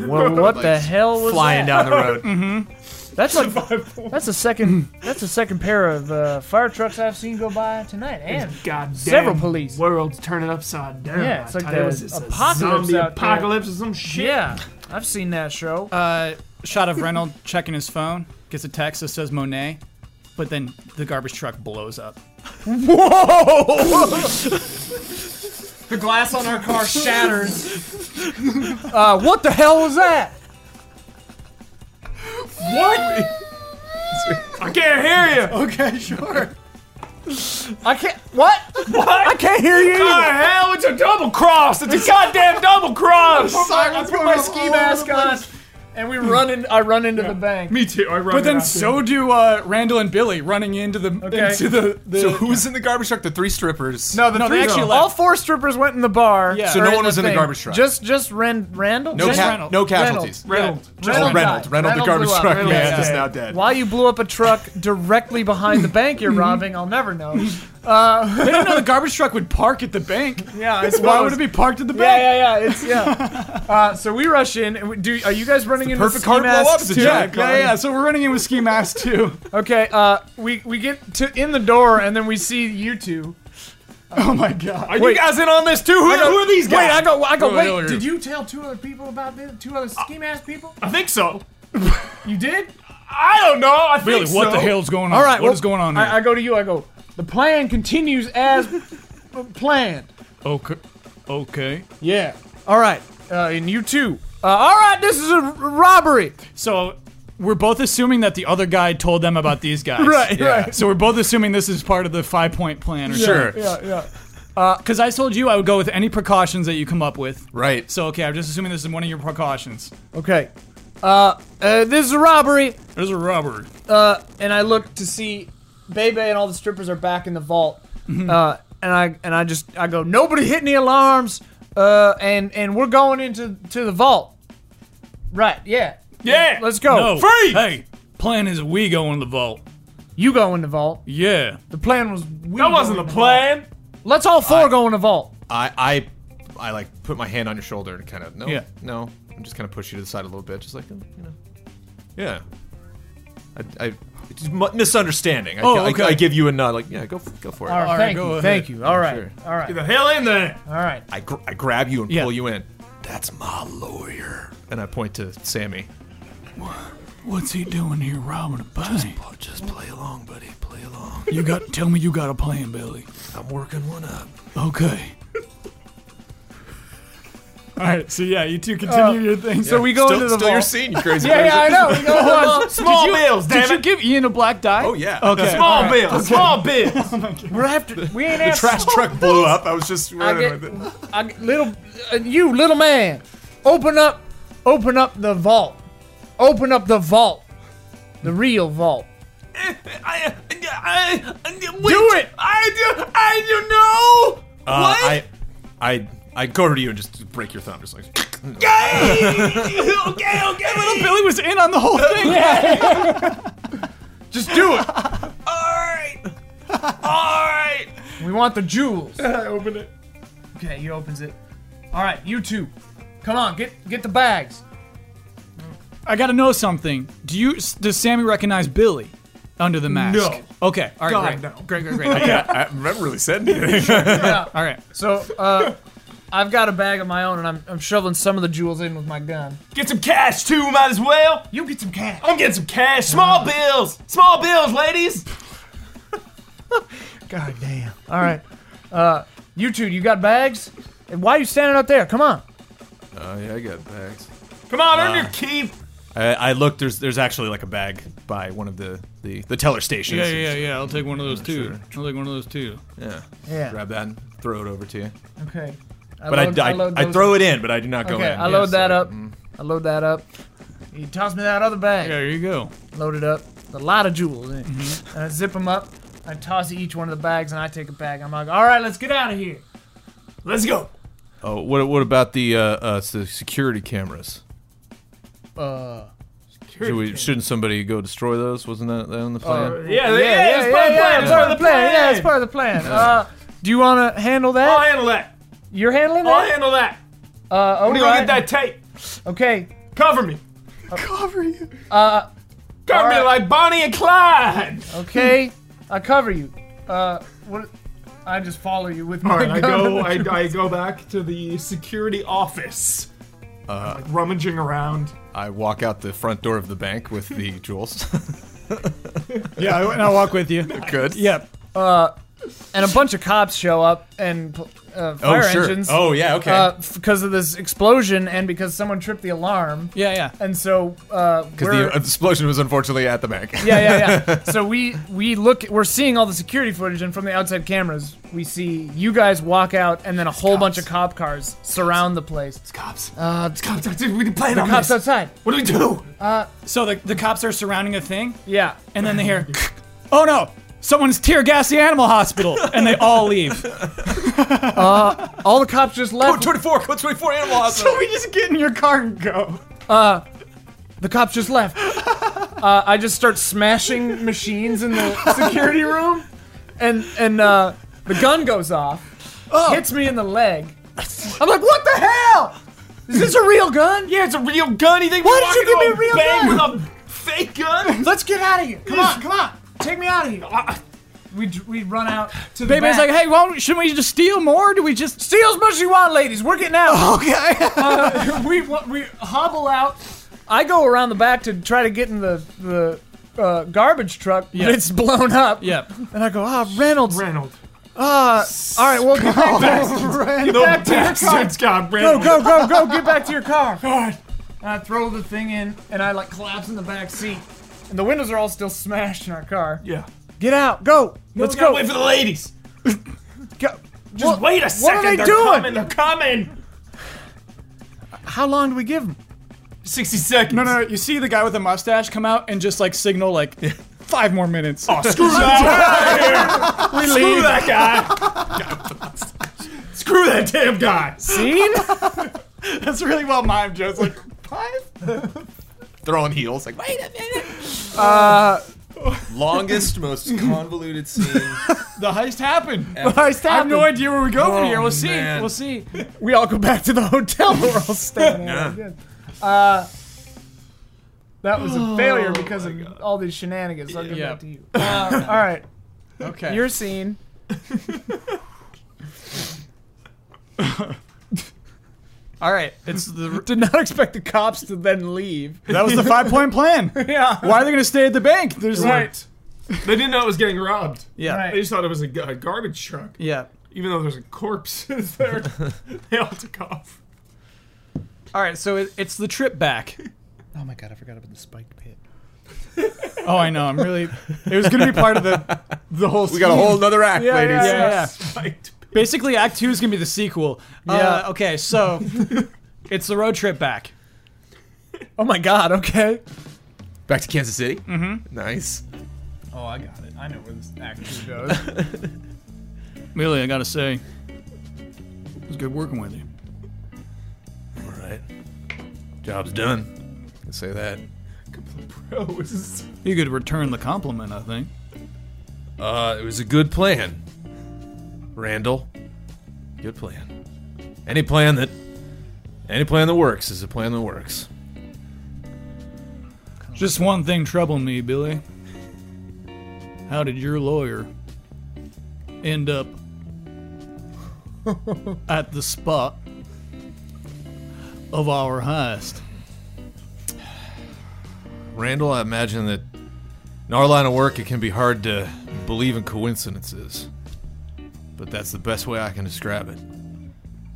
Speaker 1: Well, what the hell was
Speaker 16: flying
Speaker 1: that?
Speaker 16: down the road.
Speaker 1: That's
Speaker 3: (laughs)
Speaker 1: like that's a second that's a second pair of uh, fire trucks I've seen go by tonight and
Speaker 3: Goddamn.
Speaker 1: Several police.
Speaker 3: World's turning upside down.
Speaker 1: Yeah,
Speaker 3: I
Speaker 1: it's like
Speaker 3: tell you,
Speaker 1: the
Speaker 3: it's just a
Speaker 1: apocalypse
Speaker 3: zombie
Speaker 1: out there.
Speaker 3: apocalypse or some shit.
Speaker 1: Yeah, I've seen that show. (laughs)
Speaker 4: Uh, shot of Reynolds checking his phone, gets a text that says Monet, but then the garbage truck blows up.
Speaker 1: The glass on our car shatters. (laughs) uh, what the hell was that?
Speaker 3: I can't hear you.
Speaker 1: (laughs)
Speaker 15: Okay, sure.
Speaker 1: I can't. What? What? I can't hear you.
Speaker 3: What
Speaker 1: either.
Speaker 3: the hell? It's a double cross. It's
Speaker 1: (laughs)
Speaker 3: a goddamn double cross.
Speaker 1: I put my ski mask on, and we run in. I run into the bank.
Speaker 3: Me too. I run
Speaker 4: But then
Speaker 3: after him.
Speaker 4: so do uh, Randall and Billy running into the into the, the
Speaker 2: So who's in the garbage truck? The three strippers.
Speaker 1: No, the
Speaker 4: No, they
Speaker 1: three,
Speaker 4: actually
Speaker 1: all
Speaker 4: left.
Speaker 1: four strippers went in the bar.
Speaker 4: Yeah.
Speaker 2: So
Speaker 1: or
Speaker 2: no one was in the
Speaker 1: thing.
Speaker 2: garbage truck.
Speaker 1: Just, just Ren- Randall.
Speaker 2: no,
Speaker 1: Just
Speaker 2: ca-
Speaker 4: Reynolds.
Speaker 2: no casualties. Oh, Reynolds,
Speaker 3: Reynolds.
Speaker 1: Reynolds,
Speaker 2: Reynolds,
Speaker 1: died.
Speaker 2: Reynolds, the
Speaker 1: Reynolds
Speaker 2: garbage
Speaker 1: blew up.
Speaker 2: truck
Speaker 1: Reynolds
Speaker 2: man
Speaker 1: died.
Speaker 2: is now dead.
Speaker 1: Why you blew up a truck directly behind the bank
Speaker 2: (laughs)
Speaker 1: you're robbing? I'll never know.
Speaker 4: they didn't know the garbage truck would park at the bank.
Speaker 1: Yeah, I
Speaker 4: Why would it be parked at the
Speaker 1: Yeah,
Speaker 4: bank?
Speaker 1: yeah, yeah. It's yeah.
Speaker 3: (laughs)
Speaker 1: Uh, so we rush in. And we, do are you guys running in with
Speaker 2: perfect
Speaker 1: ski
Speaker 2: car to blow up.
Speaker 1: masks
Speaker 2: It's a
Speaker 1: too?
Speaker 2: giant
Speaker 4: yeah, yeah, So we're running in with ski
Speaker 1: (laughs)
Speaker 4: masks too.
Speaker 1: Okay. Uh, we we get to in the door and then we see you two.
Speaker 4: Oh my god.
Speaker 3: Are you guys in on this too? Who, who are these guys? Uh,
Speaker 1: Wait, I go. I go.
Speaker 2: Wait,
Speaker 1: wait.
Speaker 2: wait, wait.
Speaker 1: Did you tell two other people about this? Two other ski mask people?
Speaker 3: I think so.
Speaker 1: You did?
Speaker 3: uh, I don't know. I think
Speaker 15: Really, what
Speaker 3: so.
Speaker 15: the hell's going on?
Speaker 1: All right.
Speaker 15: What
Speaker 1: well,
Speaker 15: is going on here?
Speaker 1: I, I go to you. I go. The plan continues as planned.
Speaker 15: okay. Okay.
Speaker 1: Yeah. All right. Uh, and you too. Uh, all right. This is a r- robbery.
Speaker 4: So we're both assuming that the other guy told them about these guys.
Speaker 1: (laughs) Right.
Speaker 4: So we're both assuming this is part of the five point plan. Or
Speaker 2: Sure.
Speaker 1: Yeah. Yeah.
Speaker 4: Because I told you I would go with any precautions that you come up with.
Speaker 2: Right.
Speaker 4: So okay, I'm just assuming this is one of your precautions.
Speaker 1: Okay. Uh, uh, this is a robbery.
Speaker 4: There's a robber.
Speaker 1: Uh, and I look to see Bebe and all the strippers are back in the vault. Uh, and I and I just I go, nobody hit any alarms. Uh, and and we're going into to the vault. Right? Yeah.
Speaker 3: Yeah.
Speaker 1: Let's go.
Speaker 4: No.
Speaker 3: Free!
Speaker 4: Hey, plan is we go in the vault.
Speaker 1: You go in the vault.
Speaker 4: Yeah.
Speaker 1: The plan was we
Speaker 3: That wasn't the
Speaker 1: go in
Speaker 3: plan.
Speaker 1: vault. Let's all four go in the vault.
Speaker 2: I, I, I like put my hand on your shoulder and kind of no,
Speaker 4: Yeah.
Speaker 2: no. I'm just kind of push you to the side a little bit, just like you know, yeah. I, I it's mu- misunderstanding. I,
Speaker 4: Oh,
Speaker 2: I-
Speaker 4: okay.
Speaker 2: I, give you a nod, like yeah, go, f- go for it.
Speaker 1: All right.
Speaker 4: right,
Speaker 1: thank
Speaker 4: go
Speaker 1: you.
Speaker 4: ahead.
Speaker 1: Thank you. All right.
Speaker 2: Sure.
Speaker 1: All
Speaker 3: Get
Speaker 1: right.
Speaker 3: the hell in there.
Speaker 1: All right.
Speaker 2: I, gr- I grab you and
Speaker 4: Yeah.
Speaker 2: pull you in. That's my lawyer. And I point to Sammy.
Speaker 15: What's he doing here robbing a bank?
Speaker 2: Oh, just play along, buddy. Play along.
Speaker 15: You got tell me you got a plan, Billy.
Speaker 2: I'm working one up.
Speaker 15: Okay.
Speaker 4: (laughs) All right, so yeah, you two continue your thing. So
Speaker 1: we go
Speaker 2: still,
Speaker 1: into the
Speaker 2: still your
Speaker 1: vault.
Speaker 2: scene, you crazy
Speaker 1: (laughs) yeah, yeah, I know. We go into the vault.
Speaker 3: Small bills, damn
Speaker 4: did you
Speaker 3: it.
Speaker 4: give Ian a black die?
Speaker 2: Oh yeah. Okay.
Speaker 3: Small bills, small bills. (laughs)
Speaker 1: We're after. We ain't
Speaker 2: The
Speaker 1: after.
Speaker 2: trash truck blew up. I was just running
Speaker 1: get-
Speaker 2: with it.
Speaker 1: I, little, uh, you little man, open up, open up the vault, open up the vault, the real vault.
Speaker 3: (laughs) I, I, I, do
Speaker 1: it!
Speaker 3: I do. I don't know.
Speaker 17: Uh,
Speaker 3: What?
Speaker 17: I, I, I go over to you and just break your thumb. Just like,
Speaker 2: (laughs)
Speaker 3: okay, okay, okay. Little
Speaker 4: Billy was in on the whole thing.
Speaker 1: Just do
Speaker 3: (laughs)
Speaker 1: it.
Speaker 3: All right. All right.
Speaker 1: we want the jewels.
Speaker 3: I open it.
Speaker 1: Okay, he opens it. All right, you two, come on, get get the bags.
Speaker 4: I gotta know something. Do you does Sammy recognize Billy under the mask?
Speaker 3: No.
Speaker 4: Okay. All right.
Speaker 3: God,
Speaker 4: great. Great.
Speaker 3: no.
Speaker 4: Great. Great.
Speaker 1: (laughs)
Speaker 4: Okay.
Speaker 2: I remember really said anything.
Speaker 4: All right.
Speaker 1: So, uh, I've got a bag of my own, and I'm, I'm shoveling some of the jewels in with my gun.
Speaker 3: Get some cash too. Might as well.
Speaker 1: You get some cash.
Speaker 3: I'm getting some cash. Small bills. Small bills, ladies.
Speaker 1: God damn. All right, uh, you two, you got bags? And why are you standing out there? Come on.
Speaker 2: Oh yeah, I got bags.
Speaker 3: Come on, earn your keep.
Speaker 17: I, I look. There's, there's actually like a bag by one of the, the, the teller stations.
Speaker 4: Yeah. Yeah. Yeah. I'll take one of those two. I'll take one of those two.
Speaker 2: Yeah.
Speaker 1: Yeah.
Speaker 2: Grab that and throw it over to you.
Speaker 1: Okay.
Speaker 17: But I, I, I,
Speaker 1: those-
Speaker 17: throw it in, but I do not go
Speaker 1: Okay,
Speaker 17: in.
Speaker 1: I load that up.
Speaker 3: Mm-hmm.
Speaker 1: I load that up. You toss me that other bag.
Speaker 4: There you go.
Speaker 1: Load it up. A lot of jewels in it.
Speaker 3: Mm-hmm.
Speaker 1: And I zip them up. I toss each one of the bags and I take a bag. I'm like, all right, let's get out of here.
Speaker 3: Let's go.
Speaker 2: Oh, what what about the uh, uh the security cameras?
Speaker 1: Uh,
Speaker 2: Should we, shouldn't somebody go destroy those? Wasn't that, that on the plan?
Speaker 1: Uh,
Speaker 3: Yeah, yeah, yeah. It's part of the plan. It's part of the plan. Oh,
Speaker 1: Yeah, it's part of the plan. Uh, do you want to handle
Speaker 3: I'll
Speaker 1: that?
Speaker 3: handle that.
Speaker 1: You're handling
Speaker 3: I'll
Speaker 1: that?
Speaker 3: handle that.
Speaker 1: Uh, all
Speaker 3: I'm Oh, gonna
Speaker 1: right.
Speaker 3: get that tape.
Speaker 1: Okay.
Speaker 3: Cover me.
Speaker 1: Uh,
Speaker 3: Cover me
Speaker 1: Alright.
Speaker 3: like Bonnie and Clyde.
Speaker 1: okay. I cover you. Uh, what? I just follow you with my
Speaker 3: I
Speaker 1: gun.
Speaker 3: go. I, I go back to the security office. Uh, like rummaging around.
Speaker 2: I walk out the front door of the bank with the
Speaker 1: (laughs)
Speaker 2: jewels.
Speaker 4: Yeah. I- And I'll walk with
Speaker 1: (laughs)
Speaker 4: you.
Speaker 2: Good.
Speaker 4: Yep.
Speaker 1: and a bunch of cops show up and uh,
Speaker 2: Oh
Speaker 1: fire
Speaker 2: sure.
Speaker 1: engines. Uh,
Speaker 2: Oh yeah. Okay.
Speaker 1: because of this explosion and because someone tripped the alarm.
Speaker 4: Yeah. Yeah.
Speaker 1: And so uh,
Speaker 2: Because
Speaker 1: we're-
Speaker 2: the explosion was unfortunately at the bank. (laughs)
Speaker 1: yeah, yeah, yeah. so we we look, we're seeing all the security footage, and from the outside cameras, we see you guys walk out, and then a whole bunch of cop cars surround the place.
Speaker 3: It's cops.
Speaker 1: Uh,
Speaker 3: It's cops. It's- We can plan on
Speaker 1: cops
Speaker 3: this.
Speaker 1: outside. Uh,
Speaker 3: What do we do?
Speaker 4: So the the cops are surrounding a thing,
Speaker 1: Yeah.
Speaker 4: and then they hear, "Oh no." Someone's tear gassed the animal hospital, and they all leave.
Speaker 1: All the cops just left.
Speaker 2: 24, code 24 animal
Speaker 3: Uh,
Speaker 2: hospital.
Speaker 4: we just get in your car and go.
Speaker 1: The cops just (laughs) left. Uh, I just start smashing machines in the security room, and and uh, the gun goes off, hits me in the (laughs) leg. I'm like, what the hell? Is this a real gun?
Speaker 3: Yeah, it's a real gun. You think
Speaker 1: Why
Speaker 3: we're
Speaker 1: did you
Speaker 3: walking
Speaker 1: give me a
Speaker 3: to
Speaker 1: real
Speaker 3: bank with a fake gun?
Speaker 1: Let's get out of here. Come on, come on. Take me out of here. Uh, We, dr- we run out to the
Speaker 4: Baby's
Speaker 1: back.
Speaker 4: like, hey, why don't, shouldn't we just steal more? Do we just
Speaker 1: steal as much as you want, ladies. We're getting (laughs) out. Okay. uh, we wa- we hobble out. I go around the back to try to get in the the uh, garbage truck,
Speaker 4: Yeah.
Speaker 1: but it's blown up.
Speaker 4: Yep.
Speaker 1: And I go, ah, Reynolds.
Speaker 3: Reynolds.
Speaker 1: Uh, all right, well, get back, to, get back to your car.
Speaker 3: Bastards got
Speaker 1: Go,
Speaker 3: Reynolds.
Speaker 1: go, go, go, get back to your (laughs) car. And I throw the thing in, and I, like, collapse in the back seat. And the windows are all still smashed in our car.
Speaker 3: Yeah.
Speaker 1: Get out, go, let's
Speaker 3: We gotta
Speaker 1: go.
Speaker 3: wait for the ladies.
Speaker 1: Go-
Speaker 3: Just
Speaker 1: What-
Speaker 3: wait a second.
Speaker 1: What are they
Speaker 3: They're
Speaker 1: doing?
Speaker 3: coming. They're coming.
Speaker 1: How long do we give them?
Speaker 3: 60 seconds.
Speaker 4: No, no, no. You see the guy with the mustache come out and just like signal like (laughs) five more minutes.
Speaker 3: Oh, screw that. (laughs) We Screw that guy. Screw that damn guy.
Speaker 1: (laughs) Scene?
Speaker 4: (laughs) That's really well mimed, Joe's like
Speaker 2: They're all in heels. Like, wait a minute. Uh, Longest, most convoluted scene.
Speaker 4: the heist happened. I have
Speaker 1: Stop
Speaker 4: no
Speaker 1: them.
Speaker 4: idea where we go from
Speaker 2: Oh,
Speaker 4: here. We'll see.
Speaker 2: man.
Speaker 4: We'll see.
Speaker 1: We all go back to the hotel where we're (laughs) all staying.
Speaker 2: Yeah.
Speaker 1: Uh, that was a failure because of all these shenanigans. I'll get
Speaker 4: Yeah.
Speaker 1: back to you. Uh, all right,
Speaker 4: Okay.
Speaker 1: your scene.
Speaker 4: All right. It's (laughs) the
Speaker 1: Did not expect the cops to then leave.
Speaker 4: that was the five point plan.
Speaker 1: (laughs) Yeah.
Speaker 4: (laughs) Why are they gonna stay at the bank? There's like
Speaker 3: Right. They didn't know it was getting robbed.
Speaker 4: (laughs) yeah.
Speaker 3: They just thought it was a, g- a garbage truck.
Speaker 4: Yeah.
Speaker 3: (laughs) Even though there's a corpse there, they all took off.
Speaker 4: All right, so it, it's the trip back.
Speaker 1: Oh my god, I forgot about the spike pit.
Speaker 4: (laughs) Oh, I know. I'm really. It was gonna be part of the the whole.
Speaker 2: We got a whole nother act,
Speaker 4: yeah,
Speaker 2: ladies.
Speaker 4: (laughs) yeah, yeah, yeah.
Speaker 3: Spiked.
Speaker 4: Basically, Act Two is gonna be the sequel. Uh, okay, (laughs) so it's the road trip back.
Speaker 1: Oh my god, okay.
Speaker 2: Back to Kansas City. Mm-hmm. Nice.
Speaker 1: Oh, I got it. I know where this actually goes.
Speaker 4: Really, I gotta say, it was good working with you.
Speaker 2: All right. Job's done. Let's say that.
Speaker 4: You could return the compliment, I think.
Speaker 2: Uh, it was a good plan, Randall. Good plan. Any plan that, any plan that works is a plan that works.
Speaker 4: Just one thing troubled me, Billy. How did your lawyer end up at the spot of our heist?
Speaker 2: Randall, I imagine that in our line of work, it can be hard to believe in coincidences. But that's the best way I can describe it.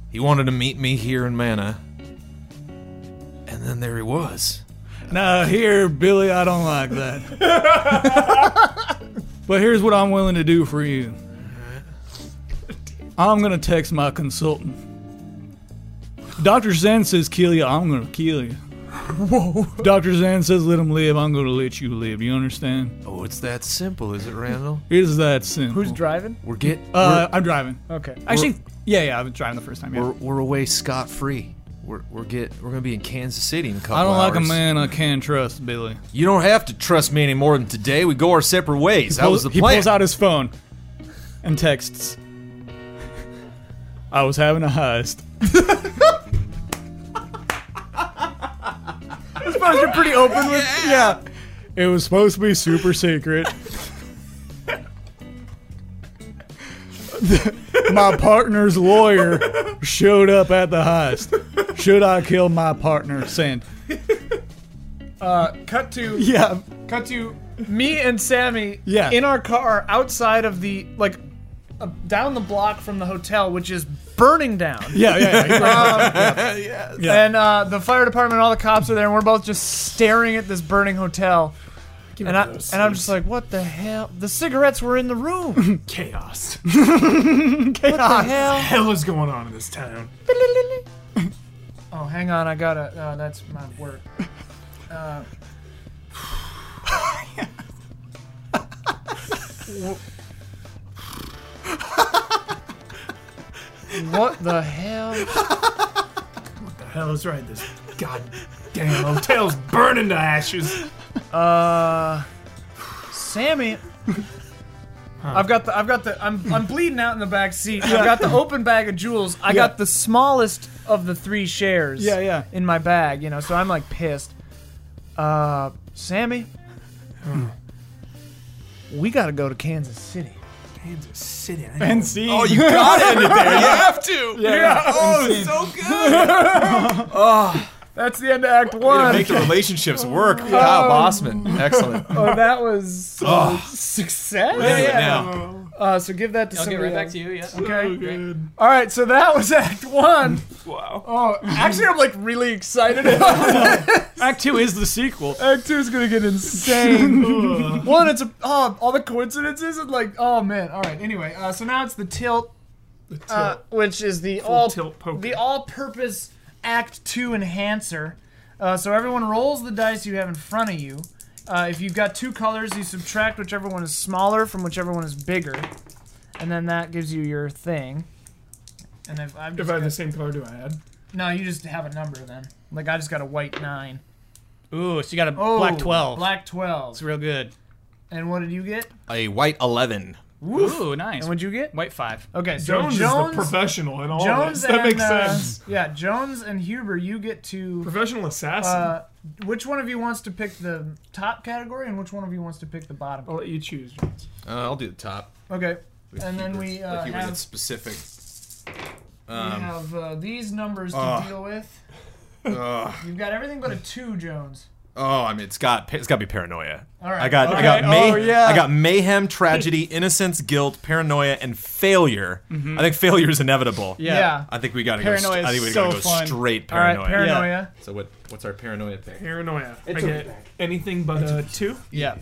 Speaker 2: He wanted to meet me here in Mana, and then there he was.
Speaker 4: Now, here, Billy, I don't like that. but here's what I'm willing to do for you I'm going to text my consultant. Dr. Zen says, kill you, I'm going to kill you. Whoa. Dr. Zen says, let him live, I'm going to let you live. You understand?
Speaker 2: Oh, it's that simple, is it, Randall?
Speaker 4: It is that simple.
Speaker 1: Who's driving?
Speaker 2: We're get
Speaker 4: Uh, I'm driving.
Speaker 1: Okay.
Speaker 4: Actually, yeah, yeah, I was driving the first time.
Speaker 2: we're,
Speaker 4: Yeah.
Speaker 2: we're, we're away scot free. We're we're get we're gonna be in Kansas City in a couple
Speaker 4: I don't like a
Speaker 2: hours.
Speaker 4: man I can't trust, Billy.
Speaker 2: You don't have to trust me any more than today. We go our separate ways. that was the
Speaker 4: he
Speaker 2: plan.
Speaker 4: pulls out his phone and texts. I was having a heist.
Speaker 1: You're pretty open with
Speaker 4: Yeah. It was supposed to be super secret. my partner's lawyer showed up at the heist. Should I kill my partner? Send.
Speaker 1: cut
Speaker 4: (laughs)
Speaker 1: to
Speaker 4: Yeah.
Speaker 1: cut to me and Sammy
Speaker 4: Yeah.
Speaker 1: in our car outside of the like uh, down the block from the hotel which is burning down.
Speaker 4: (laughs)
Speaker 1: Um,
Speaker 4: Yeah, yeah, yeah. Yeah.
Speaker 1: And uh, the fire department and all the cops are there and we're both just staring at this burning hotel. And I and I'm just like, what the hell? The cigarettes were in the
Speaker 4: (laughs)
Speaker 1: room.
Speaker 3: Chaos. (laughs)
Speaker 1: what the hell?
Speaker 3: Hell is going on in this town.
Speaker 1: Oh, hang on, I gotta. Oh, that's my work. Uh, (laughs) what the hell?
Speaker 3: The hell is right. This goddamn hotel's burning to ashes.
Speaker 1: Uh, Sammy. I've got the I've got the I'm I'm bleeding out in the back seat. I've got the open bag of jewels. I got the smallest of the three shares.
Speaker 4: Yeah, yeah.
Speaker 1: In my bag, you know, so I'm like pissed. Uh, Sammy, we gotta go to Kansas City.
Speaker 3: Kansas City. I
Speaker 4: And (laughs) see. Oh,
Speaker 2: you gotta end it there. You have to. Yeah. Oh, it's so good.
Speaker 1: Ah, That's the end of Act One.
Speaker 2: Make the relationships work.
Speaker 4: Um,
Speaker 2: Kyle
Speaker 4: (laughs)
Speaker 2: Bossman. Excellent.
Speaker 1: Oh, that was uh, success.
Speaker 2: Anyway, now.
Speaker 1: Uh, so give that to
Speaker 4: I'll get
Speaker 1: somebody
Speaker 4: right back
Speaker 1: else.
Speaker 4: to you. Yeah.
Speaker 1: Okay.
Speaker 3: Good.
Speaker 1: All right, so that was (laughs) Act One.
Speaker 3: Wow.
Speaker 1: Oh, actually, I'm like really excited.
Speaker 3: (laughs)
Speaker 4: Act two is the sequel.
Speaker 1: Act two is gonna get
Speaker 3: (laughs)
Speaker 1: insane. One, it's a, oh, all the coincidences and like oh man. All right. Anyway, uh, so now it's the tilt, uh, which is the all
Speaker 3: tilt poker.
Speaker 1: the all-purpose Act two enhancer. Uh, so everyone rolls the dice you have in front of you. Uh, if you've got two colors, you subtract whichever one is smaller from whichever one is bigger, and then that gives you your thing. And if I've
Speaker 3: If
Speaker 1: just
Speaker 3: I have the
Speaker 1: got,
Speaker 3: same color, do I add?
Speaker 1: no, you just have a number then. Like I just got a white nine.
Speaker 4: Ooh, so you got a
Speaker 1: Oh,
Speaker 4: black 12.
Speaker 1: Black twelve.
Speaker 4: It's real good.
Speaker 1: And what did you get?
Speaker 2: A white 11.
Speaker 4: Ooh, nice.
Speaker 1: And Oh, what'd you get?
Speaker 4: White 5.
Speaker 1: Okay, so
Speaker 3: Jones,
Speaker 1: Jones,
Speaker 3: is the professional in all
Speaker 1: Jones
Speaker 3: this. That
Speaker 1: and,
Speaker 3: makes
Speaker 1: uh,
Speaker 3: sense.
Speaker 1: Yeah, Jones and Huber, you get to.
Speaker 3: Professional assassin.
Speaker 1: Uh, which one of you wants to pick the top category, and which one of you wants to pick the bottom?
Speaker 3: I'll let you choose. Jones.
Speaker 2: Uh, I'll do the top.
Speaker 1: Okay, and then we uh,
Speaker 2: He was in
Speaker 1: have,
Speaker 2: specific.
Speaker 1: we
Speaker 2: Um,
Speaker 1: uh, (laughs) have uh, these numbers to deal with. You've got everything but a two, Jones.
Speaker 2: Oh, I mean, it's got it's got to be paranoia. All
Speaker 1: right.
Speaker 2: I got I
Speaker 1: Okay.
Speaker 2: got may,
Speaker 6: Oh, yeah.
Speaker 2: I got
Speaker 1: (laughs)
Speaker 2: mayhem, tragedy, innocence, guilt, paranoia, and failure. I think failure is inevitable.
Speaker 1: Yeah.
Speaker 2: I think we gotta go.
Speaker 1: Paranoia
Speaker 2: St- I think we
Speaker 1: is
Speaker 2: gotta
Speaker 1: so
Speaker 2: go
Speaker 1: fun.
Speaker 2: straight
Speaker 1: All right,
Speaker 2: paranoia.
Speaker 1: paranoia.
Speaker 2: So what what's our
Speaker 1: (laughs)
Speaker 2: paranoia thing?
Speaker 3: Paranoia. I get anything but a two.
Speaker 1: Yeah.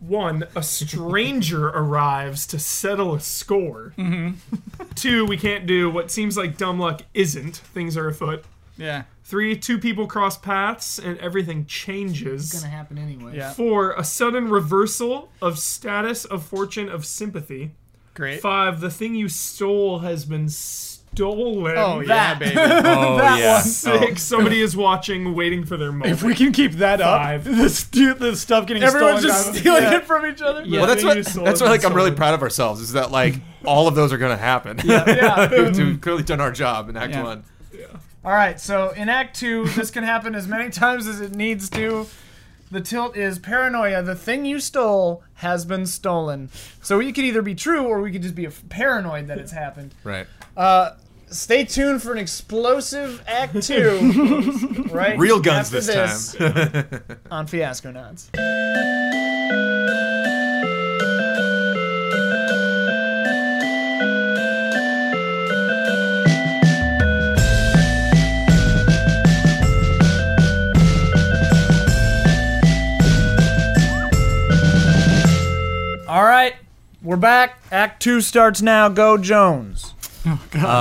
Speaker 3: One, a stranger (laughs) arrives to settle a score. Mm-hmm. Two, we can't do what seems like dumb luck isn't. Things are afoot.
Speaker 4: Yeah.
Speaker 3: Three, two people cross paths and everything changes.
Speaker 1: It's gonna happen anyway.
Speaker 4: Yeah.
Speaker 3: Four, a sudden reversal of status, of fortune, of sympathy.
Speaker 4: Great.
Speaker 3: Five, the thing you stole has been stolen.
Speaker 1: Oh yeah, (laughs) baby.
Speaker 2: Oh yeah. Oh.
Speaker 3: Six, somebody is watching, waiting for their moment.
Speaker 18: If we can keep that
Speaker 3: Five.
Speaker 18: up, this, dude, this stuff getting
Speaker 1: Everyone's
Speaker 18: stolen
Speaker 1: just
Speaker 18: by-
Speaker 1: stealing it from each other.
Speaker 4: Yeah.
Speaker 2: Well, that's
Speaker 3: They
Speaker 2: what
Speaker 3: use
Speaker 2: that's what
Speaker 3: swords
Speaker 2: like I'm
Speaker 3: and
Speaker 2: really
Speaker 3: swords.
Speaker 2: proud of ourselves is that
Speaker 1: (laughs)
Speaker 2: like all of those are gonna happen. (laughs) We've clearly done our job in Act
Speaker 4: Yeah.
Speaker 2: One.
Speaker 1: All right, so in Act Two, this can happen as many (laughs) times as it needs to. The tilt is paranoia. The thing you stole has been stolen. So it could either be true or we could just be f- paranoid that it's happened.
Speaker 2: Right.
Speaker 1: Stay tuned for an explosive Act Two.
Speaker 2: (laughs)
Speaker 1: right?
Speaker 2: Real guns
Speaker 1: after
Speaker 2: this, time.
Speaker 1: on Fiasco Nuts. All right, we're back. Act two starts now. Go Jones.
Speaker 2: I'm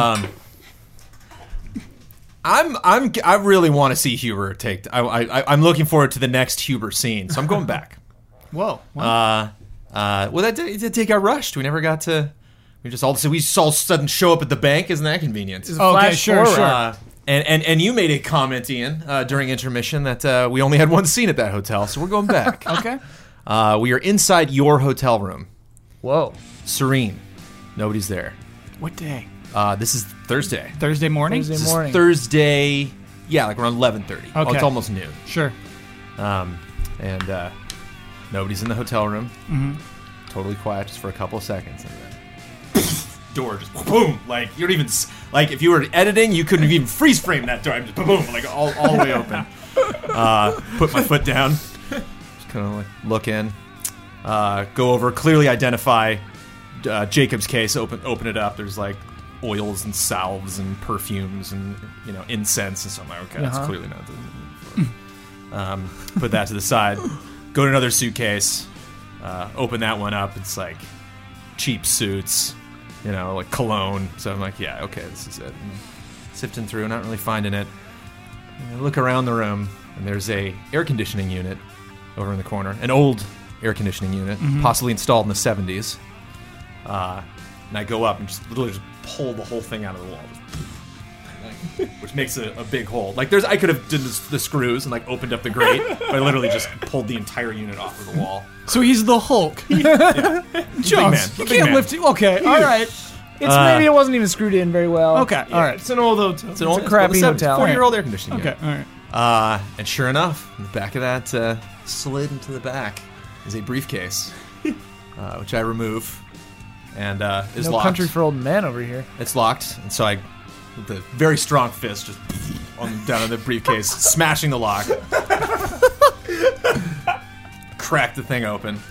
Speaker 2: I'm I really want to see Huber take. I, I I'm looking forward to the next Huber scene, so I'm going
Speaker 4: (laughs)
Speaker 2: back.
Speaker 1: Whoa.
Speaker 2: Uh, uh, well, that did, it did got rushed. We never got to. We just all so we just all of a sudden show up at the bank. Isn't that convenient?
Speaker 4: Okay,
Speaker 1: Flash
Speaker 4: (laughs) sure,
Speaker 1: forward.
Speaker 4: sure.
Speaker 2: Uh, and, and and you made a comment, Ian, uh, during intermission that uh, we only had one scene at that hotel, so we're going back.
Speaker 4: (laughs) Okay.
Speaker 2: uh, we are inside your hotel room,
Speaker 1: Whoa.
Speaker 2: serene. Nobody's there.
Speaker 4: What day?
Speaker 2: Uh, this is Thursday.
Speaker 4: Thursday morning?
Speaker 1: Thursday
Speaker 2: This is
Speaker 1: morning.
Speaker 2: Thursday. Yeah, like around eleven thirty. Oh,
Speaker 4: Okay.
Speaker 2: it's almost noon.
Speaker 4: Sure.
Speaker 2: Um, and uh, nobody's in the hotel room.
Speaker 4: Mm-hmm.
Speaker 2: Totally quiet just for a couple of seconds, and then (laughs) door just boom. Like you don't even s- like if you were editing, you couldn't have even freeze frame that door. I'm just boom, like all, all the way
Speaker 4: (laughs)
Speaker 2: open. Uh, put my foot down. Just kind of like look in, uh, go over, clearly identify uh, Jacob's case. Open open it up. There's like oils and salves and perfumes and you know incense and something. Okay, that's clearly not. The, um, put that to the side. Go to another suitcase. Uh, open that one up. It's like cheap suits, you know, like cologne. So I'm like, yeah, okay, this is it. And sifting through, not really finding it. And I look around the room, and there's a air conditioning unit over in the corner, an old air conditioning unit, possibly installed in the 70s. Uh, and I go up and just literally just pull the whole thing out of the wall. Like, Which makes a, a big hole. Like there's, I could have did the, the screws and like opened up the grate, but I literally just pulled the entire unit off of the wall.
Speaker 4: So he's the Hulk.
Speaker 2: Big
Speaker 4: Jones,
Speaker 2: man,
Speaker 4: you
Speaker 2: big
Speaker 4: can't
Speaker 2: man.
Speaker 4: lift it. Okay, all right.
Speaker 1: It's
Speaker 2: Uh,
Speaker 1: maybe it wasn't even screwed in very well.
Speaker 4: Okay, all right.
Speaker 3: It's an old hotel.
Speaker 2: It's an old
Speaker 1: crappy
Speaker 2: it's a
Speaker 1: hotel.
Speaker 2: Forty-year-old air conditioning.
Speaker 4: Okay,
Speaker 2: unit.
Speaker 4: all right.
Speaker 2: Uh, and sure enough, in the back of that uh, slid into the back is a briefcase, (laughs) uh, which I remove, and uh, is
Speaker 1: No
Speaker 2: locked.
Speaker 1: country for old men over here.
Speaker 2: it's locked, and so I, with a very strong fist, just on down on the briefcase, smashing the lock, crack the thing open,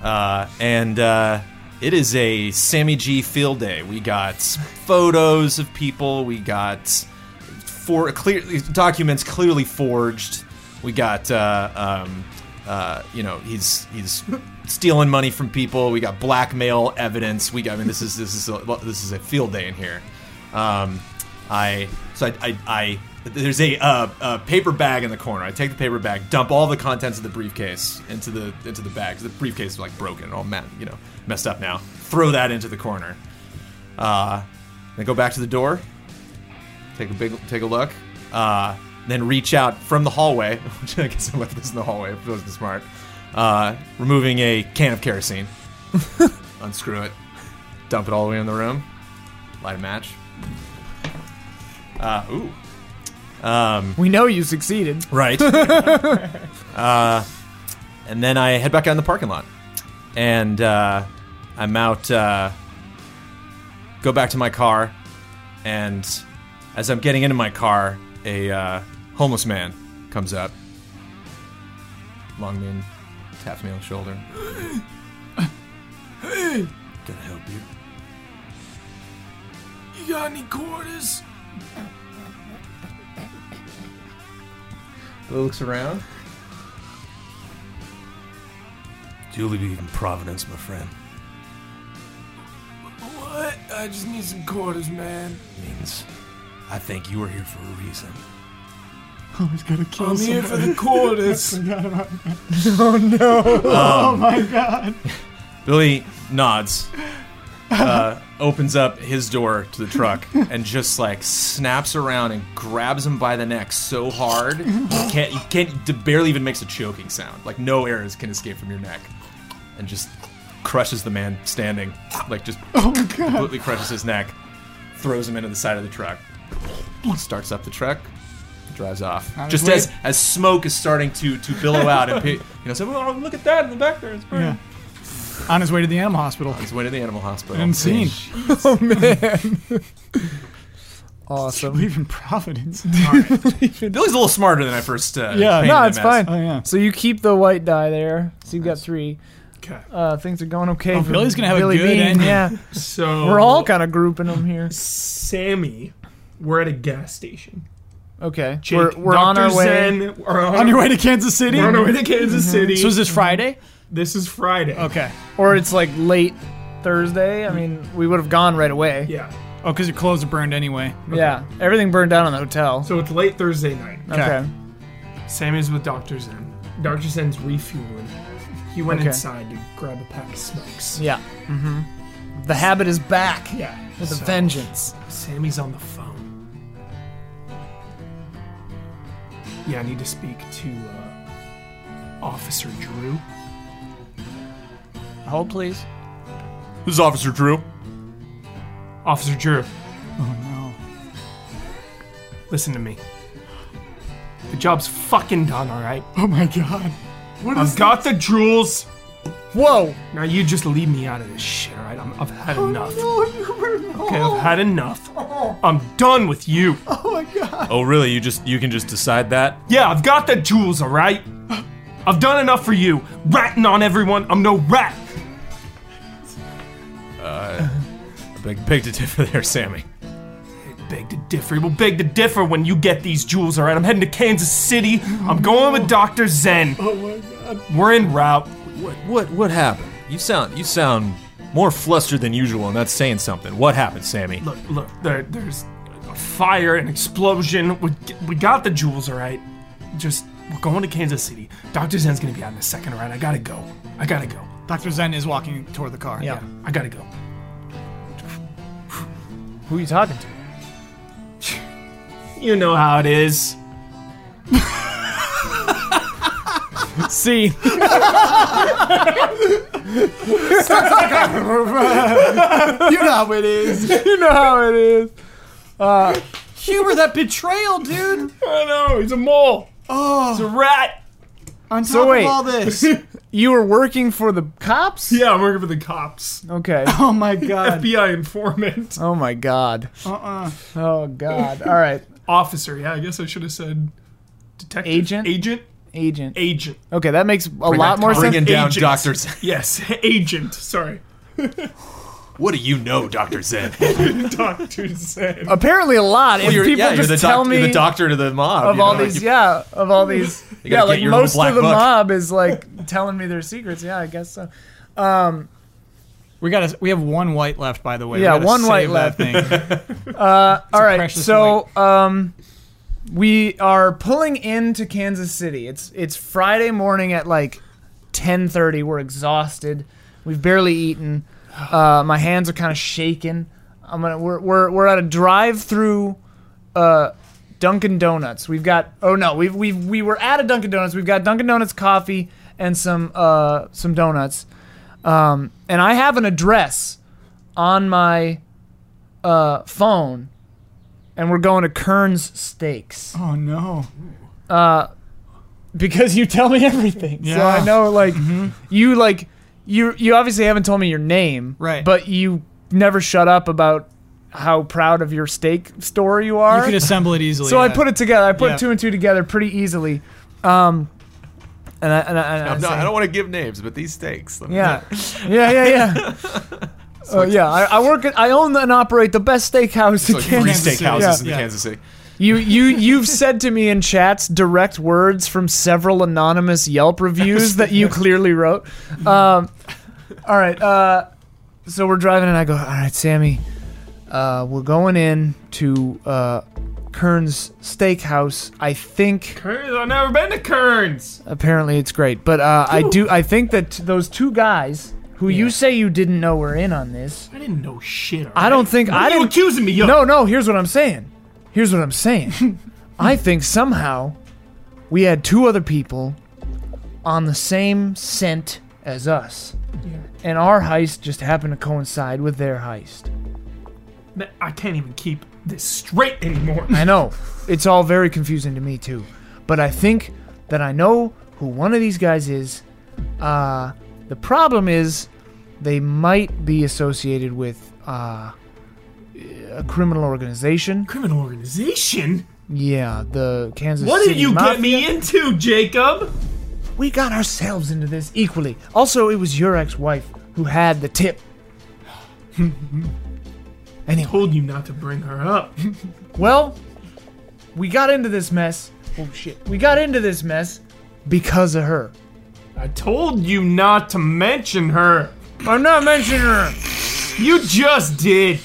Speaker 2: uh, and. Uh, it is a Sammy G field day. We got photos of people. We got for clear documents clearly forged. We got uh, um, uh, you know he's he's stealing money from people. We got blackmail evidence. We got, I mean this is this is a, this is a field day in here. Um, I so I, I, I there's a, uh, a paper bag in the corner. I take the paper bag, dump all the contents of the briefcase into the into the bag. 'cause The briefcase is like broken, all ma- you know messed up now. Throw that into the corner. Uh, then go back to the door, take a big take a look. Uh, then reach out from the hallway, (laughs) which I guess I left this in the hallway if it wasn't smart. Uh, removing a can of kerosene. (laughs) Unscrew it. Dump it all the way in the room. Light a match. Uh, ooh.
Speaker 1: We know you
Speaker 2: (laughs)
Speaker 1: succeeded.
Speaker 2: Right. uh, and then I head back out in the parking lot. And uh, I'm out, uh, go back to my car. And as I'm getting into my car, a uh, homeless man comes up
Speaker 19: Longman taps me on the shoulder. Hey! Gotta help you.
Speaker 20: You got any quarters?
Speaker 19: He looks around.
Speaker 2: You'll leave in Providence, my friend.
Speaker 20: What? I just need some quarters, man.
Speaker 2: Means I think you are here for a reason.
Speaker 20: I'm here for the
Speaker 3: (laughs)
Speaker 20: quarters.
Speaker 2: Billy nods, uh, opens up his door to the truck, and just like snaps around and grabs him by the neck so hard you can't you can't it barely even makes a choking sound. Like no air is can escape from your neck, and just crushes the man standing, like just completely crushes his neck, throws him into the side of the truck, starts up the truck. Drives off. Just as as smoke is starting to to billow out, and pe- you know, so oh, look at that in the back there. It's burning.
Speaker 4: On his way to the animal hospital.
Speaker 2: He's went to the animal hospital.
Speaker 4: Insane.
Speaker 1: Oh man. awesome.
Speaker 4: Leaving Providence.
Speaker 2: Billy's a little smarter than I first. Uh,
Speaker 4: Yeah,
Speaker 2: painted
Speaker 1: No,
Speaker 2: him
Speaker 1: it's
Speaker 2: as.
Speaker 1: fine.
Speaker 4: Oh yeah.
Speaker 1: So you keep the white die there. So you've got three.
Speaker 3: Okay.
Speaker 1: Uh, things are going okay.
Speaker 4: Oh,
Speaker 1: for
Speaker 4: Billy's gonna have a
Speaker 1: Billy
Speaker 4: good
Speaker 1: Bean.
Speaker 4: ending.
Speaker 1: Yeah,
Speaker 3: So
Speaker 1: we're all kind of grouping them here.
Speaker 3: Sammy. We're at a gas station.
Speaker 1: Okay,
Speaker 3: Jake,
Speaker 1: we're, we're on
Speaker 3: Dr.
Speaker 1: our way.
Speaker 3: Zen, we're on,
Speaker 4: On your way to Kansas City?
Speaker 3: We're on our way to Kansas
Speaker 1: Mm-hmm.
Speaker 3: City.
Speaker 4: So is this Friday?
Speaker 3: this is Friday.
Speaker 4: Okay.
Speaker 1: or it's like late Thursday. I mean, we would have gone right away.
Speaker 3: Yeah.
Speaker 4: Oh, because your clothes are burned anyway.
Speaker 1: Yeah, everything burned down in the hotel.
Speaker 3: So it's late Thursday night.
Speaker 1: okay.
Speaker 3: Sammy's with Dr. Zen. Dr. Zen's refueling. He went
Speaker 1: Okay.
Speaker 3: inside to grab a pack of smokes.
Speaker 1: yeah. Mm-hmm. The habit is back
Speaker 3: Yeah.
Speaker 1: with
Speaker 3: So,
Speaker 1: a vengeance.
Speaker 3: Sammy's on the phone. Yeah, I need to speak to uh, Officer Drew.
Speaker 4: Hold, please.
Speaker 2: This is Officer Drew.
Speaker 3: Officer Drew,
Speaker 4: No.
Speaker 3: listen to me. The job's fucking done, alright?
Speaker 4: Oh my god.
Speaker 3: I've got the jewels.
Speaker 1: Whoa!
Speaker 3: Now you just leave me out of this shit, alright? I'm- I've had enough. Okay, I've had enough. I'm done with you.
Speaker 2: Oh, really? You just you can just decide that?
Speaker 3: Yeah, I've got the jewels, alright? I've done enough for you. Ratting on everyone, I'm no rat.
Speaker 2: Big big to differ there, Sammy.
Speaker 3: Beg to differ. We'll beg to differ when you get these jewels, alright? I'm heading to Kansas City. I'm going with Dr. Zen. Oh my god. We're en route.
Speaker 2: What what what happened? You sound you sound more flustered than usual, and that's saying something. What happened, Sammy?
Speaker 3: Look, look, there, there's a fire, an explosion. We, we got the jewels, all right? Just, we're going to Kansas City. Dr. Zen's gonna be out in a second, all right? I gotta go. I gotta go.
Speaker 4: Dr. Zen is walking toward the car.
Speaker 1: Yeah.
Speaker 3: I gotta go.
Speaker 1: Who are you talking to?
Speaker 3: You know how it is. (laughs)
Speaker 1: See,
Speaker 4: You know how it
Speaker 1: (laughs)
Speaker 4: is. (laughs)
Speaker 1: you know how it is.
Speaker 4: Huber, that betrayal, dude.
Speaker 3: I know, he's a mole. Oh. He's a rat.
Speaker 4: On top
Speaker 1: wait.
Speaker 4: of all this.
Speaker 1: You were working for the cops?
Speaker 3: Yeah, I'm working for the cops.
Speaker 1: Okay.
Speaker 4: (laughs) Oh my god.
Speaker 3: FBI informant.
Speaker 1: Oh my god.
Speaker 4: Uh-uh.
Speaker 1: Oh god. All right.
Speaker 3: Officer, yeah, I guess I should have said detective.
Speaker 1: Agent?
Speaker 3: Agent?
Speaker 1: Agent.
Speaker 3: Agent.
Speaker 1: Okay, that makes a lot
Speaker 2: that
Speaker 1: more
Speaker 2: Bringing
Speaker 1: sense.
Speaker 2: down
Speaker 3: Agents.
Speaker 2: Doctor Zen.
Speaker 3: Yes, (laughs) agent. Sorry.
Speaker 2: What do you know, Doctor Zen?
Speaker 3: Dr. Zen.
Speaker 1: Apparently, a lot. if
Speaker 2: (laughs) you're,
Speaker 1: people
Speaker 2: yeah,
Speaker 1: just
Speaker 2: you're the,
Speaker 1: tell
Speaker 2: doc-
Speaker 1: me
Speaker 2: you're the doctor to the mob.
Speaker 1: of
Speaker 2: you
Speaker 1: all
Speaker 2: know, like
Speaker 1: these,
Speaker 2: you-
Speaker 1: yeah, of all
Speaker 2: (laughs)
Speaker 1: these,
Speaker 2: gotta
Speaker 1: yeah,
Speaker 2: get
Speaker 1: like
Speaker 2: your little
Speaker 1: most
Speaker 2: black
Speaker 1: of the
Speaker 2: book.
Speaker 1: mob is like telling me their secrets. Yeah, I guess so.
Speaker 4: (laughs) We got to we have one white left by the way. We
Speaker 1: Yeah,
Speaker 4: gotta
Speaker 1: one
Speaker 4: save
Speaker 1: white
Speaker 4: that
Speaker 1: left.
Speaker 4: thing.
Speaker 1: all right,
Speaker 4: precious
Speaker 1: so um, we are pulling into Kansas City. It's it's Friday morning at like ten thirty. We're exhausted. We've barely eaten. Uh, my hands are kind of shaking. I'm gonna. We're we're we're at a drive-through. Uh, Dunkin' Donuts. We've got. Oh no, we've we've we were at a Dunkin' Donuts. We've got Dunkin' Donuts coffee and some uh some donuts. Um, and I have an address on my uh phone, and we're going to Kern's Steaks
Speaker 4: (laughs) oh no.
Speaker 1: because you tell me everything. So
Speaker 4: Yeah. Mm-hmm.
Speaker 1: I know like you like you you obviously haven't told me your name,
Speaker 4: Right.
Speaker 1: But you never shut up about how proud of your steak store you are.
Speaker 4: You (laughs) could assemble it easily.
Speaker 1: So I
Speaker 4: yeah.
Speaker 1: put it together. I put
Speaker 4: Yeah.
Speaker 1: two and two together pretty easily. Um, And I, and I, and
Speaker 2: (laughs) I'm
Speaker 1: I
Speaker 2: not,
Speaker 1: say-
Speaker 2: I don't want to give names, but these steaks. let me-
Speaker 1: Yeah, yeah, yeah, yeah.
Speaker 4: (laughs)
Speaker 1: Oh yeah, I, I work. At, I own and operate the best steakhouse in
Speaker 2: Like three
Speaker 1: Kansas. City.
Speaker 2: steakhouses
Speaker 1: Yeah.
Speaker 2: in Kansas City.
Speaker 1: You you you've said to me in chats direct words from several anonymous Yelp reviews that you clearly wrote. Um, all right, uh, so we're driving and I go, all right, Sammy, uh, we're going in to uh, Kern's Steakhouse. I think
Speaker 3: Kearns, I've never been to Kearns.
Speaker 1: apparently it's great, but uh, I do I think that those two guys who you say you didn't know were in on this.
Speaker 3: I didn't know shit.
Speaker 1: I don't think I
Speaker 3: What are you
Speaker 1: didn't.
Speaker 3: accusing me
Speaker 1: (laughs)
Speaker 3: of?
Speaker 1: No, no, here's what I'm saying. Here's what I'm saying. I think somehow we had two other people on the same scent as us. And our heist just happened to coincide with their heist.
Speaker 3: Man, I can't even keep this straight
Speaker 1: (laughs)
Speaker 3: anymore.
Speaker 1: I know. It's all very confusing to me too. But I think that I know who one of these guys is. Uh the problem is they might be associated with uh a criminal organization.
Speaker 3: Criminal organization?
Speaker 1: Yeah, the Kansas
Speaker 3: What
Speaker 1: City
Speaker 3: did you
Speaker 1: Mafia.
Speaker 3: get me into, Jacob?
Speaker 1: we got ourselves into this equally. Also, it was your ex-wife who had the tip. anyway,
Speaker 3: Told you not to bring her up.
Speaker 1: well, we got into this mess. (laughs) Oh shit, we got into this mess because of her.
Speaker 3: I told you not to mention her.
Speaker 1: I'm not mentioning her.
Speaker 3: You just did.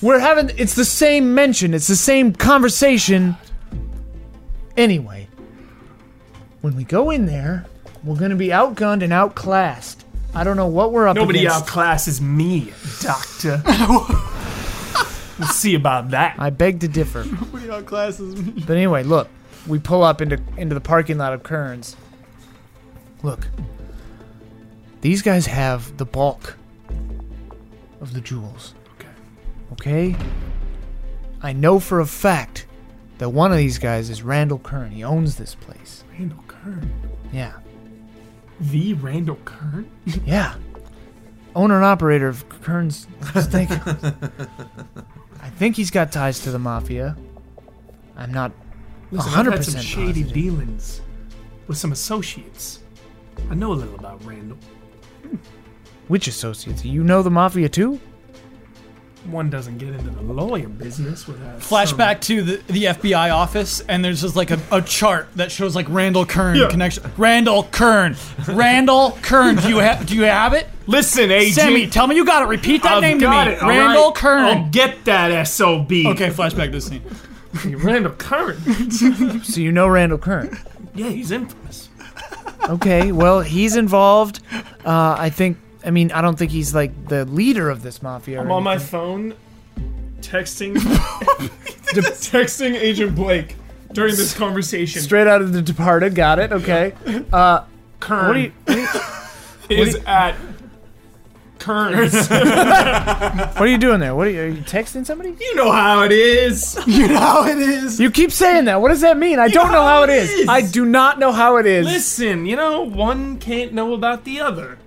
Speaker 1: We're having it's the same mention, it's the same conversation. Anyway, when we go in there, we're gonna be outgunned and outclassed. I don't know what we're up
Speaker 3: Nobody
Speaker 1: against.
Speaker 3: outclasses me,
Speaker 1: (laughs)
Speaker 3: Doctor. we'll see about that.
Speaker 1: I beg to differ. Nobody outclasses me. But anyway, look, we pull up into into the parking lot of Kearns. Look, these guys have the bulk of the jewels. Okay. Okay. I know for a fact that one of these guys is Randall Kern. He owns this place.
Speaker 3: Randall Kern.
Speaker 1: Yeah.
Speaker 3: The Randall Kern?
Speaker 1: Yeah. Owner and operator of Kern's Steakhouse. I think he's got ties to the mafia. I'm not
Speaker 3: Listen,
Speaker 1: 100%
Speaker 3: I've had some shady
Speaker 1: positive.
Speaker 3: dealings with some associates. I know a little about Randall.
Speaker 1: Which associates? You know the mafia too?
Speaker 3: One doesn't get into the lawyer business without
Speaker 4: Flashback to the, the FBI office, and there's just like a, a chart that shows like Randall Kern connection. Randall Kern, Randall Kern. Do you have do you have it?
Speaker 3: some- Listen, AG.
Speaker 4: Sammy, tell me you got it. Repeat that
Speaker 3: I've
Speaker 4: name
Speaker 3: got
Speaker 4: to me.
Speaker 3: it, all
Speaker 4: Randall
Speaker 3: right?
Speaker 4: Kern.
Speaker 3: I'll get that SOB.
Speaker 4: Okay, flashback to this scene.
Speaker 3: (laughs) Randall Kern.
Speaker 1: So you know Randall Kern.
Speaker 3: yeah, he's infamous.
Speaker 1: Okay, well, he's involved. Uh, I think, I mean, I don't think he's like the leader of this mafia. or
Speaker 3: I'm on my
Speaker 1: anything.
Speaker 3: phone
Speaker 4: (laughs)
Speaker 3: texting texting Agent Blake during this conversation.
Speaker 1: Straight out of the Departed, got it, okay. Uh,
Speaker 3: Kern
Speaker 1: what do you,
Speaker 3: is at Kern's. (laughs)
Speaker 1: what are you doing there? What are you, are you texting somebody?
Speaker 3: you know how it is. You know how it is.
Speaker 1: You keep saying that. What does that mean? I don't know how it is. I do not know how it is.
Speaker 3: Listen, you know, one can't know about the other.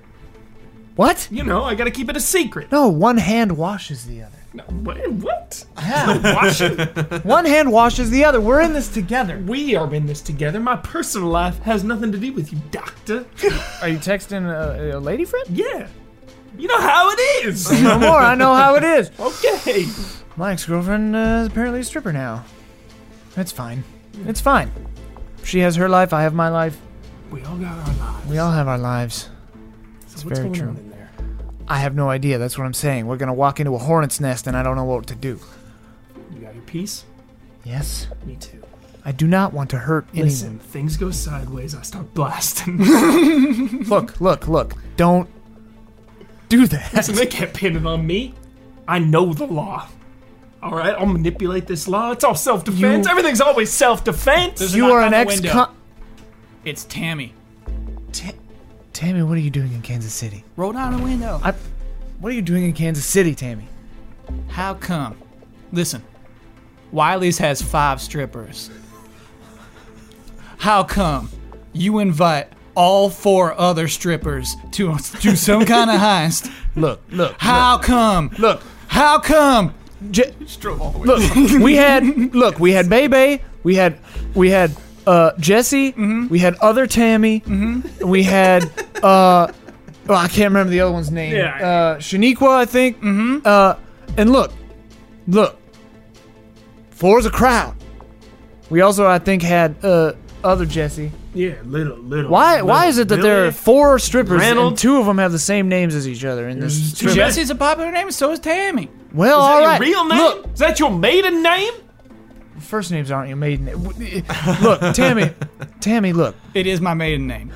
Speaker 1: What?
Speaker 3: You know, I gotta keep it a secret.
Speaker 1: No, one hand washes the other.
Speaker 3: No, wait, what?
Speaker 1: One hand washes the other. We're in this together.
Speaker 3: We are in this together. My personal life has nothing to do with you,
Speaker 1: (laughs)
Speaker 3: Doctor.
Speaker 1: Are you texting a, a lady friend?
Speaker 3: Yeah. You know how it is.
Speaker 1: No more. I know how it is.
Speaker 3: okay.
Speaker 1: My ex-girlfriend uh, is apparently a stripper now. That's fine. It's fine. She has her life. I have my life.
Speaker 3: We all got our lives.
Speaker 1: We all have our lives.
Speaker 3: It's
Speaker 1: very true.
Speaker 3: in there?
Speaker 1: I have no idea. That's what I'm saying. We're gonna walk into a hornet's nest, and I don't know what to do.
Speaker 3: You got your piece?
Speaker 1: Yes,
Speaker 3: Me too.
Speaker 1: I do not want to hurt anyone.
Speaker 3: Listen, things go sideways, I start blasting. (laughs)
Speaker 1: Look, look, look. Don't do that.
Speaker 3: Listen, they can't pin it on me. I know the law. All right, I'll manipulate this law. It's all self-defense.
Speaker 1: You-
Speaker 3: Everything's always self-defense.
Speaker 4: There's a
Speaker 1: You
Speaker 4: knock
Speaker 1: are
Speaker 4: on
Speaker 1: an
Speaker 4: the
Speaker 1: ex-con.
Speaker 4: window. It's Tammy.
Speaker 1: Tammy, what are you doing in Kansas City?
Speaker 4: Roll down the window.
Speaker 1: What are you doing in Kansas City, Tammy?
Speaker 4: How come? Listen, Wiley's has five strippers. How come you invite all four other strippers to do some kind of heist?
Speaker 1: Look, look,
Speaker 4: How come?
Speaker 1: look.
Speaker 4: How come?
Speaker 3: (laughs)
Speaker 1: J- look, we had look, we had Bebe, we had we had uh, Jesse.
Speaker 3: Mm-hmm.
Speaker 1: We had other Tammy. We had uh, well, I can't remember the other one's name.
Speaker 3: Yeah.
Speaker 1: Uh, Shaniqua, I think. Mm-hmm. Uh, and look, look. Floor's a crowd. We also, I think, had uh, other Jesse.
Speaker 3: Yeah, little, little.
Speaker 1: Why? Why is it that there are four strippers and
Speaker 3: Reynolds.
Speaker 1: two of them have the same names as each other in this?
Speaker 3: Is
Speaker 4: Jesse's a popular name, so is Tammy.
Speaker 1: Well,
Speaker 3: that
Speaker 1: all
Speaker 3: your
Speaker 1: right.
Speaker 3: real name?
Speaker 1: Look,
Speaker 3: Is that your maiden name?
Speaker 1: first names aren't your maiden name. W- eh, Look, Tammy, Tammy, look.
Speaker 4: It is my maiden name.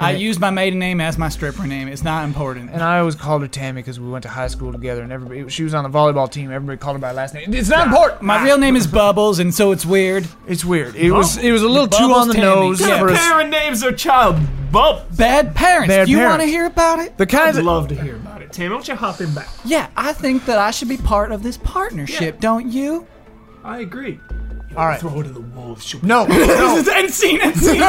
Speaker 4: I use my maiden name as my stripper name. It's not important.
Speaker 1: And I always called her Tammy because we went to high school together, and everybody she was on the volleyball team. Everybody called her by her last name. It's not important.
Speaker 4: My real name is Bubbles, and so it's weird.
Speaker 1: It's weird. It was it was a little too
Speaker 4: Bubbles
Speaker 1: on the
Speaker 4: Tammy.
Speaker 1: nose
Speaker 4: Yeah,
Speaker 1: for us.
Speaker 3: Parent names their child Bub.
Speaker 4: Bad parents.
Speaker 1: Bad
Speaker 4: Do you want
Speaker 1: parents.
Speaker 4: to hear about it?
Speaker 1: The
Speaker 3: I'd
Speaker 1: kinds of
Speaker 3: love to hear about it. Tammy, why don't you hop in back?
Speaker 4: Yeah, I think that I should be part of this partnership, don't you?
Speaker 3: I agree.
Speaker 1: all right.
Speaker 3: Throw her to the wolves. She'll (laughs)
Speaker 1: No, no.
Speaker 4: End scene, end
Speaker 1: (laughs)
Speaker 4: scene.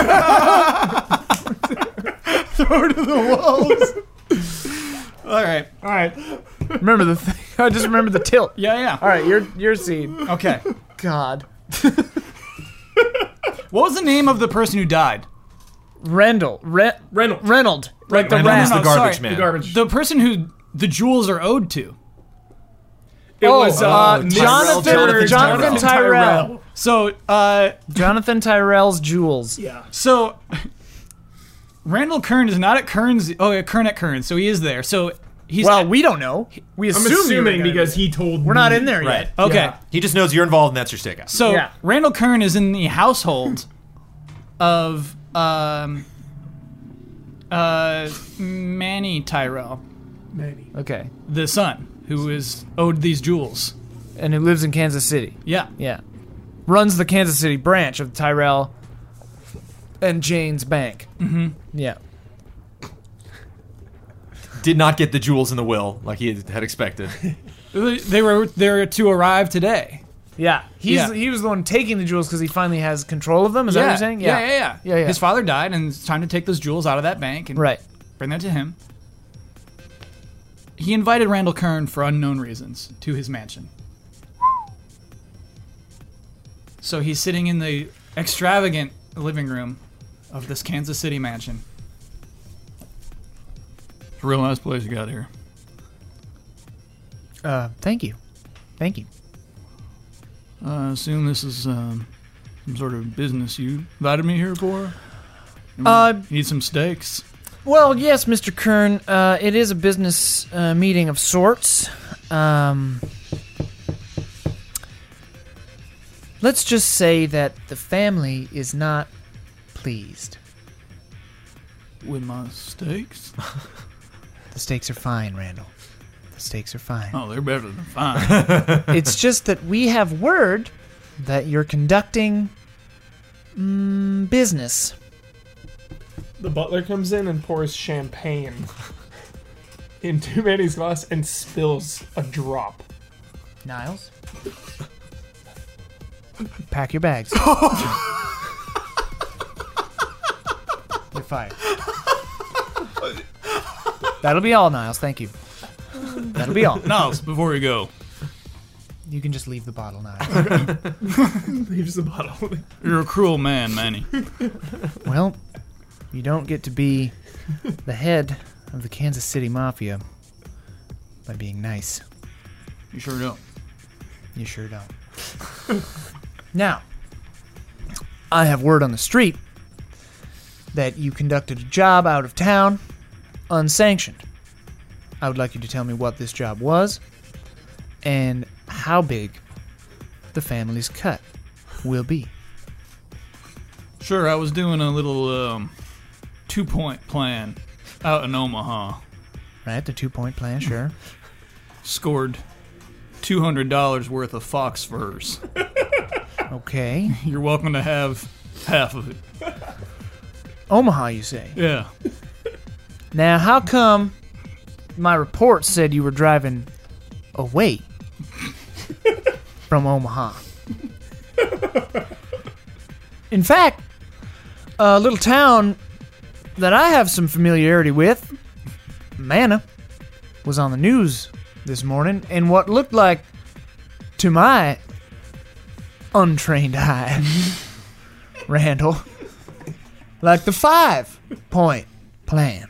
Speaker 1: all right.
Speaker 3: All right.
Speaker 1: Remember the thing. (laughs) I just remember the tilt.
Speaker 4: Yeah, yeah.
Speaker 1: All right, your your scene. (laughs)
Speaker 4: Okay.
Speaker 1: God,
Speaker 4: What was the name of the person who died?
Speaker 1: Rendell, Re-
Speaker 3: Reynolds.
Speaker 1: Reynolds, like the
Speaker 21: Randall
Speaker 1: rat.
Speaker 21: is the
Speaker 4: no,
Speaker 21: garbage
Speaker 4: sorry.
Speaker 21: man.
Speaker 3: The garbage.
Speaker 4: The person who the jewels are owed to.
Speaker 3: it
Speaker 1: Oh,
Speaker 3: was uh,
Speaker 1: uh,
Speaker 3: Mr.
Speaker 1: Jonathan-
Speaker 3: Tyrell,
Speaker 1: Jonathan Tyrell.
Speaker 4: So, uh,
Speaker 1: Jonathan Tyrell's jewels.
Speaker 3: Yeah.
Speaker 4: so (laughs) Randall Kern is not at Kern's. Oh, yeah, Kern at Kern. So he is there. So he's
Speaker 1: Well, we don't know. We
Speaker 3: I'm
Speaker 1: assume you were
Speaker 3: assuming
Speaker 1: gonna be-
Speaker 3: because he told
Speaker 1: we're not in there
Speaker 21: Right.
Speaker 1: yet.
Speaker 4: okay.
Speaker 3: yeah.
Speaker 21: He just knows you're involved and that's your stakeout.
Speaker 4: So
Speaker 1: Yeah.
Speaker 4: Randall Kern is in the household of um uh Manny Tyrell,
Speaker 3: Maybe.
Speaker 1: Okay,
Speaker 4: the son, who is owed these jewels.
Speaker 1: and who lives in Kansas City.
Speaker 4: Yeah.
Speaker 1: Yeah, runs the Kansas City branch of Tyrell and Jane's Bank. Mm-hmm. Yeah.
Speaker 2: Did not get the jewels in the will like he had expected.
Speaker 4: They were there to arrive today.
Speaker 1: Yeah, he's
Speaker 4: Yeah.
Speaker 1: he was the one taking the jewels because he finally has control of them. Is that what you're saying?
Speaker 4: yeah. Yeah, yeah, yeah.
Speaker 1: Yeah, yeah.
Speaker 4: His father died and it's time to take those jewels out of that bank and
Speaker 1: Right.
Speaker 4: bring that to him. He invited Randall Kern for unknown reasons to his mansion. So he's sitting in the extravagant living room of this Kansas City mansion. Real nice place you got here.
Speaker 1: Uh, thank you, thank you.
Speaker 4: I assume this is um, some sort of business you invited me here for.
Speaker 1: Uh,
Speaker 4: Need some steaks.
Speaker 1: well, yes, Mr. Kern. Uh, it is a business uh, meeting of sorts. Um, let's just say that the family is not pleased.
Speaker 4: With my steaks?
Speaker 1: The stakes are fine, Randall. The stakes are fine.
Speaker 4: Oh, they're better than fine. (laughs)
Speaker 1: it's just that we have word that you're conducting mm, business.
Speaker 3: The butler comes in and pours champagne into Manny's glass and spills a drop.
Speaker 1: Niles. Pack your bags. You're fired. That'll be all, Niles. Thank you. That'll be all.
Speaker 4: Niles, before we go,
Speaker 1: You can just leave the bottle, Niles.
Speaker 3: Leaves the bottle.
Speaker 4: You're a cruel man, Manny.
Speaker 1: Well, you don't get to be the head of the Kansas City Mafia by being nice.
Speaker 4: You sure don't.
Speaker 1: You sure don't. now, I have word on the street that you conducted a job out of town, unsanctioned. I would like you to tell me what this job was and how big the family's cut will be.
Speaker 4: Sure, I was doing a little um, two point plan out in Omaha.
Speaker 1: Right? The two point plan, sure.
Speaker 4: Scored $200 worth of fox furs.
Speaker 1: Okay.
Speaker 4: You're welcome to have half of it.
Speaker 1: Omaha, you say.
Speaker 4: Yeah.
Speaker 1: Now, how come my report said you were driving away from Omaha? In fact, a little town that I have some familiarity with, Manna, was on the news this morning in what looked like, to my untrained eye, (laughs) Randall. Like the five point plan.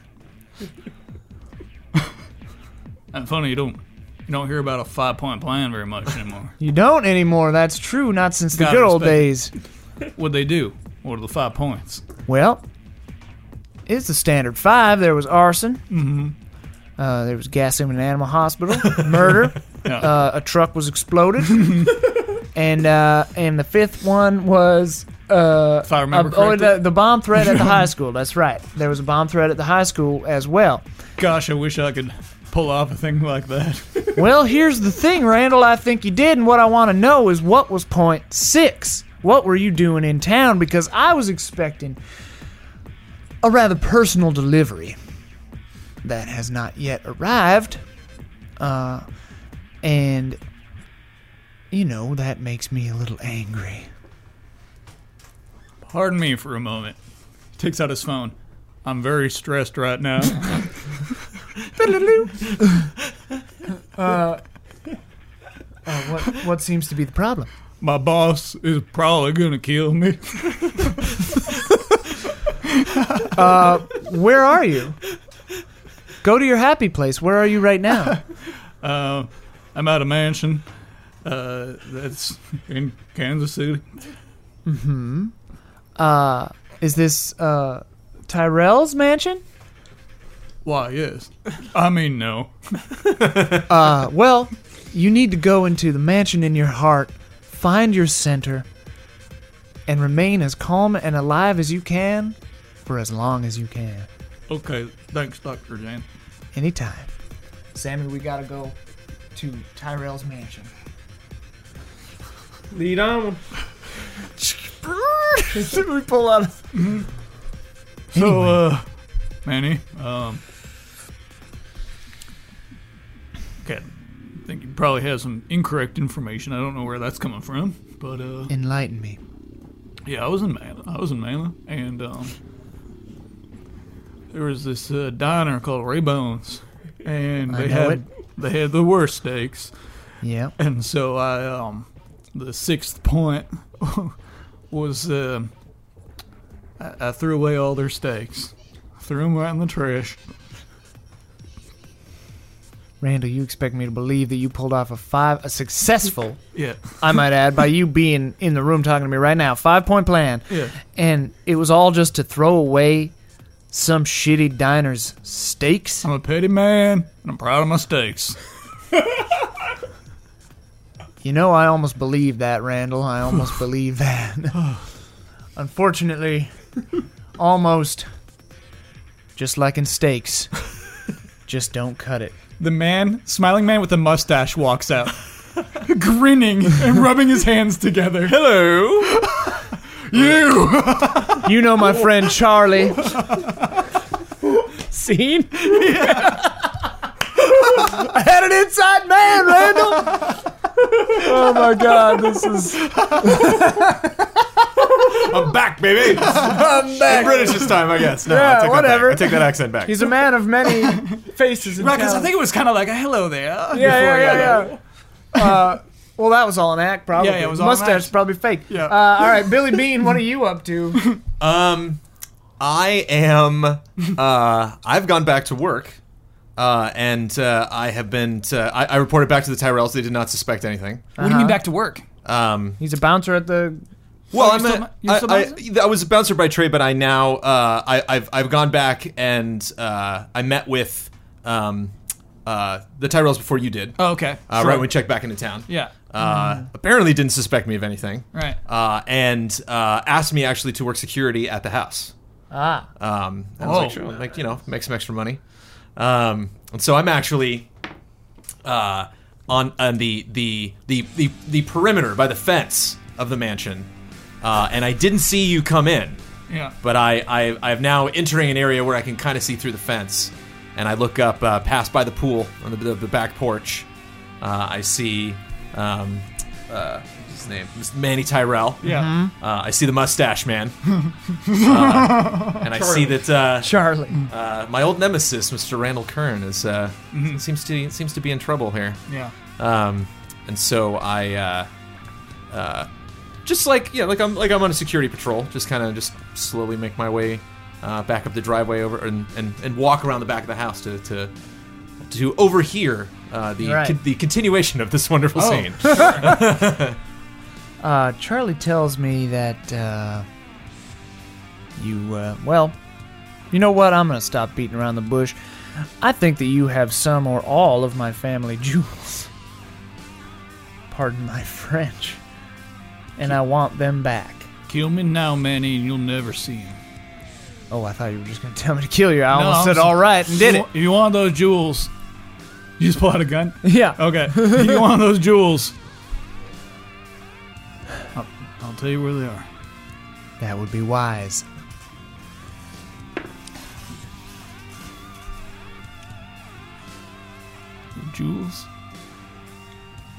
Speaker 4: And funny, you don't you don't hear about a five point plan very much anymore.
Speaker 1: You don't anymore, that's true, not since the
Speaker 4: Gotta
Speaker 1: good old
Speaker 4: respect it.
Speaker 1: days.
Speaker 4: What'd they do? What are the five points?
Speaker 1: Well, it's the standard five. There was arson. Mm-hmm. Uh, there was gassing in an animal hospital. (laughs) Murder. uh, a truck was
Speaker 4: (laughs)
Speaker 1: exploded. and uh, and the fifth one was. Uh,
Speaker 4: I remember
Speaker 1: oh, the,
Speaker 4: correctly.
Speaker 1: the bomb threat
Speaker 4: (laughs)
Speaker 1: at the high school. That's right. There was a bomb threat at the high school as well.
Speaker 4: Gosh, I wish I could pull off a thing like that.
Speaker 1: Well, here's the thing, Randall. I think you did, and what I want to know is what was point six? What were you doing in town? Because I was expecting a rather personal delivery that has not yet arrived. Uh, and, you know, that makes me a little angry.
Speaker 4: Pardon me for a moment. Takes out his phone. I'm very stressed right now. (laughs)
Speaker 1: Uh, What, what seems to be the problem?
Speaker 4: My boss is probably gonna kill me. (laughs)
Speaker 1: Where are you? Go to your happy place. Where are you right (laughs) now?
Speaker 4: Uh, I'm at a mansion uh, that's in Kansas City.
Speaker 1: Uh, is this uh, Tyrell's mansion?
Speaker 4: Why, yes. I mean, no.
Speaker 1: Uh, well, you need to go into the mansion in your heart, find your center, and remain as calm and alive as you can for as long as you can.
Speaker 4: Okay, thanks, Dr. Jane.
Speaker 1: Anytime. Sammy, we gotta go to Tyrell's mansion.
Speaker 3: Lead
Speaker 4: (laughs)
Speaker 3: on.
Speaker 1: we pull out.
Speaker 4: So, uh, Manny, um, okay, I think you probably have some incorrect information. I don't know where that's coming from, but uh,
Speaker 1: Enlighten me.
Speaker 4: yeah, I was in Manila. I was in Manila, and um, there was this uh, diner called Ray Bones, and
Speaker 1: I
Speaker 4: they
Speaker 1: know
Speaker 4: had
Speaker 1: it.
Speaker 4: they had the worst steaks.
Speaker 1: Yeah.
Speaker 4: And so I, um, the sixth point (laughs) was uh, I, I threw away all their steaks, threw them right in the trash.
Speaker 1: Randall, you expect me to believe that you pulled off a five, a successful,
Speaker 4: Yeah,
Speaker 1: I might add, by you being in the room talking to me right now, five point plan.
Speaker 4: yeah,
Speaker 1: and it was all just to throw away some shitty diner's steaks.
Speaker 4: I'm a petty man, and I'm proud of my steaks.
Speaker 1: You know, I almost believe that, Randall. I almost (sighs) believe that. Unfortunately, almost. Just like in steaks, just don't cut it.
Speaker 4: The man, smiling man with a mustache, walks out, (laughs) grinning and rubbing his hands together. Hello, (laughs) you.
Speaker 1: You know my friend Charlie. Seen? I had an inside man, Randall. oh my God, this is.
Speaker 2: (laughs) I'm back, baby.
Speaker 4: (laughs)
Speaker 2: I'm back. British this time, I guess. No,
Speaker 1: Yeah,
Speaker 2: I take
Speaker 1: whatever.
Speaker 2: That back. I take that accent back.
Speaker 1: He's a man of many faces. And
Speaker 4: Because I
Speaker 1: talents.
Speaker 4: think it was kind of like a hello there.
Speaker 1: yeah, yeah, yeah, yeah. Uh, well, that was all an act, probably.
Speaker 4: Yeah, yeah, it was all an
Speaker 1: Mustache
Speaker 4: act.
Speaker 1: probably fake.
Speaker 4: Yeah.
Speaker 1: Uh, all right, Billy Bean, what are you up to?
Speaker 2: Um, I am. Uh, I've gone back to work, uh, and uh, I have been. To, I, I reported back to the Tyrells. They did not suspect anything.
Speaker 4: What do you mean
Speaker 1: uh-huh.
Speaker 4: back to work?
Speaker 2: Um,
Speaker 1: He's a bouncer at the.
Speaker 2: well,
Speaker 4: Oh,
Speaker 2: I'm.
Speaker 4: you're
Speaker 2: A,
Speaker 4: still- you're still
Speaker 2: I- I- I was a bouncer by trade, but I now. Uh, I, I've I've gone back and uh, I met with um, uh, the Tyrells before you did.
Speaker 4: Oh, okay.
Speaker 2: Uh,
Speaker 4: Sure.
Speaker 2: Right when we checked back into town.
Speaker 4: Yeah.
Speaker 2: Uh, Apparently, didn't suspect me of anything.
Speaker 4: Right.
Speaker 2: Uh, and uh, asked me actually to work security at the house.
Speaker 1: Ah.
Speaker 2: Um, I was like,
Speaker 4: Oh.
Speaker 2: sure, like you know, make some extra money. Um, and so I'm actually uh, on on the, the the the the perimeter by the fence of the mansion, uh, and I didn't see you come in,
Speaker 4: Yeah.
Speaker 2: but I, I I'm now entering an area where I can kind of see through the fence, and I look up uh, past by the pool on the the, the back porch. Uh, I see. Um, uh, what's his name Mr. Manny Tyrell.
Speaker 4: Yeah.
Speaker 2: Uh, I see the mustache man, uh, and I see that uh,
Speaker 1: Charlie.
Speaker 2: uh, my old nemesis, Mr. Randall Kern, is uh, seems to seems to be in Um, trouble here.
Speaker 4: Yeah.
Speaker 2: Um, and so I uh, uh, just like yeah, like I'm like I'm on a security patrol. Just kind of just slowly make my way uh, back up the driveway over and, and, and walk around the back of the house to to to overhear uh, the
Speaker 22: Right.
Speaker 2: con- the continuation of this wonderful scene.
Speaker 1: Uh, Charlie tells me that uh, you, uh, well, you know what? I'm going to stop beating around the bush. I think that you have some or all of my family (laughs) jewels. Pardon my French. And I want them back.
Speaker 4: Kill me now, Manny, and you'll never see him.
Speaker 1: Oh, I thought you were just going to tell me to kill you. I
Speaker 4: No,
Speaker 1: almost
Speaker 4: I'm
Speaker 1: said
Speaker 4: s-
Speaker 1: all right and did it.
Speaker 4: If you want those jewels, you just pull out a gun.
Speaker 1: (laughs) Yeah.
Speaker 4: Okay. If you want those jewels, I'll, I'll tell you where they are.
Speaker 1: That would be wise.
Speaker 4: Jewels.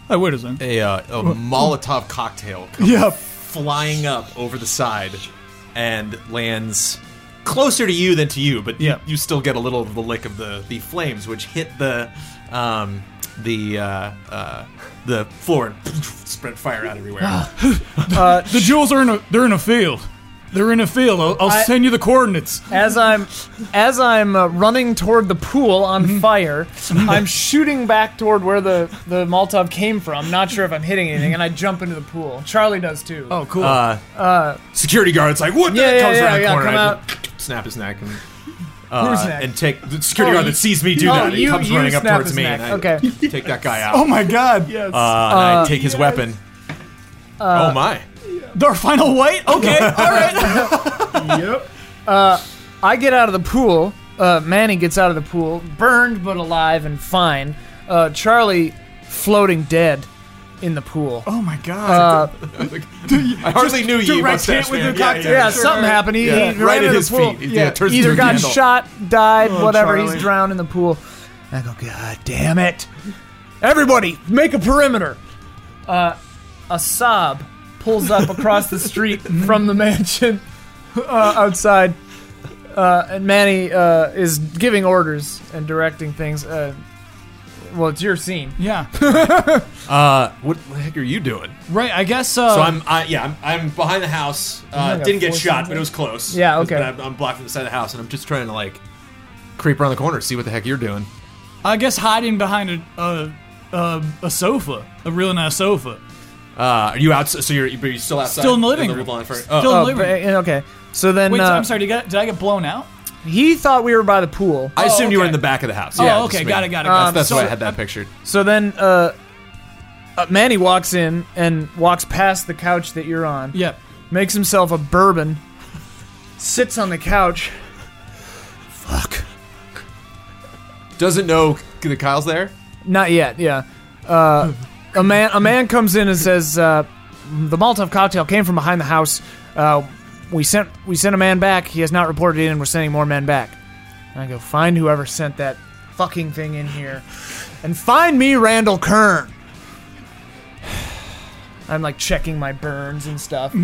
Speaker 4: Hey, wait a second.
Speaker 2: a, uh, a Molotov cocktail comes
Speaker 3: Yep.
Speaker 2: flying up over the side and lands closer to you than to you, but
Speaker 4: Yeah.
Speaker 2: you, you still get a little of the lick of the, the flames, which hit the um, the uh, uh, the floor and (laughs) spread fire out
Speaker 1: (gasps)
Speaker 2: everywhere. Uh,
Speaker 4: The jewels are in a. They're in a field. They're in a field. I'll, I'll
Speaker 1: I-
Speaker 4: send you the coordinates.
Speaker 1: As I'm, as I'm uh, running toward the pool on
Speaker 2: Mm-hmm.
Speaker 1: fire, I'm shooting back toward where the the Molotov came from. Not sure if I'm hitting anything, and I jump into the pool. Charlie does too.
Speaker 4: Oh, cool.
Speaker 2: uh, security guard's like, what? the-"
Speaker 1: Yeah, yeah,
Speaker 2: comes
Speaker 1: yeah,
Speaker 2: around the
Speaker 1: yeah,
Speaker 2: corner.
Speaker 1: come
Speaker 2: I
Speaker 1: out.
Speaker 2: (laughs) snap his neck and. Uh,
Speaker 1: Who's neck?
Speaker 2: and take the security
Speaker 1: Oh,
Speaker 2: guard
Speaker 1: you-
Speaker 2: that sees me do
Speaker 1: oh,
Speaker 2: that. He
Speaker 1: you-
Speaker 2: comes
Speaker 1: you
Speaker 2: running up
Speaker 1: snap
Speaker 2: towards
Speaker 1: his
Speaker 2: me,
Speaker 1: neck.
Speaker 2: and I
Speaker 1: Okay.
Speaker 2: (laughs) take that guy out.
Speaker 3: Oh my god.
Speaker 2: Uh, and I take his weapon.
Speaker 1: Uh,
Speaker 2: oh my!
Speaker 4: Our final white. Okay. All right.
Speaker 1: I get out of the pool. Uh, Manny gets out of the pool, burned but alive and fine. Uh, Charlie, floating dead in the pool.
Speaker 3: Oh my god.
Speaker 4: Uh,
Speaker 2: I hardly knew you.
Speaker 3: direct
Speaker 2: mustache
Speaker 3: hit with
Speaker 2: man.
Speaker 3: your
Speaker 2: Yeah,
Speaker 3: cocktail.
Speaker 2: yeah.
Speaker 1: yeah, something happened. He,
Speaker 2: Yeah,
Speaker 1: he ran
Speaker 2: right
Speaker 1: in
Speaker 2: at
Speaker 1: the
Speaker 2: his
Speaker 1: pool.
Speaker 2: feet. Yeah, turns
Speaker 1: either
Speaker 2: into a
Speaker 1: got
Speaker 2: candle. Oh,
Speaker 1: shot, died, whatever.
Speaker 3: Charlie.
Speaker 1: He's drowned in the pool. I go, God damn it! Everybody, make a perimeter. Uh, a sob pulls up across the
Speaker 4: (laughs)
Speaker 1: street from the mansion (laughs) uh, outside, uh, and Manny uh, is giving orders and directing things. Uh, well, it's your scene.
Speaker 2: (laughs)
Speaker 4: Yeah.
Speaker 2: Uh, what the heck are you doing?
Speaker 4: Right. I guess. Uh,
Speaker 1: Oh.
Speaker 2: So I'm, I, yeah, I'm, I'm behind the house. Uh,
Speaker 1: like a
Speaker 2: didn't get
Speaker 1: force
Speaker 2: shot, but it was close.
Speaker 1: Yeah,
Speaker 2: But
Speaker 1: okay.
Speaker 2: I'm, I'm blocked from the side of the house, and I'm just trying to like creep around the corner, see what the heck you're doing.
Speaker 4: I guess hiding behind a a, a, a sofa, a real nice sofa.
Speaker 2: Uh, are you out? So you're, but you're still outside.
Speaker 4: Still in the living
Speaker 2: room.
Speaker 4: room.
Speaker 2: lawn for-
Speaker 4: Still
Speaker 2: oh,
Speaker 4: in the
Speaker 1: Oh,
Speaker 4: living
Speaker 1: but-
Speaker 4: room.
Speaker 1: okay. So then,
Speaker 4: Wait, so
Speaker 1: uh,
Speaker 4: I'm sorry. Did, you get, did I get blown out?
Speaker 1: he thought we were by the pool.
Speaker 2: I assumed you were
Speaker 4: okay.
Speaker 2: in the back of the house.
Speaker 4: Oh,
Speaker 2: yeah,
Speaker 4: okay,
Speaker 2: just
Speaker 4: got
Speaker 2: me.
Speaker 4: it, got it, got
Speaker 2: That's,
Speaker 4: it.
Speaker 2: that's
Speaker 4: So-
Speaker 2: why I had that pictured.
Speaker 1: So then, uh, uh, Manny walks in and walks past the couch that you're on,
Speaker 4: Yep.
Speaker 1: makes himself a bourbon, sits on the couch.
Speaker 2: Doesn't know the Kyle's there.
Speaker 1: Not yet, yeah. Uh, a man, a man comes in and says, uh, "The Molotov cocktail came from behind the house. Uh, we sent, we sent a man back. He has not reported in. We're sending more men back." And I go, "Find whoever sent that fucking thing in here, and find me Randall Kern." I'm like checking my burns and stuff.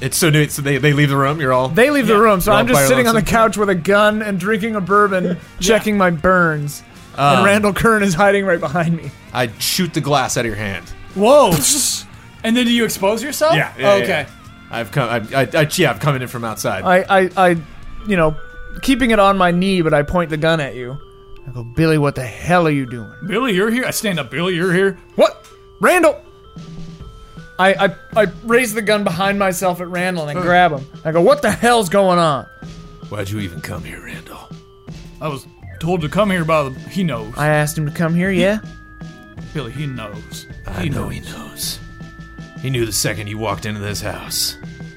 Speaker 2: It's so new. So they, they leave the room. You're all.
Speaker 1: They leave the room, so
Speaker 2: You're
Speaker 1: I'm
Speaker 2: on fire
Speaker 1: just sitting on the
Speaker 2: lonesome.
Speaker 1: couch with a gun and drinking a
Speaker 2: (laughs)
Speaker 1: bourbon, checking my burns. and
Speaker 2: Um,
Speaker 1: Randall Kern is hiding right behind me.
Speaker 2: I shoot the glass out of your hand. (laughs)
Speaker 4: Whoa. and then do you expose yourself?
Speaker 2: Yeah, yeah,
Speaker 4: okay.
Speaker 2: yeah. I've come. I, I, I, yeah, I've come in from outside.
Speaker 1: I, I, I, you know, keeping it on my knee, but I point the gun at you. I go, Billy, what the hell are you doing?
Speaker 4: Billy, you're here. I stand up. Billy, you're here.
Speaker 1: What? Randall! I, I, I raise the gun behind myself at Randall and I grab him. I go, what the hell's going on?
Speaker 2: Why'd you even come here, Randall?
Speaker 4: I was told to come here by the. He knows.
Speaker 1: I asked him to come here, yeah?
Speaker 4: Billy, he knows.
Speaker 2: I know he knows. He knew the second you walked into this house.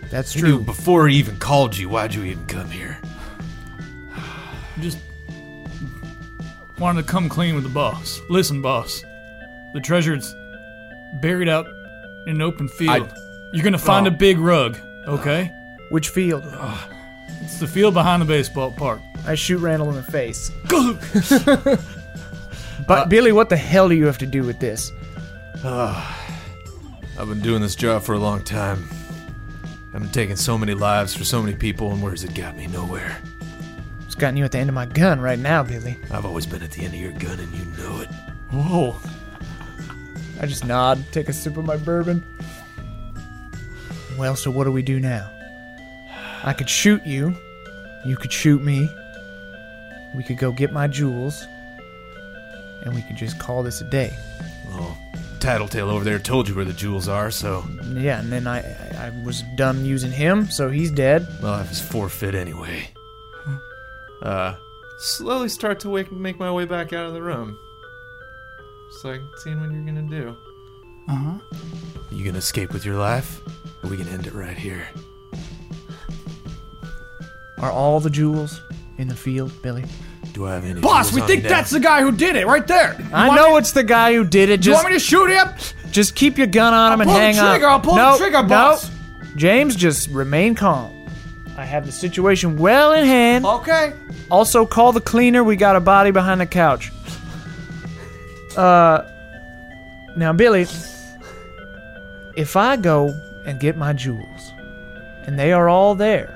Speaker 1: That's
Speaker 2: He knew before he even called you. Why'd you even come here?
Speaker 4: Just wanted to come clean with the boss. Listen, boss. The treasure's buried up in an open field. You're gonna find
Speaker 23: Oh.
Speaker 4: a big rug, okay?
Speaker 1: Which field?
Speaker 4: It's the field behind the baseball park.
Speaker 1: I shoot Randall in the face. (laughs) Uh, but Billy, what the hell do you have to do with this?
Speaker 2: I've been doing this job for a long time. I've been taking so many lives for so many people, and where's it got me? Nowhere.
Speaker 1: It's gotten you at the end of my gun right now, Billy.
Speaker 2: I've always been at the end of your gun, and you know it.
Speaker 4: Whoa.
Speaker 1: I just nod, take a sip of my bourbon. Well, so what do we do now? I could shoot you. You could shoot me. We could go get my jewels. And we could just call this a day.
Speaker 2: Tattletale over there told you where the jewels are, so
Speaker 1: And yeah, and then I, I I was done using him, so he's dead.
Speaker 2: Well, I was forfeit anyway. Uh, slowly start to wake, make my way back out of the room. Just like seeing what you're gonna do.
Speaker 4: Uh-huh.
Speaker 2: You gonna escape with your life, or we can end it right here?
Speaker 1: Are all the jewels in the field, Billy?
Speaker 2: Do I have any?
Speaker 23: Boss,
Speaker 2: jewels
Speaker 23: we
Speaker 2: on
Speaker 23: think
Speaker 2: me now?
Speaker 23: that's the guy who did it right there. You
Speaker 1: I
Speaker 23: want
Speaker 1: know
Speaker 23: me-
Speaker 1: it's the guy who did it.
Speaker 23: You
Speaker 1: Just
Speaker 23: want me to shoot him?
Speaker 1: Just keep your gun on him and
Speaker 23: pull the
Speaker 1: hang on.
Speaker 23: trigger, I'll pull the
Speaker 1: no,
Speaker 23: trigger,
Speaker 1: no.
Speaker 23: boss.
Speaker 1: James, just remain calm. I have the situation well in hand.
Speaker 23: Okay.
Speaker 1: Also, call the cleaner. We got a body behind the couch. Uh, now, Billy, if I go and get my jewels, and they are all there,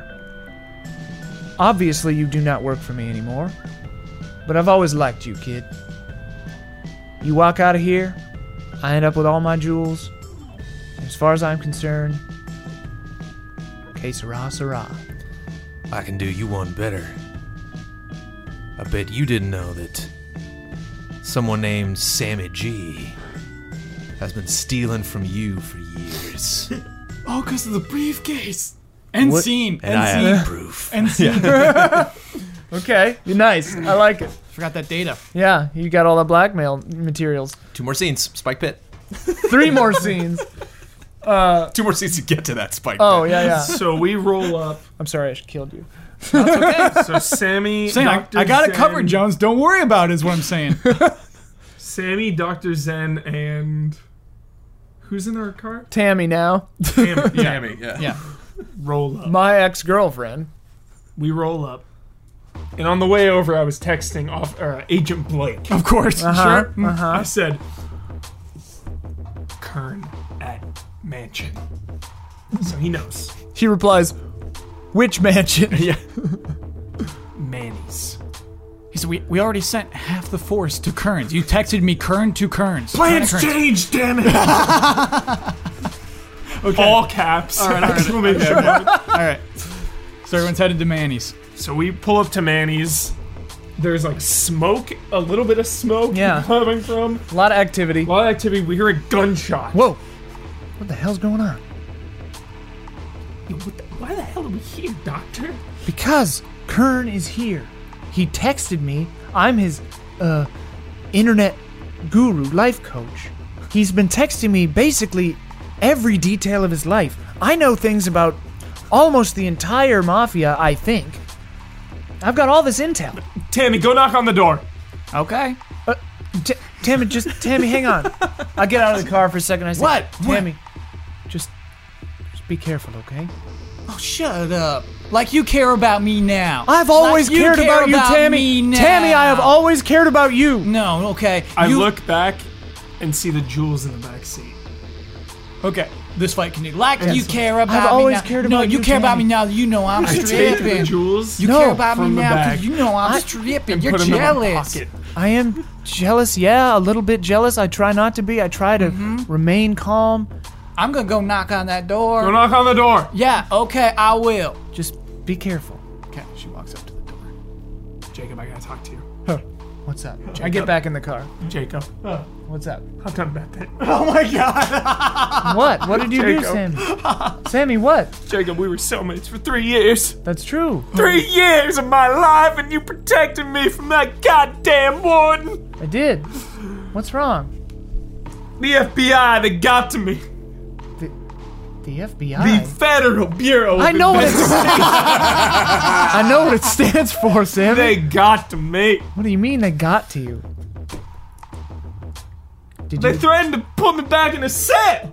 Speaker 1: obviously you do not work for me anymore. But I've always liked you, kid. You walk out of here, I end up with all my jewels. As far as I'm concerned, que sera, sera.
Speaker 2: I can do you one better. I bet you didn't know that someone named Sammy G has been stealing from you for
Speaker 23: (laughs)
Speaker 2: years. And,
Speaker 4: Oh, because of the briefcase. End
Speaker 1: What-
Speaker 4: scene.
Speaker 2: I
Speaker 4: End
Speaker 2: have
Speaker 4: scene.
Speaker 2: proof.
Speaker 23: (laughs)
Speaker 4: End scene. (laughs)
Speaker 1: Okay, you're nice. I like it.
Speaker 4: Forgot that data.
Speaker 1: Yeah, you got all the blackmail materials.
Speaker 2: Two more scenes. Spike Pit.
Speaker 1: Three more scenes.
Speaker 2: Two more scenes to get to that Spike
Speaker 1: Oh yeah, yeah.
Speaker 3: So we roll up.
Speaker 1: I'm sorry, I killed you.
Speaker 4: (laughs)
Speaker 3: So Sammy,
Speaker 4: Saying, I,
Speaker 3: Dr.
Speaker 4: I got it
Speaker 3: Zen-
Speaker 4: covered, Jones. Don't worry about it, is what
Speaker 23: (laughs)
Speaker 4: I'm saying.
Speaker 3: Sammy, Doctor Zen, and who's in our car?
Speaker 1: Tammy now,
Speaker 3: Tammy. Tammy. Yeah.
Speaker 4: Yeah.
Speaker 3: Roll up.
Speaker 1: my ex-girlfriend.
Speaker 3: We roll up. And on the way over, I was texting off uh, Agent Blake.
Speaker 4: Of course.
Speaker 1: Uh-huh,
Speaker 4: Sure.
Speaker 3: I said, Kern at mansion. So he knows.
Speaker 1: She replies, "Which mansion?"
Speaker 3: Manny's.
Speaker 4: He said, we, we already sent half the force to Kearns. You texted me Kern to Kearns.
Speaker 3: Plans
Speaker 4: Kern to Kearns.
Speaker 3: changed, damn it! All caps. All (laughs) right, all right.
Speaker 4: All right. So everyone's headed to Manny's.
Speaker 3: So we pull up to Manny's. There's like smoke, a little bit of smoke
Speaker 1: Yeah.
Speaker 3: (laughs) coming from.
Speaker 1: A lot of activity.
Speaker 3: A lot of activity. We hear a gunshot.
Speaker 1: Whoa, what the hell's going on?
Speaker 3: Yo, what the- why the hell are we here, Doctor?
Speaker 1: Because Kern is here. He texted me. I'm his uh, internet guru, life coach. He's been texting me basically every detail of his life. I know things about almost the entire mafia, I think. I've got all this intel. Uh,
Speaker 3: Tammy, go knock on the door.
Speaker 4: Okay.
Speaker 1: T- Tammy, just Tammy, hang on. I get out of the car for a second. I say,
Speaker 4: What?
Speaker 1: Tammy, just just be careful, okay?
Speaker 4: Oh, shut up. Like you care about me now.
Speaker 1: I've always
Speaker 4: Like
Speaker 1: cared
Speaker 4: care
Speaker 1: about you, Tammy.
Speaker 4: me now.
Speaker 1: Tammy, I have always cared about you.
Speaker 4: No, okay.
Speaker 3: I
Speaker 4: you,
Speaker 3: look back and see the jewels in the back seat.
Speaker 4: Okay. This fight can be like you care about me
Speaker 1: always
Speaker 4: now.
Speaker 1: cared
Speaker 4: no,
Speaker 1: about
Speaker 4: you
Speaker 1: you,
Speaker 4: care about
Speaker 1: Tammy.
Speaker 4: me now. You know I'm
Speaker 3: Take the
Speaker 4: stripping. You
Speaker 3: jewels.
Speaker 1: No,
Speaker 4: care about me
Speaker 3: from the
Speaker 4: now
Speaker 3: back.
Speaker 4: because you know I'm
Speaker 1: I-
Speaker 4: stripping. You're
Speaker 3: put 'em in my
Speaker 4: jealous.
Speaker 3: pocket.
Speaker 1: I am jealous, yeah, a little bit jealous. I try not to be. I try to remain calm.
Speaker 4: I'm gonna go knock on that door.
Speaker 3: Go knock on the door.
Speaker 4: Yeah, okay, I will.
Speaker 1: Just be careful.
Speaker 4: Okay, she walks up to the door.
Speaker 3: Jacob, I gotta talk to you.
Speaker 1: What's up? I get back in the car.
Speaker 3: Jacob,
Speaker 1: What's (laughs) up?
Speaker 3: I've done bad (laughs) things.
Speaker 1: What? What did you do,
Speaker 3: Jacob.
Speaker 1: Sammy? (laughs) Sammy, what?
Speaker 3: Jacob, we were cellmates for three years.
Speaker 1: That's true.
Speaker 3: Three years of my life, and you protected me from that goddamn warden.
Speaker 1: I did. What's wrong?
Speaker 3: The FBI that got to me.
Speaker 1: The
Speaker 3: The
Speaker 1: FBI.
Speaker 3: Federal Bureau. of
Speaker 1: I know what it
Speaker 3: Investigation.
Speaker 1: stands. I know what it stands for, Sammy.
Speaker 3: They got to me.
Speaker 1: what do you mean they got to you? Did
Speaker 3: They
Speaker 1: you?
Speaker 3: threatened to put me back in a cell.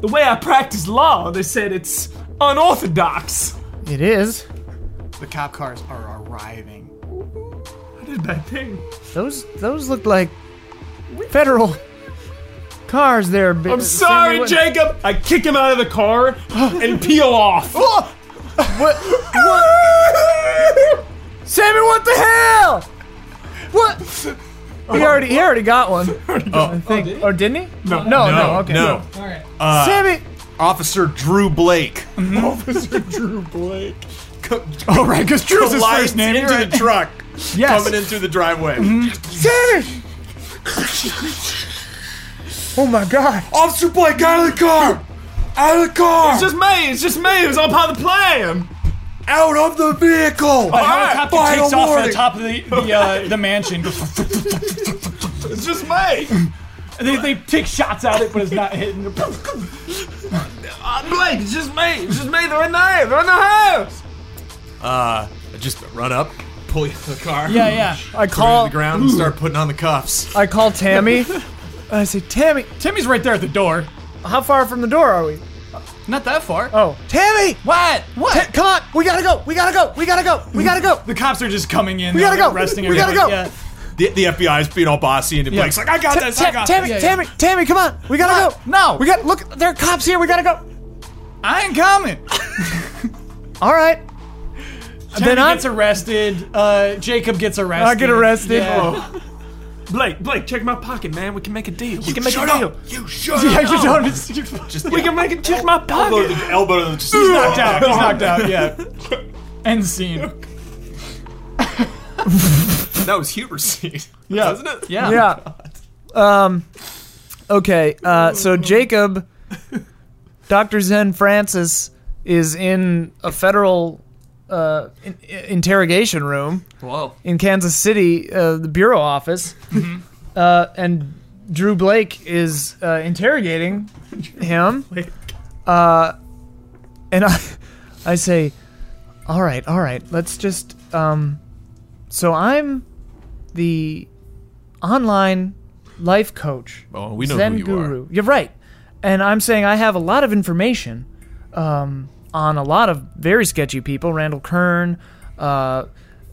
Speaker 3: The way I practice law, they said it's unorthodox.
Speaker 1: it is.
Speaker 4: The cop cars are arriving.
Speaker 3: I did bad thing.
Speaker 1: Those those look like federal cars. There. Bi-
Speaker 3: I'm
Speaker 1: Sammy,
Speaker 3: sorry,
Speaker 1: what-
Speaker 3: Jacob. I kick him out of the car and peel off.
Speaker 1: Sammy, what the hell? What? He already he already got one. I think. or didn't he? No. No. No. okay.
Speaker 2: No.
Speaker 1: Sammy.
Speaker 2: Officer Drew Blake. (laughs)
Speaker 24: Officer Drew Blake.
Speaker 2: Co-
Speaker 24: All right, because Drew's his first name.
Speaker 2: into the truck.
Speaker 1: Yes.
Speaker 2: Coming in through the driveway.
Speaker 1: Sammy. oh my God.
Speaker 2: Officer Blake, out of the car! Out of the car!
Speaker 3: It's just me. It's just me. It was all part of the plan.
Speaker 2: out of the vehicle!
Speaker 4: helicopter
Speaker 2: Final
Speaker 4: takes off from
Speaker 2: warning.
Speaker 4: the top of the the, uh, the mansion. Goes
Speaker 3: It's just me.
Speaker 4: they, they take shots at it, but it's not hitting.
Speaker 3: Uh, Blake, it's just me. It's just me. They're in there. They're in the house.
Speaker 2: Uh, just run up, pull you out of the car,
Speaker 4: Yeah, yeah.
Speaker 1: I
Speaker 2: put you to
Speaker 1: call
Speaker 2: the ground, and start putting on the cuffs.
Speaker 1: I call Tammy. and I say Tammy,
Speaker 4: Timmy's right there at the door.
Speaker 1: how far from the door are we?
Speaker 4: Not that far.
Speaker 1: Oh, Tammy.
Speaker 4: What? What?
Speaker 1: Ta- come on. We gotta go. We gotta go. We gotta go. We gotta go.
Speaker 4: the cops are just coming in.
Speaker 1: We
Speaker 4: they're,
Speaker 1: gotta
Speaker 4: like,
Speaker 1: go.
Speaker 4: Arresting
Speaker 1: We gotta
Speaker 4: everybody.
Speaker 1: go.
Speaker 4: Yeah.
Speaker 2: The, the FBI's being all bossy, and Blake's like, I got this, I
Speaker 1: Ta-
Speaker 2: got
Speaker 1: Tammy,
Speaker 4: yeah, yeah.
Speaker 1: Tammy, Tammy, come on. We gotta go.
Speaker 4: no.
Speaker 1: We got look. There are cops here. We gotta go.
Speaker 4: I ain't coming.
Speaker 1: All right.
Speaker 4: Then
Speaker 1: Then
Speaker 4: I
Speaker 1: I'm-
Speaker 4: gets arrested. Uh, Jacob gets arrested.
Speaker 1: I get arrested. Oh.
Speaker 4: Yeah.
Speaker 3: Blake, Blake, check my pocket, man. We can make a deal. We can
Speaker 2: this.
Speaker 3: make
Speaker 2: Shut
Speaker 3: a deal.
Speaker 2: up! You shut
Speaker 4: Yeah,
Speaker 2: up! Oh.
Speaker 4: you don't- it's- you-
Speaker 2: Just,
Speaker 3: We can make a check my
Speaker 2: elbow
Speaker 3: pocket.
Speaker 2: to the elbow to the. Just,
Speaker 4: He's
Speaker 2: (laughs)
Speaker 4: knocked out. He's knocked out. Yeah. End scene.
Speaker 2: that was Huber's scene,
Speaker 4: Yeah.
Speaker 2: wasn't it?
Speaker 4: Yeah.
Speaker 1: Yeah. Um. Okay. Uh. So Jacob, Doctor Zen Francis is in a federal uh in- interrogation room
Speaker 4: Whoa.
Speaker 1: in Kansas City, uh, the bureau office, uh, and Drew Blake is uh, interrogating him. Uh, and I, (laughs) I say, all right, all right, let's just. Um, so I'm the online life coach,
Speaker 2: Oh, we know
Speaker 1: Zen
Speaker 2: who you
Speaker 1: guru. You're right, and I'm saying I have a lot of information um, on a lot of very sketchy people. Randall Kern, uh,